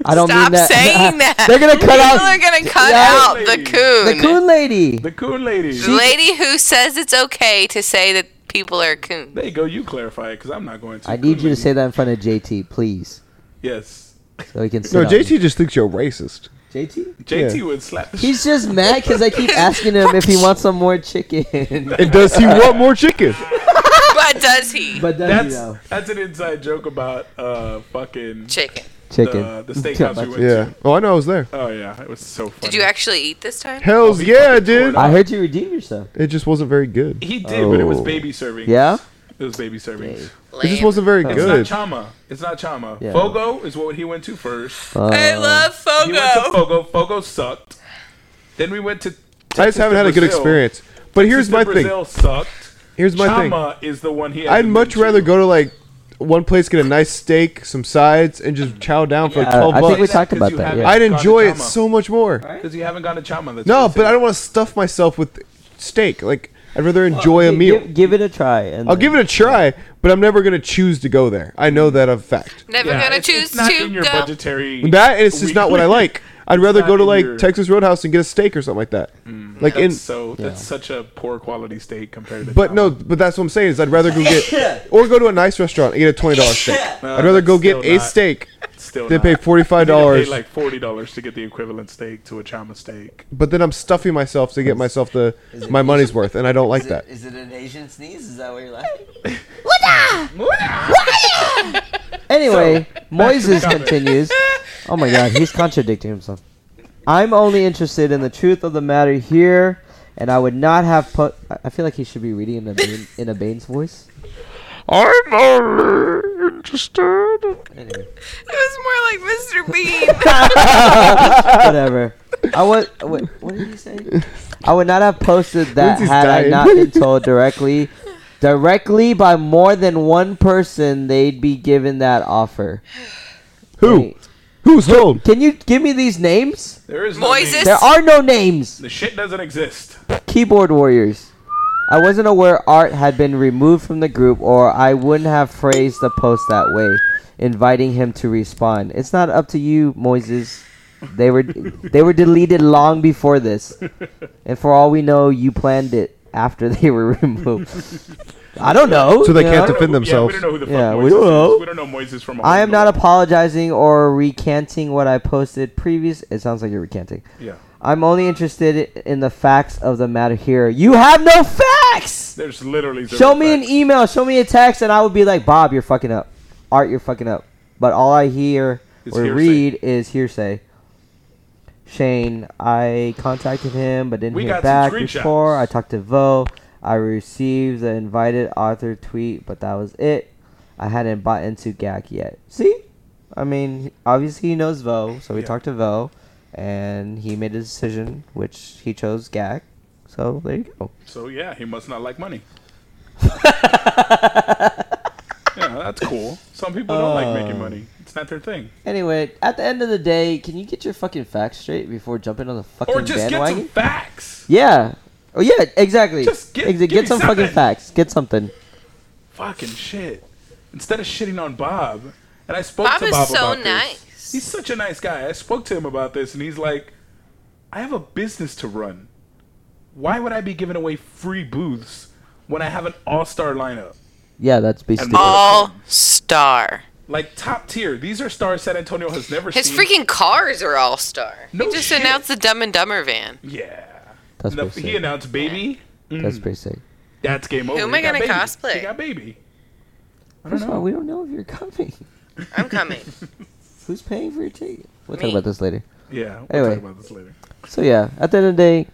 Speaker 2: I don't
Speaker 4: Stop
Speaker 2: mean that.
Speaker 4: saying that.
Speaker 2: They're gonna cut
Speaker 4: People
Speaker 2: out
Speaker 4: are gonna cut
Speaker 2: Yeah.
Speaker 4: out the
Speaker 1: Lady.
Speaker 4: coon.
Speaker 2: the coon lady.
Speaker 1: The coon lady.
Speaker 4: The lady who says it's okay to say that people are coons.
Speaker 1: There you go. You clarify it because I'm not going to.
Speaker 2: I need
Speaker 1: Coon
Speaker 2: you to
Speaker 1: lady.
Speaker 2: say that in front of JT, please,
Speaker 1: Yes.
Speaker 2: so he can. Sit
Speaker 3: No,
Speaker 2: on
Speaker 3: JT just thinks you're racist.
Speaker 2: me. JT.
Speaker 1: JT would slap the
Speaker 2: He's just mad because I keep asking him if he wants some more chicken.
Speaker 3: And does he want more chicken?
Speaker 4: But does he?
Speaker 2: but does
Speaker 1: That's
Speaker 2: he though?
Speaker 1: that's an inside joke about uh fucking
Speaker 4: Chicken.
Speaker 2: Chicken.
Speaker 1: The, the steakhouse we went
Speaker 3: Yeah.
Speaker 1: to.
Speaker 3: Oh, I know. I was there.
Speaker 1: Oh yeah, it was so funny.
Speaker 4: Did you actually eat this time?
Speaker 3: Hell's
Speaker 1: I'll be
Speaker 3: yeah,
Speaker 1: fucking
Speaker 3: dude.
Speaker 1: Florida.
Speaker 2: I heard you redeem yourself.
Speaker 3: It just wasn't very good.
Speaker 1: He did, but it was
Speaker 2: Oh.
Speaker 1: baby serving.
Speaker 2: Yeah.
Speaker 1: It was baby serving.
Speaker 2: Dang.
Speaker 3: It just
Speaker 4: Lame.
Speaker 3: wasn't very
Speaker 2: It's
Speaker 3: good.
Speaker 1: It's not Chama. It's not Chama.
Speaker 2: Yeah.
Speaker 1: Fogo is what he went to
Speaker 2: Uh,
Speaker 1: first.
Speaker 4: I love
Speaker 1: He went to Fogo.
Speaker 4: Fogo.
Speaker 1: Fogo sucked. Then we went to.
Speaker 3: I just haven't had a good
Speaker 1: Brazil.
Speaker 3: experience. But here's
Speaker 1: Texas
Speaker 3: my
Speaker 1: to
Speaker 3: thing.
Speaker 1: Brazil sucked.
Speaker 3: Here's my thing.
Speaker 1: Chama is the one he.
Speaker 3: I'd
Speaker 1: hasn't
Speaker 3: much
Speaker 1: been to.
Speaker 3: rather go to like one place, get a nice steak, some sides, and just chow down for like
Speaker 2: Yeah,
Speaker 3: twelve
Speaker 2: I think we
Speaker 3: bucks.
Speaker 2: talked
Speaker 1: Because
Speaker 2: about
Speaker 1: you
Speaker 2: that.
Speaker 1: haven't
Speaker 2: Yeah.
Speaker 3: I'd
Speaker 1: gone to
Speaker 3: enjoy it
Speaker 1: Chama.
Speaker 3: so much more.
Speaker 1: Because you haven't gone to Chama. That's
Speaker 3: No,
Speaker 1: what I'm
Speaker 3: but I
Speaker 1: saying.
Speaker 3: don't want to stuff myself with steak. Like I'd rather enjoy a
Speaker 2: Gi-
Speaker 3: meal.
Speaker 2: Give, give it a try. And
Speaker 3: I'll give it a try, but I'm never gonna choose to go there. I know that of fact.
Speaker 4: Never
Speaker 1: Yeah,
Speaker 4: gonna
Speaker 1: it's-
Speaker 4: choose
Speaker 1: it's not
Speaker 4: to
Speaker 1: in your
Speaker 4: go.
Speaker 1: budgetary.
Speaker 3: That is just not what I
Speaker 1: weekly.
Speaker 3: like. I'd rather
Speaker 1: not
Speaker 3: go to
Speaker 1: in
Speaker 3: like
Speaker 1: your- Mm.
Speaker 3: Texas Roadhouse and get a steak or something like that. Like in,
Speaker 1: That's so that's such a poor quality steak compared to.
Speaker 3: but
Speaker 1: Chama.
Speaker 3: no, but that's what I'm saying is I'd rather go get or go to a nice restaurant and get a twenty dollar steak.
Speaker 1: No,
Speaker 3: I'd rather
Speaker 1: that's
Speaker 3: go get
Speaker 1: still
Speaker 3: a
Speaker 1: not-
Speaker 3: steak
Speaker 1: still
Speaker 3: than
Speaker 1: not.
Speaker 3: pay forty five dollars.
Speaker 1: Pay like forty dollars to get the equivalent steak to a Chama steak.
Speaker 3: but then I'm stuffing myself to get myself the my money's worth, and I don't like that.
Speaker 2: Is it an Asian sneeze? Is that what you're laughing? Anyway, Moises
Speaker 1: topic.
Speaker 2: continues. Oh my god, he's contradicting himself. I'm only interested in the truth of the matter here, and I would not have put. I- I feel like he should be reading in a Bane, in a Bane's voice.
Speaker 3: I'm only interested.
Speaker 2: Anyway,
Speaker 4: It was more like Mr. Bean.
Speaker 2: whatever. I would. What, what did he say? I would not have posted that
Speaker 3: Lindsay's
Speaker 2: had I
Speaker 3: dying.
Speaker 2: not been told directly, directly by more than one person they'd be given that offer.
Speaker 3: Who?
Speaker 2: Wait,
Speaker 3: Who's told?
Speaker 2: Can you give me these names?
Speaker 1: There is
Speaker 4: Moises.
Speaker 1: No name.
Speaker 2: There are no names.
Speaker 1: the shit doesn't exist.
Speaker 2: Keyboard Warriors. I wasn't aware Art had been removed from the group, or I wouldn't have phrased the post that way, inviting him to respond. It's not up to you, Moises. They were they were deleted long before this, and for all we know, you planned it after they were removed. I don't know.
Speaker 3: So they
Speaker 2: you
Speaker 3: can't
Speaker 2: know?
Speaker 3: def-
Speaker 1: Yeah, we
Speaker 3: Defend themselves.
Speaker 1: don't know who the fuck
Speaker 2: Yeah,
Speaker 1: Moises
Speaker 2: we don't know.
Speaker 1: is. We don't know Moises from.
Speaker 2: I am not
Speaker 1: a.
Speaker 2: apologizing or recanting what I posted previous. It sounds like you're recanting.
Speaker 1: Yeah,
Speaker 2: I'm only interested in the facts of the matter here. You have no facts.
Speaker 1: there's literally. zero
Speaker 2: Show me an
Speaker 1: facts.
Speaker 2: email, show me a text, and I would be like, Bob, you're fucking up. Art, you're fucking up. But all I hear
Speaker 1: It's
Speaker 2: or
Speaker 1: hearsay.
Speaker 2: read is hearsay. Shane, I contacted him but didn't
Speaker 1: We
Speaker 2: hear
Speaker 1: got some
Speaker 2: back
Speaker 1: screenshots.
Speaker 2: before. I talked to Vo. I received the invited author tweet, but that was it. I hadn't bought into Gak yet. See? I mean, obviously he knows Vo, so we
Speaker 1: Yeah.
Speaker 2: talked to Vo, and he made a decision, which he chose Gak. So there you go.
Speaker 1: So yeah, he must not like money. yeah, that's cool. Some people don't like making
Speaker 2: Um,
Speaker 1: money. It's not their thing.
Speaker 2: Anyway, at the end of the day, can you get your fucking facts straight before jumping on the fucking
Speaker 1: Or just get
Speaker 2: bandwagon?
Speaker 1: some facts.
Speaker 2: yeah. Oh yeah, exactly.
Speaker 1: Just get-
Speaker 2: Exa-
Speaker 1: give me
Speaker 2: some
Speaker 1: something.
Speaker 2: fucking facts. Get something.
Speaker 1: Fucking shit. Instead of shitting on Bob, and I spoke
Speaker 4: Bob
Speaker 1: to
Speaker 4: is
Speaker 1: Bob
Speaker 4: so
Speaker 1: about this.
Speaker 4: nice.
Speaker 1: He's such a nice guy. I spoke to him about this, and he's like, "I have a business to run. Why would I be giving away free booths when I have an all-star lineup?"
Speaker 2: Yeah, that's beastie.
Speaker 1: All-
Speaker 4: All star.
Speaker 1: Like top tier. These are stars San Antonio has never
Speaker 4: His
Speaker 1: seen.
Speaker 4: freaking cars are all star.
Speaker 1: No
Speaker 4: he just
Speaker 1: shit.
Speaker 4: announced the Dumb and Dumber van.
Speaker 1: yeah.
Speaker 2: That's
Speaker 1: And the-
Speaker 2: pretty
Speaker 1: he
Speaker 2: sick.
Speaker 1: announced baby
Speaker 2: That's pretty sick.
Speaker 1: That's game over.
Speaker 4: am I
Speaker 1: You got
Speaker 4: gonna
Speaker 1: baby.
Speaker 4: cosplay?
Speaker 1: You got baby. I don't
Speaker 2: First of all,
Speaker 1: know.
Speaker 2: we don't know if you're coming.
Speaker 4: I'm coming.
Speaker 2: Who's paying for your ticket? We'll
Speaker 4: Me.
Speaker 2: talk about this later.
Speaker 1: Yeah, we'll
Speaker 2: Anyway.
Speaker 1: talk about this later.
Speaker 2: So yeah, at the end of the day,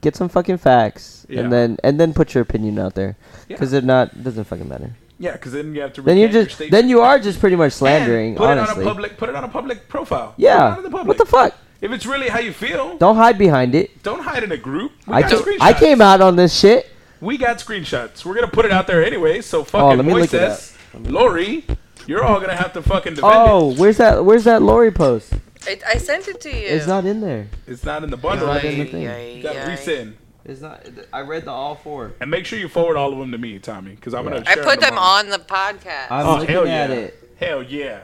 Speaker 2: get some fucking facts,
Speaker 1: Yeah.
Speaker 2: and then and then put your opinion out there, because
Speaker 1: Yeah.
Speaker 2: they're not it doesn't fucking matter.
Speaker 1: Yeah, because then you have to.
Speaker 2: Then you're
Speaker 1: recant your
Speaker 2: just
Speaker 1: statement.
Speaker 2: then you are just pretty much slandering,
Speaker 1: And put
Speaker 2: honestly.
Speaker 1: it on a public. Put it on a public profile. Put it
Speaker 2: yeah.
Speaker 1: out in the public.
Speaker 2: What the fuck?
Speaker 1: If it's really how you feel,
Speaker 2: Don't hide behind it.
Speaker 1: don't hide in a group. We
Speaker 2: I
Speaker 1: got
Speaker 2: came,
Speaker 1: screenshots.
Speaker 2: I came out on this shit.
Speaker 1: We got screenshots. We're gonna put it out there anyway. So fucking
Speaker 2: Oh, let me look it
Speaker 1: voices, Lori, you're all gonna have to fucking defend
Speaker 2: Oh, where's that? Where's that Lori post?
Speaker 4: I, I sent it to you.
Speaker 2: It's not in there.
Speaker 1: it. It's not in the bundle.
Speaker 2: It's not in
Speaker 1: You
Speaker 2: the thing.
Speaker 4: Ay,
Speaker 1: gotta
Speaker 4: ay, ay.
Speaker 1: resend.
Speaker 2: It's not. I read the all four.
Speaker 1: And make sure you forward all of them to me, Tommy, because I'm gonna.
Speaker 4: I
Speaker 1: Share
Speaker 4: put them
Speaker 1: tomorrow.
Speaker 4: on the podcast.
Speaker 2: I'm
Speaker 1: Oh,
Speaker 2: looking
Speaker 1: hell
Speaker 2: at
Speaker 1: yeah.
Speaker 2: it.
Speaker 1: Hell yeah!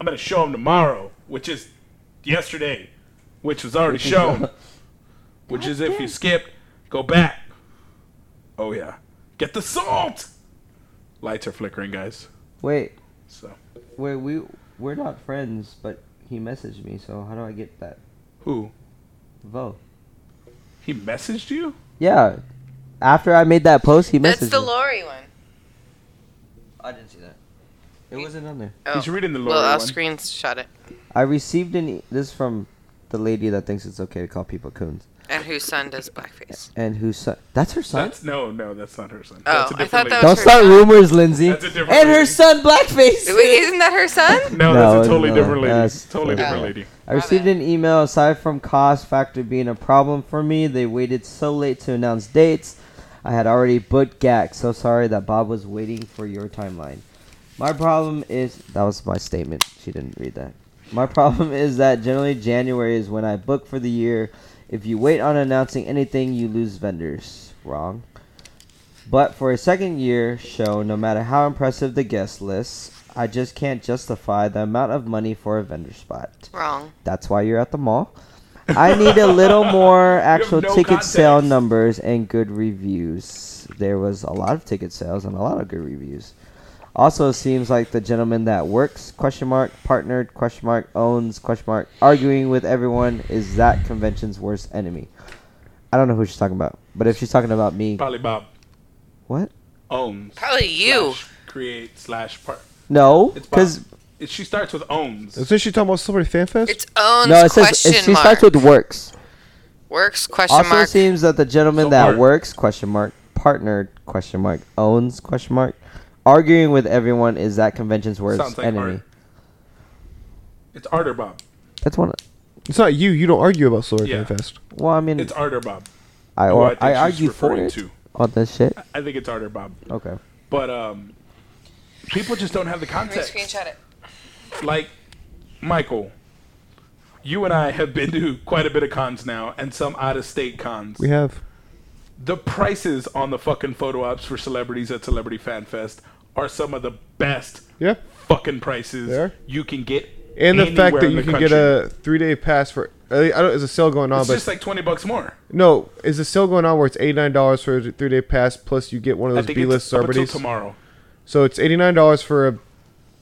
Speaker 1: I'm gonna show them tomorrow, which is yesterday, which was already shown. which is if you skipped, go back. Oh yeah, get the salt. Lights are flickering, guys.
Speaker 2: Wait,
Speaker 1: So
Speaker 2: wait. We we're not friends, but he messaged me. So how do I get that
Speaker 1: who?
Speaker 2: vote?
Speaker 1: He messaged you?
Speaker 2: Yeah. After I made that post, he messaged
Speaker 4: That's the
Speaker 2: me.
Speaker 4: Lori one.
Speaker 2: I didn't see that. It wasn't on there.
Speaker 4: Oh.
Speaker 1: He's reading the Lori
Speaker 4: well, I'll
Speaker 1: one.
Speaker 4: screenshot it.
Speaker 2: I received an. E- this is from the lady that thinks it's okay to call people coons,
Speaker 4: And whose son does blackface?
Speaker 2: and whose son? That's her son.
Speaker 1: That's no, no, that's not her son.
Speaker 4: Oh,
Speaker 1: that's
Speaker 4: I thought
Speaker 1: lady.
Speaker 4: that was-
Speaker 2: Don't start
Speaker 4: son.
Speaker 2: rumors, Lindsay.
Speaker 1: That's a different
Speaker 2: and her
Speaker 1: lady.
Speaker 2: son blackface.
Speaker 4: Wait, isn't that her son?
Speaker 1: No,
Speaker 2: No,
Speaker 1: that's
Speaker 2: it's
Speaker 1: a totally
Speaker 2: not.
Speaker 1: different lady.
Speaker 2: That's-
Speaker 1: totally
Speaker 2: that's
Speaker 4: Oh.
Speaker 1: different
Speaker 2: not.
Speaker 1: lady.
Speaker 2: I received an email aside from cost factor being a problem for me. They waited so late to announce dates. I had already booked GAC. So sorry that Bob was waiting for your timeline. My problem is that was my statement. She didn't read that. My problem is that generally January is when I book for the year. If you wait on announcing anything, you lose vendors. Wrong. But for a second year show, no matter how impressive the guest list, I just can't justify the amount of money for a vendor spot.
Speaker 4: Wrong.
Speaker 2: That's why you're at the mall. I need a little more actual
Speaker 1: no
Speaker 2: ticket sale
Speaker 1: context.
Speaker 2: numbers and good reviews. There was a lot of ticket sales and a lot of good reviews. Also, it seems like the gentleman that works question mark partnered question mark owns question mark arguing with everyone is that convention's worst enemy. I don't know who she's talking about, but if she's talking about me,
Speaker 1: Probably Bob
Speaker 2: what?
Speaker 1: owns.
Speaker 4: Probably you.
Speaker 1: slash create slash part.
Speaker 2: No,
Speaker 1: It's Bob.
Speaker 2: because
Speaker 1: It, she starts with owns.
Speaker 3: Isn't she talking about celebrity fan fest?
Speaker 4: It's owns
Speaker 2: no, it says
Speaker 4: question
Speaker 2: it, she
Speaker 4: mark.
Speaker 2: starts with works.
Speaker 4: Works question
Speaker 2: Also
Speaker 4: mark.
Speaker 2: seems that the gentleman
Speaker 1: So
Speaker 2: that
Speaker 1: work.
Speaker 2: works question mark partnered question mark owns question mark arguing with everyone is that convention's worst
Speaker 1: Sounds like
Speaker 2: enemy.
Speaker 1: art. It's Arter Bob.
Speaker 2: That's one.
Speaker 3: It's not you. You don't argue about celebrity
Speaker 1: Yeah.
Speaker 3: fan fest.
Speaker 2: Well, I mean,
Speaker 1: It's Arter Bob.
Speaker 2: I,
Speaker 1: who I
Speaker 2: or,
Speaker 1: think
Speaker 2: I,
Speaker 1: she's
Speaker 2: argue for
Speaker 1: referring
Speaker 2: it
Speaker 1: to.
Speaker 2: on this shit.
Speaker 1: I think it's Arter Bob.
Speaker 2: Okay.
Speaker 1: But um, people just don't have the
Speaker 4: Let me
Speaker 1: context.
Speaker 4: screenshot it.
Speaker 1: Like Michael, you and I have been to quite a bit of cons now, and some out of state cons.
Speaker 3: We have.
Speaker 1: the prices on the fucking photo ops for celebrities at Celebrity Fan Fest are some of the best
Speaker 3: Yeah.
Speaker 1: fucking prices
Speaker 3: They are.
Speaker 1: you can get.
Speaker 3: And the fact
Speaker 1: anywhere
Speaker 3: that
Speaker 1: in
Speaker 3: you
Speaker 1: the
Speaker 3: can
Speaker 1: country.
Speaker 3: get a three day pass for. uh, I don't. Is a sale going on?
Speaker 1: It's
Speaker 3: but
Speaker 1: just like twenty bucks more.
Speaker 3: no, is a sale going on where it's eighty nine dollars for a three day pass plus you get one of
Speaker 1: I
Speaker 3: those
Speaker 1: think
Speaker 3: B list
Speaker 1: it's up until
Speaker 3: celebrities.
Speaker 1: tomorrow.
Speaker 3: So it's eighty nine dollars for a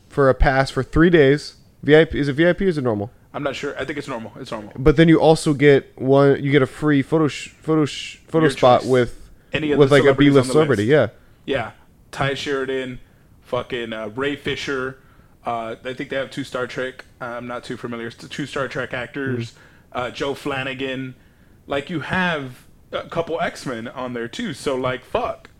Speaker 3: for a pass for three days. VIP is it VIP or is it normal?
Speaker 1: I'm not sure. I think it's normal. It's normal.
Speaker 3: But then you also get one. You get a free photo sh- photo sh- photo
Speaker 1: Your
Speaker 3: spot
Speaker 1: choice.
Speaker 3: with
Speaker 1: Any of
Speaker 3: with
Speaker 1: the
Speaker 3: like a
Speaker 1: celebrities
Speaker 3: B
Speaker 1: on
Speaker 3: list
Speaker 1: the
Speaker 3: celebrity.
Speaker 1: list.
Speaker 3: Yeah.
Speaker 1: Yeah, Ty Sheridan, fucking uh, Ray Fisher. Uh, I think they have two Star Trek. uh, I'm not too familiar. It's two Star Trek actors.
Speaker 3: Mm-hmm.
Speaker 1: Uh, Joe Flanagan. Like you have a couple X Men on there too. So like fuck.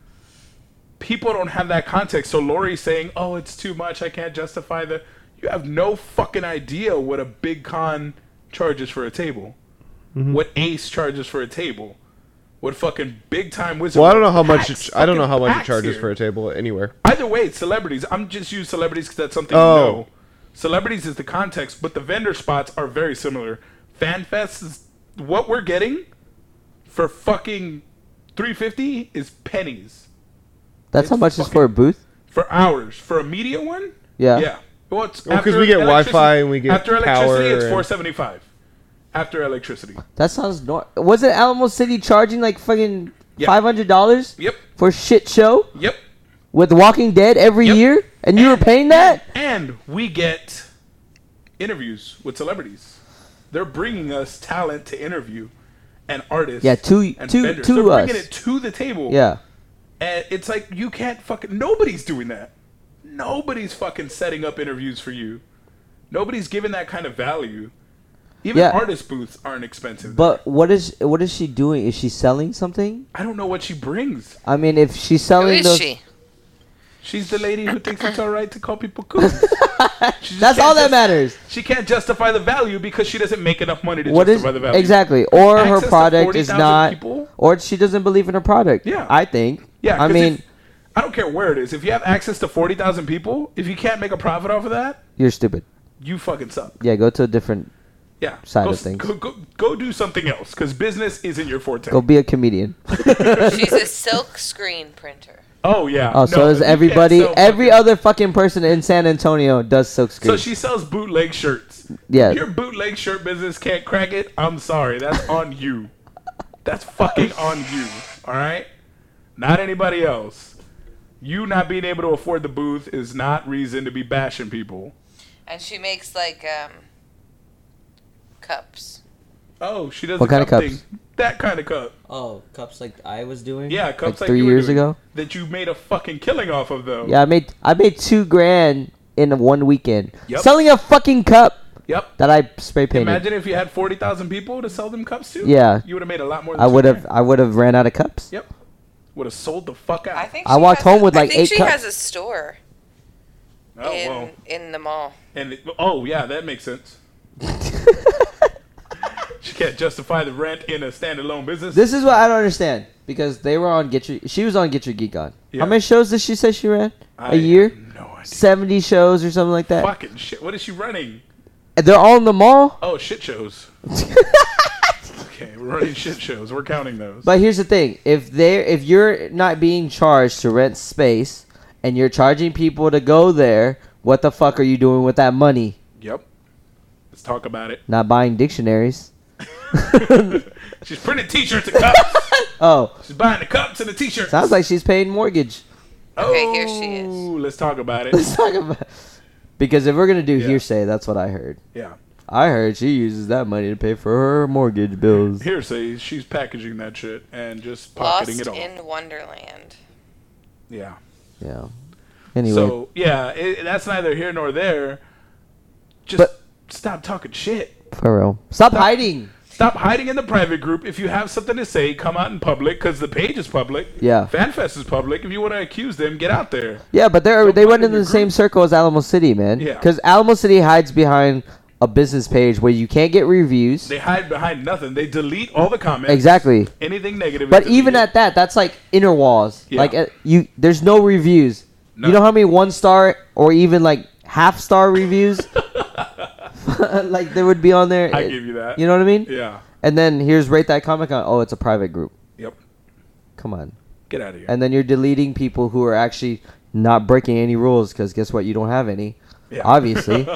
Speaker 1: People don't have that context. So Lori's saying, "Oh, it's too much. I can't justify the." You have no fucking idea what a big con charges for a table.
Speaker 3: Mm-hmm.
Speaker 1: What Ace charges for a table. What fucking big time wizard?
Speaker 3: Well, I don't know how much
Speaker 1: Packs,
Speaker 3: it, I don't know how
Speaker 1: fucking
Speaker 3: much it
Speaker 1: packs
Speaker 3: charges
Speaker 1: here.
Speaker 3: for a table anywhere.
Speaker 1: Either way, it's celebrities. I'm just use celebrities because that's something
Speaker 3: Oh.
Speaker 1: you know. Celebrities is the context, but the vendor spots are very similar. FanFest is what we're getting for fucking 350 is pennies
Speaker 2: That's how much is for a booth.
Speaker 1: for hours for a media one.
Speaker 2: Yeah.
Speaker 1: yeah. Well, it's
Speaker 3: 'cause
Speaker 1: after
Speaker 3: we get
Speaker 1: electricity-
Speaker 3: Wi-Fi and we get
Speaker 1: after
Speaker 3: power
Speaker 1: electricity. It's
Speaker 3: and-
Speaker 1: 475 after electricity.
Speaker 2: That sounds nor. Wasn't Alamo City charging like fucking
Speaker 1: Yeah.
Speaker 2: five hundred dollars
Speaker 1: Yep,
Speaker 2: for shit show
Speaker 1: yep.
Speaker 2: with Walking Dead every
Speaker 1: Yep.
Speaker 2: year, and you were paying that?
Speaker 1: And we get interviews with celebrities. They're bringing us talent to interview, and artists.
Speaker 2: Yeah, two-
Speaker 1: and
Speaker 2: two-
Speaker 1: vendors.
Speaker 2: two
Speaker 1: They're bringing
Speaker 2: us.
Speaker 1: it to the table.
Speaker 2: Yeah.
Speaker 1: and it's like you can't fucking. Nobody's doing that. Nobody's fucking setting up interviews for you. Nobody's giving that kind of value. Even
Speaker 2: Yeah.
Speaker 1: artist booths aren't expensive.
Speaker 2: But what is what is she doing? Is she selling something?
Speaker 1: I don't know what she brings.
Speaker 2: I mean, if she's
Speaker 4: Who
Speaker 2: selling
Speaker 4: is
Speaker 2: those,
Speaker 4: she?
Speaker 1: She's the lady who thinks it's all right to call people coons. She just
Speaker 2: that's
Speaker 1: can't
Speaker 2: all that
Speaker 1: just-
Speaker 2: matters.
Speaker 1: She can't justify the value because she doesn't make enough money to
Speaker 2: What is
Speaker 1: justify the value.
Speaker 2: exactly? Or
Speaker 1: Access
Speaker 2: her
Speaker 1: to
Speaker 2: product is
Speaker 1: 40,000
Speaker 2: not,
Speaker 1: people?
Speaker 2: or she doesn't believe in her product.
Speaker 1: Yeah.
Speaker 2: I think.
Speaker 1: Yeah,
Speaker 2: I
Speaker 1: 'cause
Speaker 2: mean,
Speaker 1: if- I don't care where it is. If you have access to forty thousand people, if you can't make a profit off of that,
Speaker 2: you're stupid.
Speaker 1: you fucking suck.
Speaker 2: Yeah, go to a different.
Speaker 1: Yeah,
Speaker 2: Side
Speaker 1: go,
Speaker 2: of
Speaker 1: s-
Speaker 2: things.
Speaker 1: Go, go, go do something else because business isn't your forte.
Speaker 2: Go be a comedian.
Speaker 4: She's a silk screen printer.
Speaker 1: Oh yeah.
Speaker 2: Oh, so
Speaker 1: No,
Speaker 2: does
Speaker 1: you can't
Speaker 2: everybody?
Speaker 1: sell
Speaker 2: Every
Speaker 1: fucking-
Speaker 2: other fucking person in San Antonio does silkscreen.
Speaker 1: So she sells bootleg shirts.
Speaker 2: Yeah.
Speaker 1: Your bootleg shirt business can't crack it. I'm sorry. That's on you. That's fucking on you. All right? Not anybody else. You not being able to afford the booth is not reason to be bashing people.
Speaker 4: And she makes like um, cups.
Speaker 1: Oh, she does
Speaker 2: What
Speaker 1: a
Speaker 2: kind of
Speaker 1: cup
Speaker 2: cups?
Speaker 1: thing. That kind of cup.
Speaker 2: Oh, cups like I was doing.
Speaker 1: Yeah, cups like,
Speaker 2: three
Speaker 1: you were
Speaker 2: years
Speaker 1: doing.
Speaker 2: ago.
Speaker 1: That you made a fucking killing off of though.
Speaker 2: Yeah, I made I made two grand in one weekend
Speaker 1: Yep.
Speaker 2: selling a fucking cup
Speaker 1: Yep.
Speaker 2: that I spray painted.
Speaker 1: Imagine if you had forty thousand people to sell them cups to.
Speaker 2: Yeah.
Speaker 1: You would have made a lot more. Than
Speaker 2: I
Speaker 1: two
Speaker 2: would have
Speaker 1: grand.
Speaker 2: I would have ran out of cups.
Speaker 1: Yep. Would have sold the fuck out.
Speaker 4: I think
Speaker 2: I
Speaker 4: she
Speaker 2: walked
Speaker 4: has
Speaker 2: home
Speaker 4: a-
Speaker 2: with, like,
Speaker 4: I think
Speaker 2: eight
Speaker 4: she
Speaker 2: cups.
Speaker 4: has a store
Speaker 1: Oh
Speaker 4: in
Speaker 1: whoa.
Speaker 4: in the mall.
Speaker 1: And it, oh yeah, that makes sense. She can't justify the rent in a standalone business.
Speaker 2: this is what I don't understand because they were on Get Your. She was on Get Your Geek On.
Speaker 1: Yeah.
Speaker 2: How many shows did she say she ran?
Speaker 1: I
Speaker 2: A year?
Speaker 1: have No idea.
Speaker 2: Seventy shows or something like that.
Speaker 1: Fucking shit. What is she running?
Speaker 2: And They're all in the mall.
Speaker 1: Oh, shit shows. okay, we're running shit shows. We're counting those.
Speaker 2: But here's the thing: if they if you're not being charged to rent space and you're charging people to go there, what the fuck are you doing with that money?
Speaker 1: yep. Let's talk about it.
Speaker 2: Not buying dictionaries.
Speaker 1: She's printing t-shirts and cups.
Speaker 2: Oh,
Speaker 1: She's buying the cups and the t-shirts.
Speaker 2: sounds like she's paying mortgage.
Speaker 4: Okay, here she is.
Speaker 1: Oh, Let's talk about it.
Speaker 2: Let's talk about. Because if we're gonna do
Speaker 1: Yeah.
Speaker 2: hearsay, that's what I heard.
Speaker 1: Yeah.
Speaker 2: I heard she uses that money to pay for her mortgage bills.
Speaker 1: Hearsay, she's packaging that shit and just pocketing
Speaker 4: Lost
Speaker 1: it all.
Speaker 4: in Wonderland.
Speaker 1: yeah.
Speaker 2: Yeah. Anyway,
Speaker 1: So, yeah, it, that's neither here nor there. Just
Speaker 2: But-
Speaker 1: stop talking shit.
Speaker 2: for real, stop hiding.
Speaker 1: Stop hiding in the private group. If you have something to say, come out in public because the page is public.
Speaker 2: Yeah.
Speaker 1: FanFest is public. If you want to accuse them, get out there.
Speaker 2: Yeah, but they're they
Speaker 1: put
Speaker 2: went
Speaker 1: it
Speaker 2: in
Speaker 1: in
Speaker 2: the
Speaker 1: your
Speaker 2: same
Speaker 1: group.
Speaker 2: circle as Alamo City, man.
Speaker 1: Yeah.
Speaker 2: Because Alamo City hides behind a business page where you can't get reviews.
Speaker 1: They hide behind nothing. They delete all the comments.
Speaker 2: Exactly.
Speaker 1: Anything negative. is
Speaker 2: But even
Speaker 1: deleted.
Speaker 2: at that, that's like inner walls.
Speaker 1: Yeah.
Speaker 2: Like uh, you, there's no reviews.
Speaker 1: No.
Speaker 2: You know how many one star or even like half star reviews, like there would be on there.
Speaker 1: I give you that.
Speaker 2: You know what I mean?
Speaker 1: Yeah.
Speaker 2: And then here's rate that comic on. Oh, it's a private group.
Speaker 1: Yep.
Speaker 2: Come on.
Speaker 1: Get out of here.
Speaker 2: And then you're deleting people who are actually not breaking any rules because guess what? You don't have any.
Speaker 1: Yeah.
Speaker 2: Obviously.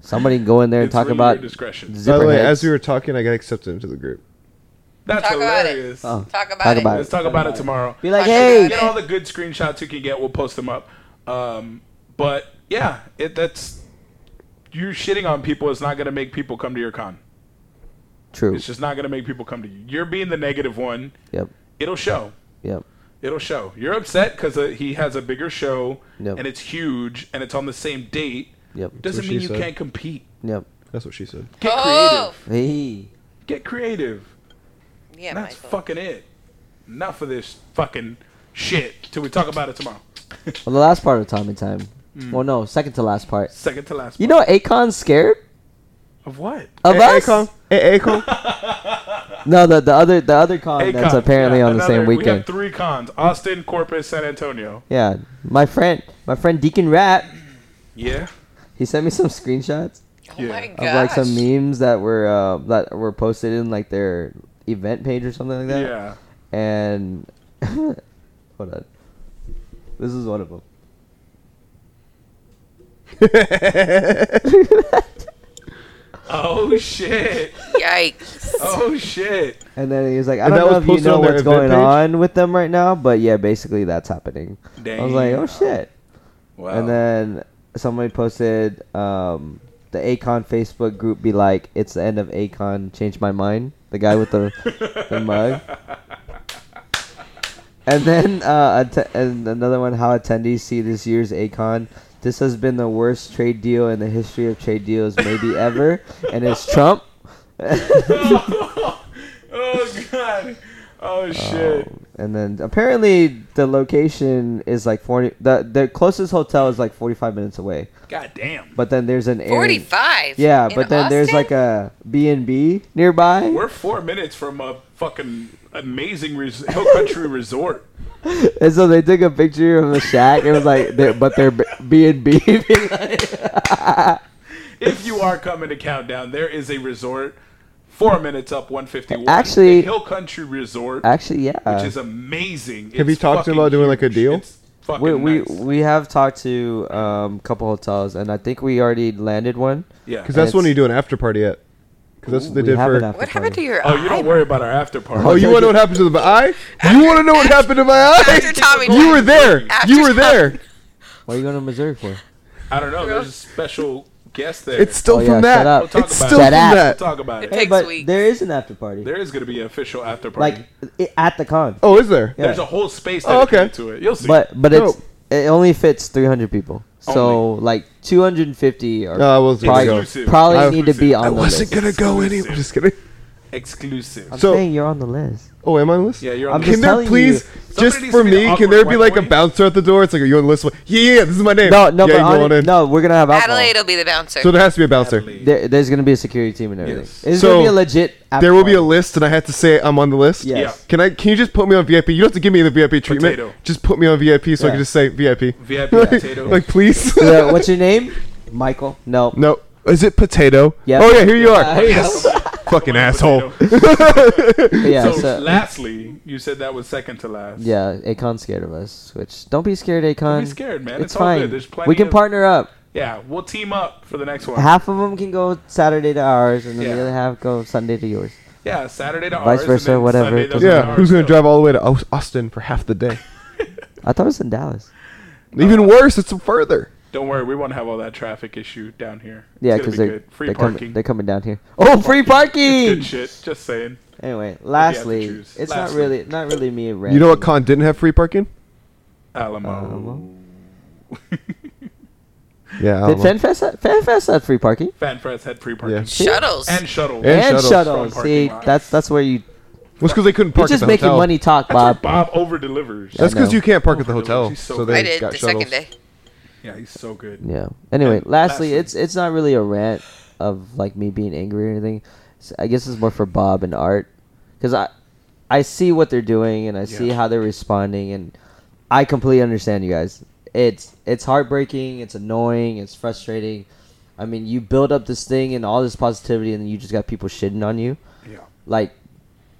Speaker 2: Somebody can go in there and
Speaker 1: It's
Speaker 2: talk
Speaker 1: really
Speaker 2: about
Speaker 1: your discretion.
Speaker 2: zipper
Speaker 3: By the way,
Speaker 2: heads.
Speaker 3: as we were talking, I got accepted into the group.
Speaker 1: That's
Speaker 4: Talk about it.
Speaker 1: hilarious.
Speaker 2: Oh,
Speaker 4: Talk about
Speaker 2: Talk
Speaker 4: it.
Speaker 2: about
Speaker 1: Let's talk about it tomorrow.
Speaker 2: Be like,
Speaker 4: Talk
Speaker 2: hey,
Speaker 4: about
Speaker 1: get all the good screenshots you can get. We'll post them up. Um, but yeah, it that's you shitting on people is not going to make people come to your con.
Speaker 2: true.
Speaker 1: It's just not going to make people come to you. You're being the negative one.
Speaker 2: Yep,
Speaker 1: It'll show.
Speaker 2: yep.
Speaker 1: It'll show. You're upset because uh, he has a bigger show
Speaker 2: Yep.
Speaker 1: and it's huge and it's on the same date.
Speaker 2: Yep.
Speaker 1: Doesn't
Speaker 3: what
Speaker 1: mean
Speaker 3: she
Speaker 1: you
Speaker 3: said.
Speaker 1: can't compete.
Speaker 2: Yep.
Speaker 3: That's what she said.
Speaker 1: Get
Speaker 4: Oh!
Speaker 1: creative.
Speaker 2: Hey.
Speaker 1: Get creative.
Speaker 4: Yeah,
Speaker 1: That's
Speaker 4: Michael.
Speaker 1: fucking it. Enough of this fucking shit till we talk about it tomorrow.
Speaker 2: Well, the last part of Tommy Time.
Speaker 1: Mm.
Speaker 2: Well, no, second to last part.
Speaker 1: Second to last.
Speaker 2: You
Speaker 1: part.
Speaker 2: know, Akon's scared
Speaker 1: of what?
Speaker 2: of us.
Speaker 3: Akon? Hey, Akon?
Speaker 2: No, the, the other the other con Oh, that's
Speaker 1: Akon.
Speaker 2: apparently
Speaker 1: Yeah,
Speaker 2: on the
Speaker 1: another-
Speaker 2: same
Speaker 1: We have
Speaker 2: weekend.
Speaker 1: three cons: Austin, Corpus, San Antonio.
Speaker 2: yeah, my friend, my friend Deacon Rat,
Speaker 1: Yeah.
Speaker 2: he sent me some screenshots.
Speaker 4: Oh my
Speaker 1: Yeah.
Speaker 4: gosh.
Speaker 2: of like some memes that were uh, that were posted in like their event page or something like that.
Speaker 1: Yeah.
Speaker 2: And hold on, this is one of them.
Speaker 1: Oh shit.
Speaker 4: Yikes.
Speaker 1: Oh shit.
Speaker 2: And then he was like, "I
Speaker 3: And
Speaker 2: don't
Speaker 3: that
Speaker 2: know if
Speaker 3: was
Speaker 2: you
Speaker 3: posted
Speaker 2: know
Speaker 3: on their
Speaker 2: what's
Speaker 3: event
Speaker 2: going
Speaker 3: page?
Speaker 2: on with them right now, but yeah, basically that's happening." I was like, "Oh
Speaker 1: Damn.
Speaker 2: shit!"
Speaker 1: Wow.
Speaker 2: And then somebody posted um, the Acon Facebook group be like, "It's the end of Acon. Change my mind." the guy with the, the mug. And then uh, att- and another one: How attendees see this year's Acon. This has been the worst trade deal in the history of trade deals, maybe ever, and it's Trump.
Speaker 1: oh god. Oh shit.
Speaker 2: And then apparently the location is like forty. The the closest hotel is like forty five minutes away.
Speaker 1: God damn.
Speaker 2: But then there's an air-
Speaker 4: 45.
Speaker 2: Yeah,
Speaker 4: in
Speaker 2: but then there's
Speaker 4: Austin?
Speaker 2: like a B and B nearby.
Speaker 1: We're four minutes from a fucking amazing res- hill country resort.
Speaker 2: And so they took a picture of a shack. It was like, they but they're B and B.
Speaker 1: If you are coming to countdown, there is a resort four minutes up, one fifty one.
Speaker 2: Actually- uh,
Speaker 1: hill country resort,
Speaker 2: Actually,
Speaker 1: which
Speaker 2: yeah.
Speaker 1: is amazing.
Speaker 3: Have you talked to them about doing, like, a deal?
Speaker 1: It's fucking
Speaker 2: We, we
Speaker 1: nice.
Speaker 2: we have talked to a um, couple hotels, and I think we already landed one.
Speaker 1: yeah.
Speaker 3: Because that's
Speaker 2: And
Speaker 3: when you
Speaker 2: it's-
Speaker 3: do an after party at. Because that's what they
Speaker 2: We
Speaker 3: did
Speaker 2: have
Speaker 3: for.
Speaker 2: an after
Speaker 4: What happened
Speaker 2: party.
Speaker 4: to your
Speaker 1: Oh, you don't
Speaker 4: eye-
Speaker 1: worry about our after party.
Speaker 3: Oh, you want to know what happened to the eye? You want to know what happened to my
Speaker 4: After
Speaker 3: eye?
Speaker 4: Tommy
Speaker 3: You were there.
Speaker 4: After
Speaker 3: You were there.
Speaker 2: What are you going to Missouri for?
Speaker 1: I don't know. There's a special guest there.
Speaker 3: It's still
Speaker 2: Oh, yeah,
Speaker 3: from
Speaker 2: shut up.
Speaker 3: that.
Speaker 1: We'll talk
Speaker 3: It's
Speaker 1: about
Speaker 3: still
Speaker 1: it.
Speaker 3: from
Speaker 2: Shut up.
Speaker 1: We'll
Speaker 3: that.
Speaker 1: talk about it.
Speaker 4: Takes
Speaker 2: but
Speaker 4: weeks.
Speaker 2: there is an after party,
Speaker 1: There is going to be an official after party.
Speaker 2: like i at the con.
Speaker 3: Oh, is there?
Speaker 2: Yeah.
Speaker 1: There's a whole space
Speaker 3: Oh,
Speaker 1: dedicated
Speaker 3: okay.
Speaker 1: to it. You'll see.
Speaker 2: But but
Speaker 3: No.
Speaker 2: it's it only fits 300 people. So like 250 are
Speaker 3: No, I wasn't
Speaker 2: probably,
Speaker 3: gonna
Speaker 1: go.
Speaker 2: probably
Speaker 3: I-
Speaker 2: need to be on
Speaker 1: I
Speaker 2: the
Speaker 1: wasn't
Speaker 2: list.
Speaker 3: gonna go anyway. I'm just kidding.
Speaker 1: Exclusive.
Speaker 2: I'm
Speaker 3: So-
Speaker 2: saying you're on the list.
Speaker 3: Oh, am I on the list?
Speaker 1: Yeah, you're on
Speaker 2: I'm
Speaker 1: the
Speaker 3: Can
Speaker 1: list.
Speaker 2: just
Speaker 3: there
Speaker 2: telling
Speaker 3: please,
Speaker 2: you.
Speaker 1: Somebody
Speaker 3: just
Speaker 1: needs
Speaker 3: for
Speaker 1: to be the
Speaker 3: me,
Speaker 1: awkward
Speaker 3: can there be
Speaker 1: white
Speaker 3: like a
Speaker 1: boy.
Speaker 3: bouncer at the door? It's like, are you on the list? Like, yeah, yeah, yeah, this is my name.
Speaker 2: No, no,
Speaker 3: yeah,
Speaker 2: but
Speaker 3: you
Speaker 2: on
Speaker 3: go on
Speaker 2: it-
Speaker 3: in.
Speaker 2: no, we're gonna have alcohol.
Speaker 4: Adelaide will be the bouncer.
Speaker 3: So there has to be a bouncer.
Speaker 1: Adelaide.
Speaker 2: There, there's gonna be a security team and everything.
Speaker 1: Yes.
Speaker 2: It's
Speaker 3: So,
Speaker 2: gonna be a legit. after
Speaker 3: There will be a
Speaker 2: party.
Speaker 3: list, and I have to say I'm on the list.
Speaker 2: Yes.
Speaker 1: Yeah.
Speaker 3: Can I? Can you just put me on VIP? You don't have to give me the VIP treatment.
Speaker 1: Potato.
Speaker 3: Just put me on VIP, so I
Speaker 2: Yeah.
Speaker 3: can just say VIP.
Speaker 1: VIP
Speaker 3: like,
Speaker 1: potato.
Speaker 3: like, please.
Speaker 2: Uh, what's your name? Michael. No.
Speaker 3: no. Is it potato?
Speaker 2: Yep.
Speaker 3: Oh yeah, here you are.
Speaker 2: Yeah, here you
Speaker 3: yes. Fucking asshole.
Speaker 1: Potato.
Speaker 2: Yeah.
Speaker 1: so,
Speaker 2: So,
Speaker 1: lastly, you said that was second to last.
Speaker 2: yeah, Akon's scared of us. Which don't be scared, Akon.
Speaker 1: Don't be scared, man. It's all good. There's plenty
Speaker 2: we can
Speaker 1: of-
Speaker 2: partner up.
Speaker 1: Yeah, we'll team up for the next one.
Speaker 2: Half of them can go Saturday to ours, and then
Speaker 1: Yeah.
Speaker 2: the other half go Sunday to yours.
Speaker 1: yeah, Saturday to
Speaker 2: Vice
Speaker 1: ours,
Speaker 2: versa,
Speaker 1: and then
Speaker 2: whatever,
Speaker 1: Sunday
Speaker 2: it
Speaker 1: to
Speaker 2: doesn't
Speaker 1: ours.
Speaker 3: Yeah. Who's gonna drive all the way to Aus- Austin for half the day?
Speaker 2: I thought it was in Dallas.
Speaker 3: Even worse, it's further.
Speaker 1: Don't worry, we won't have all that traffic issue down here. It's
Speaker 2: Yeah,
Speaker 1: gonna
Speaker 2: because
Speaker 1: be
Speaker 2: they're
Speaker 1: good. free
Speaker 2: they're
Speaker 1: parking.
Speaker 2: coming, they're coming down here. Oh, free
Speaker 1: good
Speaker 2: parking!
Speaker 1: shit. Just saying.
Speaker 2: Anyway, lastly,
Speaker 1: choose.
Speaker 2: it's
Speaker 1: Lastly.
Speaker 2: not really not really me. And Randy.
Speaker 3: You know what con didn't have free parking?
Speaker 1: Alamo.
Speaker 2: Alamo?
Speaker 3: Yeah. I
Speaker 2: Did
Speaker 3: don't know.
Speaker 2: FanFest had, FanFest had free parking
Speaker 1: FanFest had free parking.
Speaker 3: Yeah.
Speaker 4: Shuttles.
Speaker 1: And shuttle.
Speaker 3: And
Speaker 2: and,
Speaker 3: shuttles.
Speaker 2: shuttles.
Speaker 1: From
Speaker 2: See,
Speaker 1: parking lot.
Speaker 2: that's that's where you
Speaker 3: Well, because they couldn't
Speaker 2: you're
Speaker 3: park
Speaker 2: just
Speaker 3: at the
Speaker 2: making
Speaker 3: hotel.
Speaker 2: money talk,
Speaker 1: That's where
Speaker 2: Bob.
Speaker 1: Bob over delivers.
Speaker 3: That's because
Speaker 2: know. Oh,
Speaker 3: you can't park at the
Speaker 1: Over the
Speaker 3: hotel.
Speaker 1: She's so
Speaker 3: so
Speaker 1: good.
Speaker 3: they
Speaker 4: I did the
Speaker 3: got shuttles.
Speaker 4: second day.
Speaker 1: Yeah, he's so good.
Speaker 2: Yeah. Anyway, lastly,
Speaker 1: lastly-
Speaker 2: it's it's not really a rant of like me being angry or anything. It's- I guess it's more for Bob and Art, because I I see what they're doing and I see
Speaker 1: Yeah.
Speaker 2: how they're responding, and I completely understand you guys. It's it's heartbreaking. It's annoying. It's frustrating. I mean, you build up this thing and all this positivity, and then you just got people shitting on you.
Speaker 1: Yeah.
Speaker 2: Like,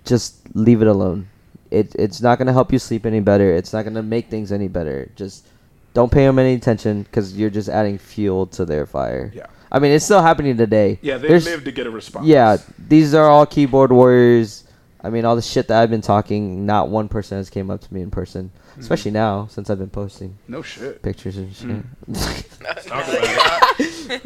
Speaker 2: just leave it alone. It it's not gonna help you sleep any better. It's not gonna make things any better. Just don't pay them any attention because you're just adding fuel to their fire.
Speaker 1: Yeah.
Speaker 2: I mean, it's still happening today.
Speaker 1: Yeah, they
Speaker 2: There's-
Speaker 1: live to get a response.
Speaker 2: Yeah, these are all keyboard warriors. I mean, all the shit that I've been talking, not one person has came up to me in person,
Speaker 1: Mm-hmm.
Speaker 2: especially now since I've been posting
Speaker 1: No shit.
Speaker 2: pictures and shit.
Speaker 1: Talk about it.
Speaker 2: no,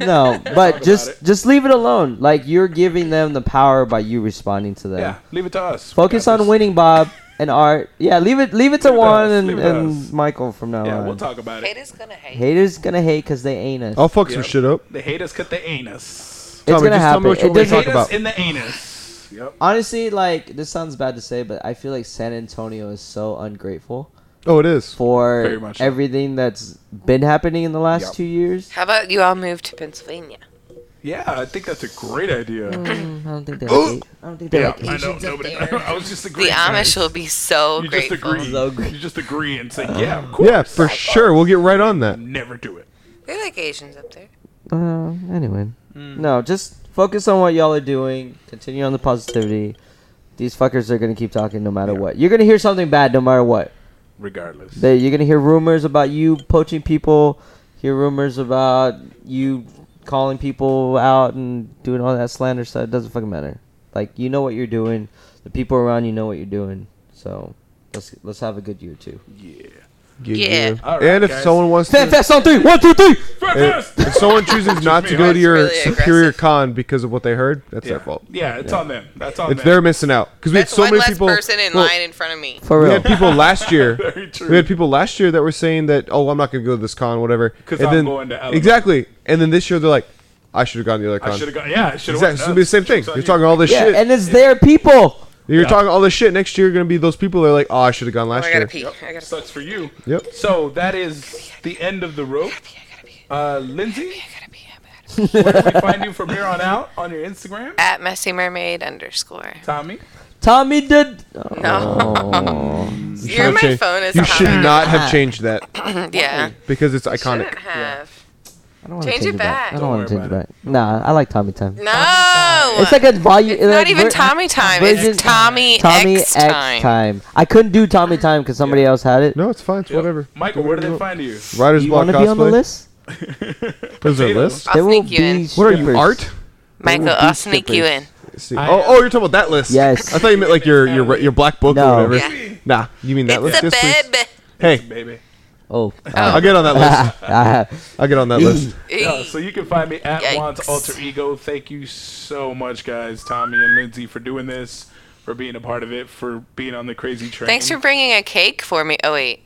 Speaker 1: Mm-hmm. about
Speaker 2: but just
Speaker 1: it.
Speaker 2: just leave it alone. Like you're giving them the power by you responding to them.
Speaker 1: Yeah, leave it to us. We
Speaker 2: Focus
Speaker 1: got
Speaker 2: on
Speaker 1: this.
Speaker 2: winning, Bob and Art. Yeah, leave it leave it to
Speaker 1: Leave it to
Speaker 2: Juan
Speaker 1: us,
Speaker 2: and,
Speaker 1: leave it to us.
Speaker 2: and Michael from now
Speaker 1: Yeah,
Speaker 2: on.
Speaker 1: we'll talk about it.
Speaker 4: Haters gonna hate.
Speaker 2: Haters gonna hate because they ain't us.
Speaker 3: I'll fuck
Speaker 1: Yep.
Speaker 3: some shit up.
Speaker 1: They hate us because they ain't us.
Speaker 2: it's gonna
Speaker 3: Tommy, just tell
Speaker 2: happen.
Speaker 3: me what you
Speaker 2: It
Speaker 3: want me to
Speaker 2: doesn't-
Speaker 3: talk
Speaker 1: hate
Speaker 3: about-
Speaker 1: us in the anus. Yep.
Speaker 2: honestly, like this sounds bad to say, but I feel like San Antonio is so ungrateful
Speaker 3: Oh, it is.
Speaker 1: Very
Speaker 2: for
Speaker 1: much so.
Speaker 2: everything that's been happening in the last
Speaker 1: Yep.
Speaker 2: two years.
Speaker 4: How about you all move to Pennsylvania?
Speaker 1: Yeah, I think that's a great idea.
Speaker 2: Mm, I don't think they. Like, I don't think they.
Speaker 1: yeah,
Speaker 2: Like,
Speaker 1: I know.
Speaker 4: Asians up
Speaker 1: Nobody.
Speaker 4: there.
Speaker 1: I was just agreeing.
Speaker 4: The Amish will be so
Speaker 1: You just
Speaker 4: grateful.
Speaker 1: agree.
Speaker 2: So gr-
Speaker 1: You just agree and say, yeah, of course.
Speaker 3: Yeah, for sure. We'll get right on that.
Speaker 1: Never do it.
Speaker 4: They like Asians up there.
Speaker 2: Uh, anyway,
Speaker 1: Mm.
Speaker 2: no, just focus on what y'all are doing. Continue on the positivity. These fuckers are gonna keep talking no matter
Speaker 1: Yeah.
Speaker 2: what. You're gonna hear something bad no matter what.
Speaker 1: Regardless.
Speaker 2: They, you're gonna hear rumors about you poaching people. Hear rumors about you calling people out and doing all that slander stuff. It doesn't fucking matter. Like you know what you're doing. The people around you know what you're doing. So let's let's have a good year too.
Speaker 1: yeah.
Speaker 4: Yeah.
Speaker 1: All right,
Speaker 3: and if
Speaker 1: guys.
Speaker 3: someone wants to,
Speaker 2: FanFest on three. One, two, three.
Speaker 1: Breakfast!
Speaker 3: if someone chooses not to
Speaker 1: me.
Speaker 3: go to
Speaker 4: That's
Speaker 3: your
Speaker 4: really
Speaker 3: superior
Speaker 4: aggressive.
Speaker 3: con because of what they heard, that's
Speaker 1: yeah. Oh,
Speaker 3: their fault.
Speaker 1: Yeah, it's on them. That's on
Speaker 3: It's
Speaker 1: them.
Speaker 3: they're missing out because we had
Speaker 4: That's
Speaker 3: so
Speaker 4: one
Speaker 3: many
Speaker 4: less
Speaker 3: people.
Speaker 4: person in
Speaker 3: well,
Speaker 4: line in front of me.
Speaker 2: For
Speaker 3: We
Speaker 2: real.
Speaker 3: had people last year.
Speaker 1: Very true.
Speaker 3: we had people last year that were saying that, oh, I'm not going to go to this con, whatever.
Speaker 1: 'Cause
Speaker 3: And
Speaker 1: I'm
Speaker 3: then-
Speaker 1: going to Alabama.
Speaker 3: exactly. And then this year they're like, I should have gone to the other con.
Speaker 1: I should have got. Yeah, I should have.
Speaker 3: Exactly. It's gonna be the same thing. You're talking all this
Speaker 2: yeah,
Speaker 3: shit.
Speaker 2: and it's their people.
Speaker 3: You're
Speaker 1: Yeah.
Speaker 3: talking all this shit. Next year, you're gonna be those people that are like, "Oh, I should have gone
Speaker 4: Oh,
Speaker 3: last
Speaker 4: I
Speaker 3: year."
Speaker 4: gotta pee. I gotta pee.
Speaker 1: Sucks for you.
Speaker 3: Yep.
Speaker 1: So that is the end of the rope.
Speaker 4: I gotta pee.
Speaker 1: Uh, Lindsay,
Speaker 4: I gotta pee. I gotta pee.
Speaker 1: we find you from here on out on your Instagram.
Speaker 4: At messy mermaid underscore.
Speaker 1: Tommy.
Speaker 2: Tommy Oh. did. Oh,
Speaker 4: No.
Speaker 3: You
Speaker 4: Your
Speaker 3: should've
Speaker 4: my
Speaker 3: changed-
Speaker 4: phone is
Speaker 3: You
Speaker 4: on.
Speaker 3: should not have changed that
Speaker 4: Yeah.
Speaker 3: because it's
Speaker 4: Shouldn't
Speaker 3: iconic.
Speaker 4: have.
Speaker 2: I don't want to
Speaker 4: Change
Speaker 2: change
Speaker 4: it
Speaker 2: it back. I
Speaker 4: back.
Speaker 2: don't want to
Speaker 1: Don't
Speaker 2: change it
Speaker 1: worry
Speaker 2: back. Nah, I like Tommy time.
Speaker 4: No.
Speaker 2: It's like a volume.
Speaker 4: It's not even Tommy time.
Speaker 2: Virgin-
Speaker 4: It's Tommy,
Speaker 2: Tommy
Speaker 4: X, time.
Speaker 2: I couldn't do Tommy time because somebody else had it.
Speaker 3: No, it's fine. It's whatever.
Speaker 1: Michael, where do they find you?
Speaker 3: Writers
Speaker 2: You
Speaker 3: block
Speaker 2: want to be on the
Speaker 3: cosplay.
Speaker 2: list?
Speaker 3: Is there a
Speaker 1: Potato.
Speaker 3: list?
Speaker 4: I'll
Speaker 2: There will
Speaker 4: sneak you in.
Speaker 2: be
Speaker 3: Uh, What are you
Speaker 2: strippers.
Speaker 3: art?
Speaker 4: Michael,
Speaker 2: There will be
Speaker 4: I'll sneak you in.
Speaker 2: strippers.
Speaker 3: Let's See.
Speaker 1: I
Speaker 3: oh,
Speaker 1: am-
Speaker 3: oh, you're talking about that list.
Speaker 2: Yes.
Speaker 3: I thought you meant like your your re- your black book
Speaker 2: No.
Speaker 3: or whatever.
Speaker 4: Yeah.
Speaker 3: Nah, you mean that list?
Speaker 4: It's a
Speaker 3: Yes, please.
Speaker 4: bed.
Speaker 3: Hey,
Speaker 1: Baby.
Speaker 2: Oh,
Speaker 3: I'll get on that list.
Speaker 2: I-
Speaker 3: I'll get on that list.
Speaker 1: Yeah, Uh, so you can find me at
Speaker 4: Yikes.
Speaker 1: Juan's Alter Ego. Thank you so much, guys, Tommy and Lindsay, for doing this, for being a part of it, for being on the crazy train.
Speaker 4: Thanks for bringing a cake for me. Oh wait,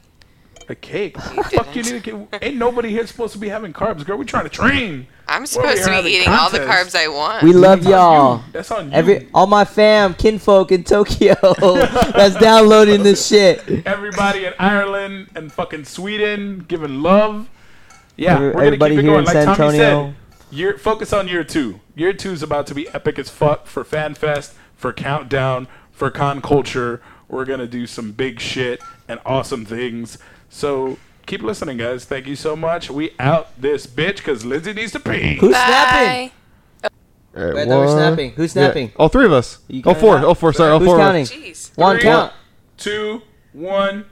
Speaker 1: a cake. Fuck you, need a cake. Ain't nobody here supposed to be having carbs, girl. We trying to train.
Speaker 4: I'm
Speaker 1: Well,
Speaker 4: supposed
Speaker 1: we
Speaker 4: to
Speaker 1: have a
Speaker 4: be eating all the
Speaker 1: contest.
Speaker 4: carbs I want.
Speaker 2: we love y'all.
Speaker 1: That's on you.
Speaker 2: Every all my fam, kinfolk in Tokyo that's downloading this shit.
Speaker 1: everybody in Ireland and fucking Sweden giving love. Yeah,
Speaker 2: Every-
Speaker 1: we're gonna
Speaker 2: everybody
Speaker 1: keep it
Speaker 2: here
Speaker 1: going.
Speaker 2: in
Speaker 1: Like
Speaker 2: San
Speaker 1: Tommy
Speaker 2: Antonio.
Speaker 1: said, year, focus on year two. Year two is about to be epic as fuck for FanFest, for Countdown, for Con Culture. We're gonna do some big shit and awesome things. So keep listening, guys. Thank you so much. We out this bitch because Lindsay needs to pee.
Speaker 2: Who's snapping?
Speaker 4: Bye.
Speaker 3: All right,
Speaker 2: Wait, that was
Speaker 3: one-
Speaker 2: snapping. Who's
Speaker 3: yeah,
Speaker 2: snapping?
Speaker 3: All three of us.
Speaker 2: You
Speaker 3: All
Speaker 2: counting
Speaker 3: four.
Speaker 2: out?
Speaker 3: All four. Sorry. All
Speaker 2: Who's
Speaker 3: four. of us.
Speaker 2: counting?
Speaker 4: Jeez.
Speaker 2: One
Speaker 1: Three.
Speaker 2: count.
Speaker 1: Two, one.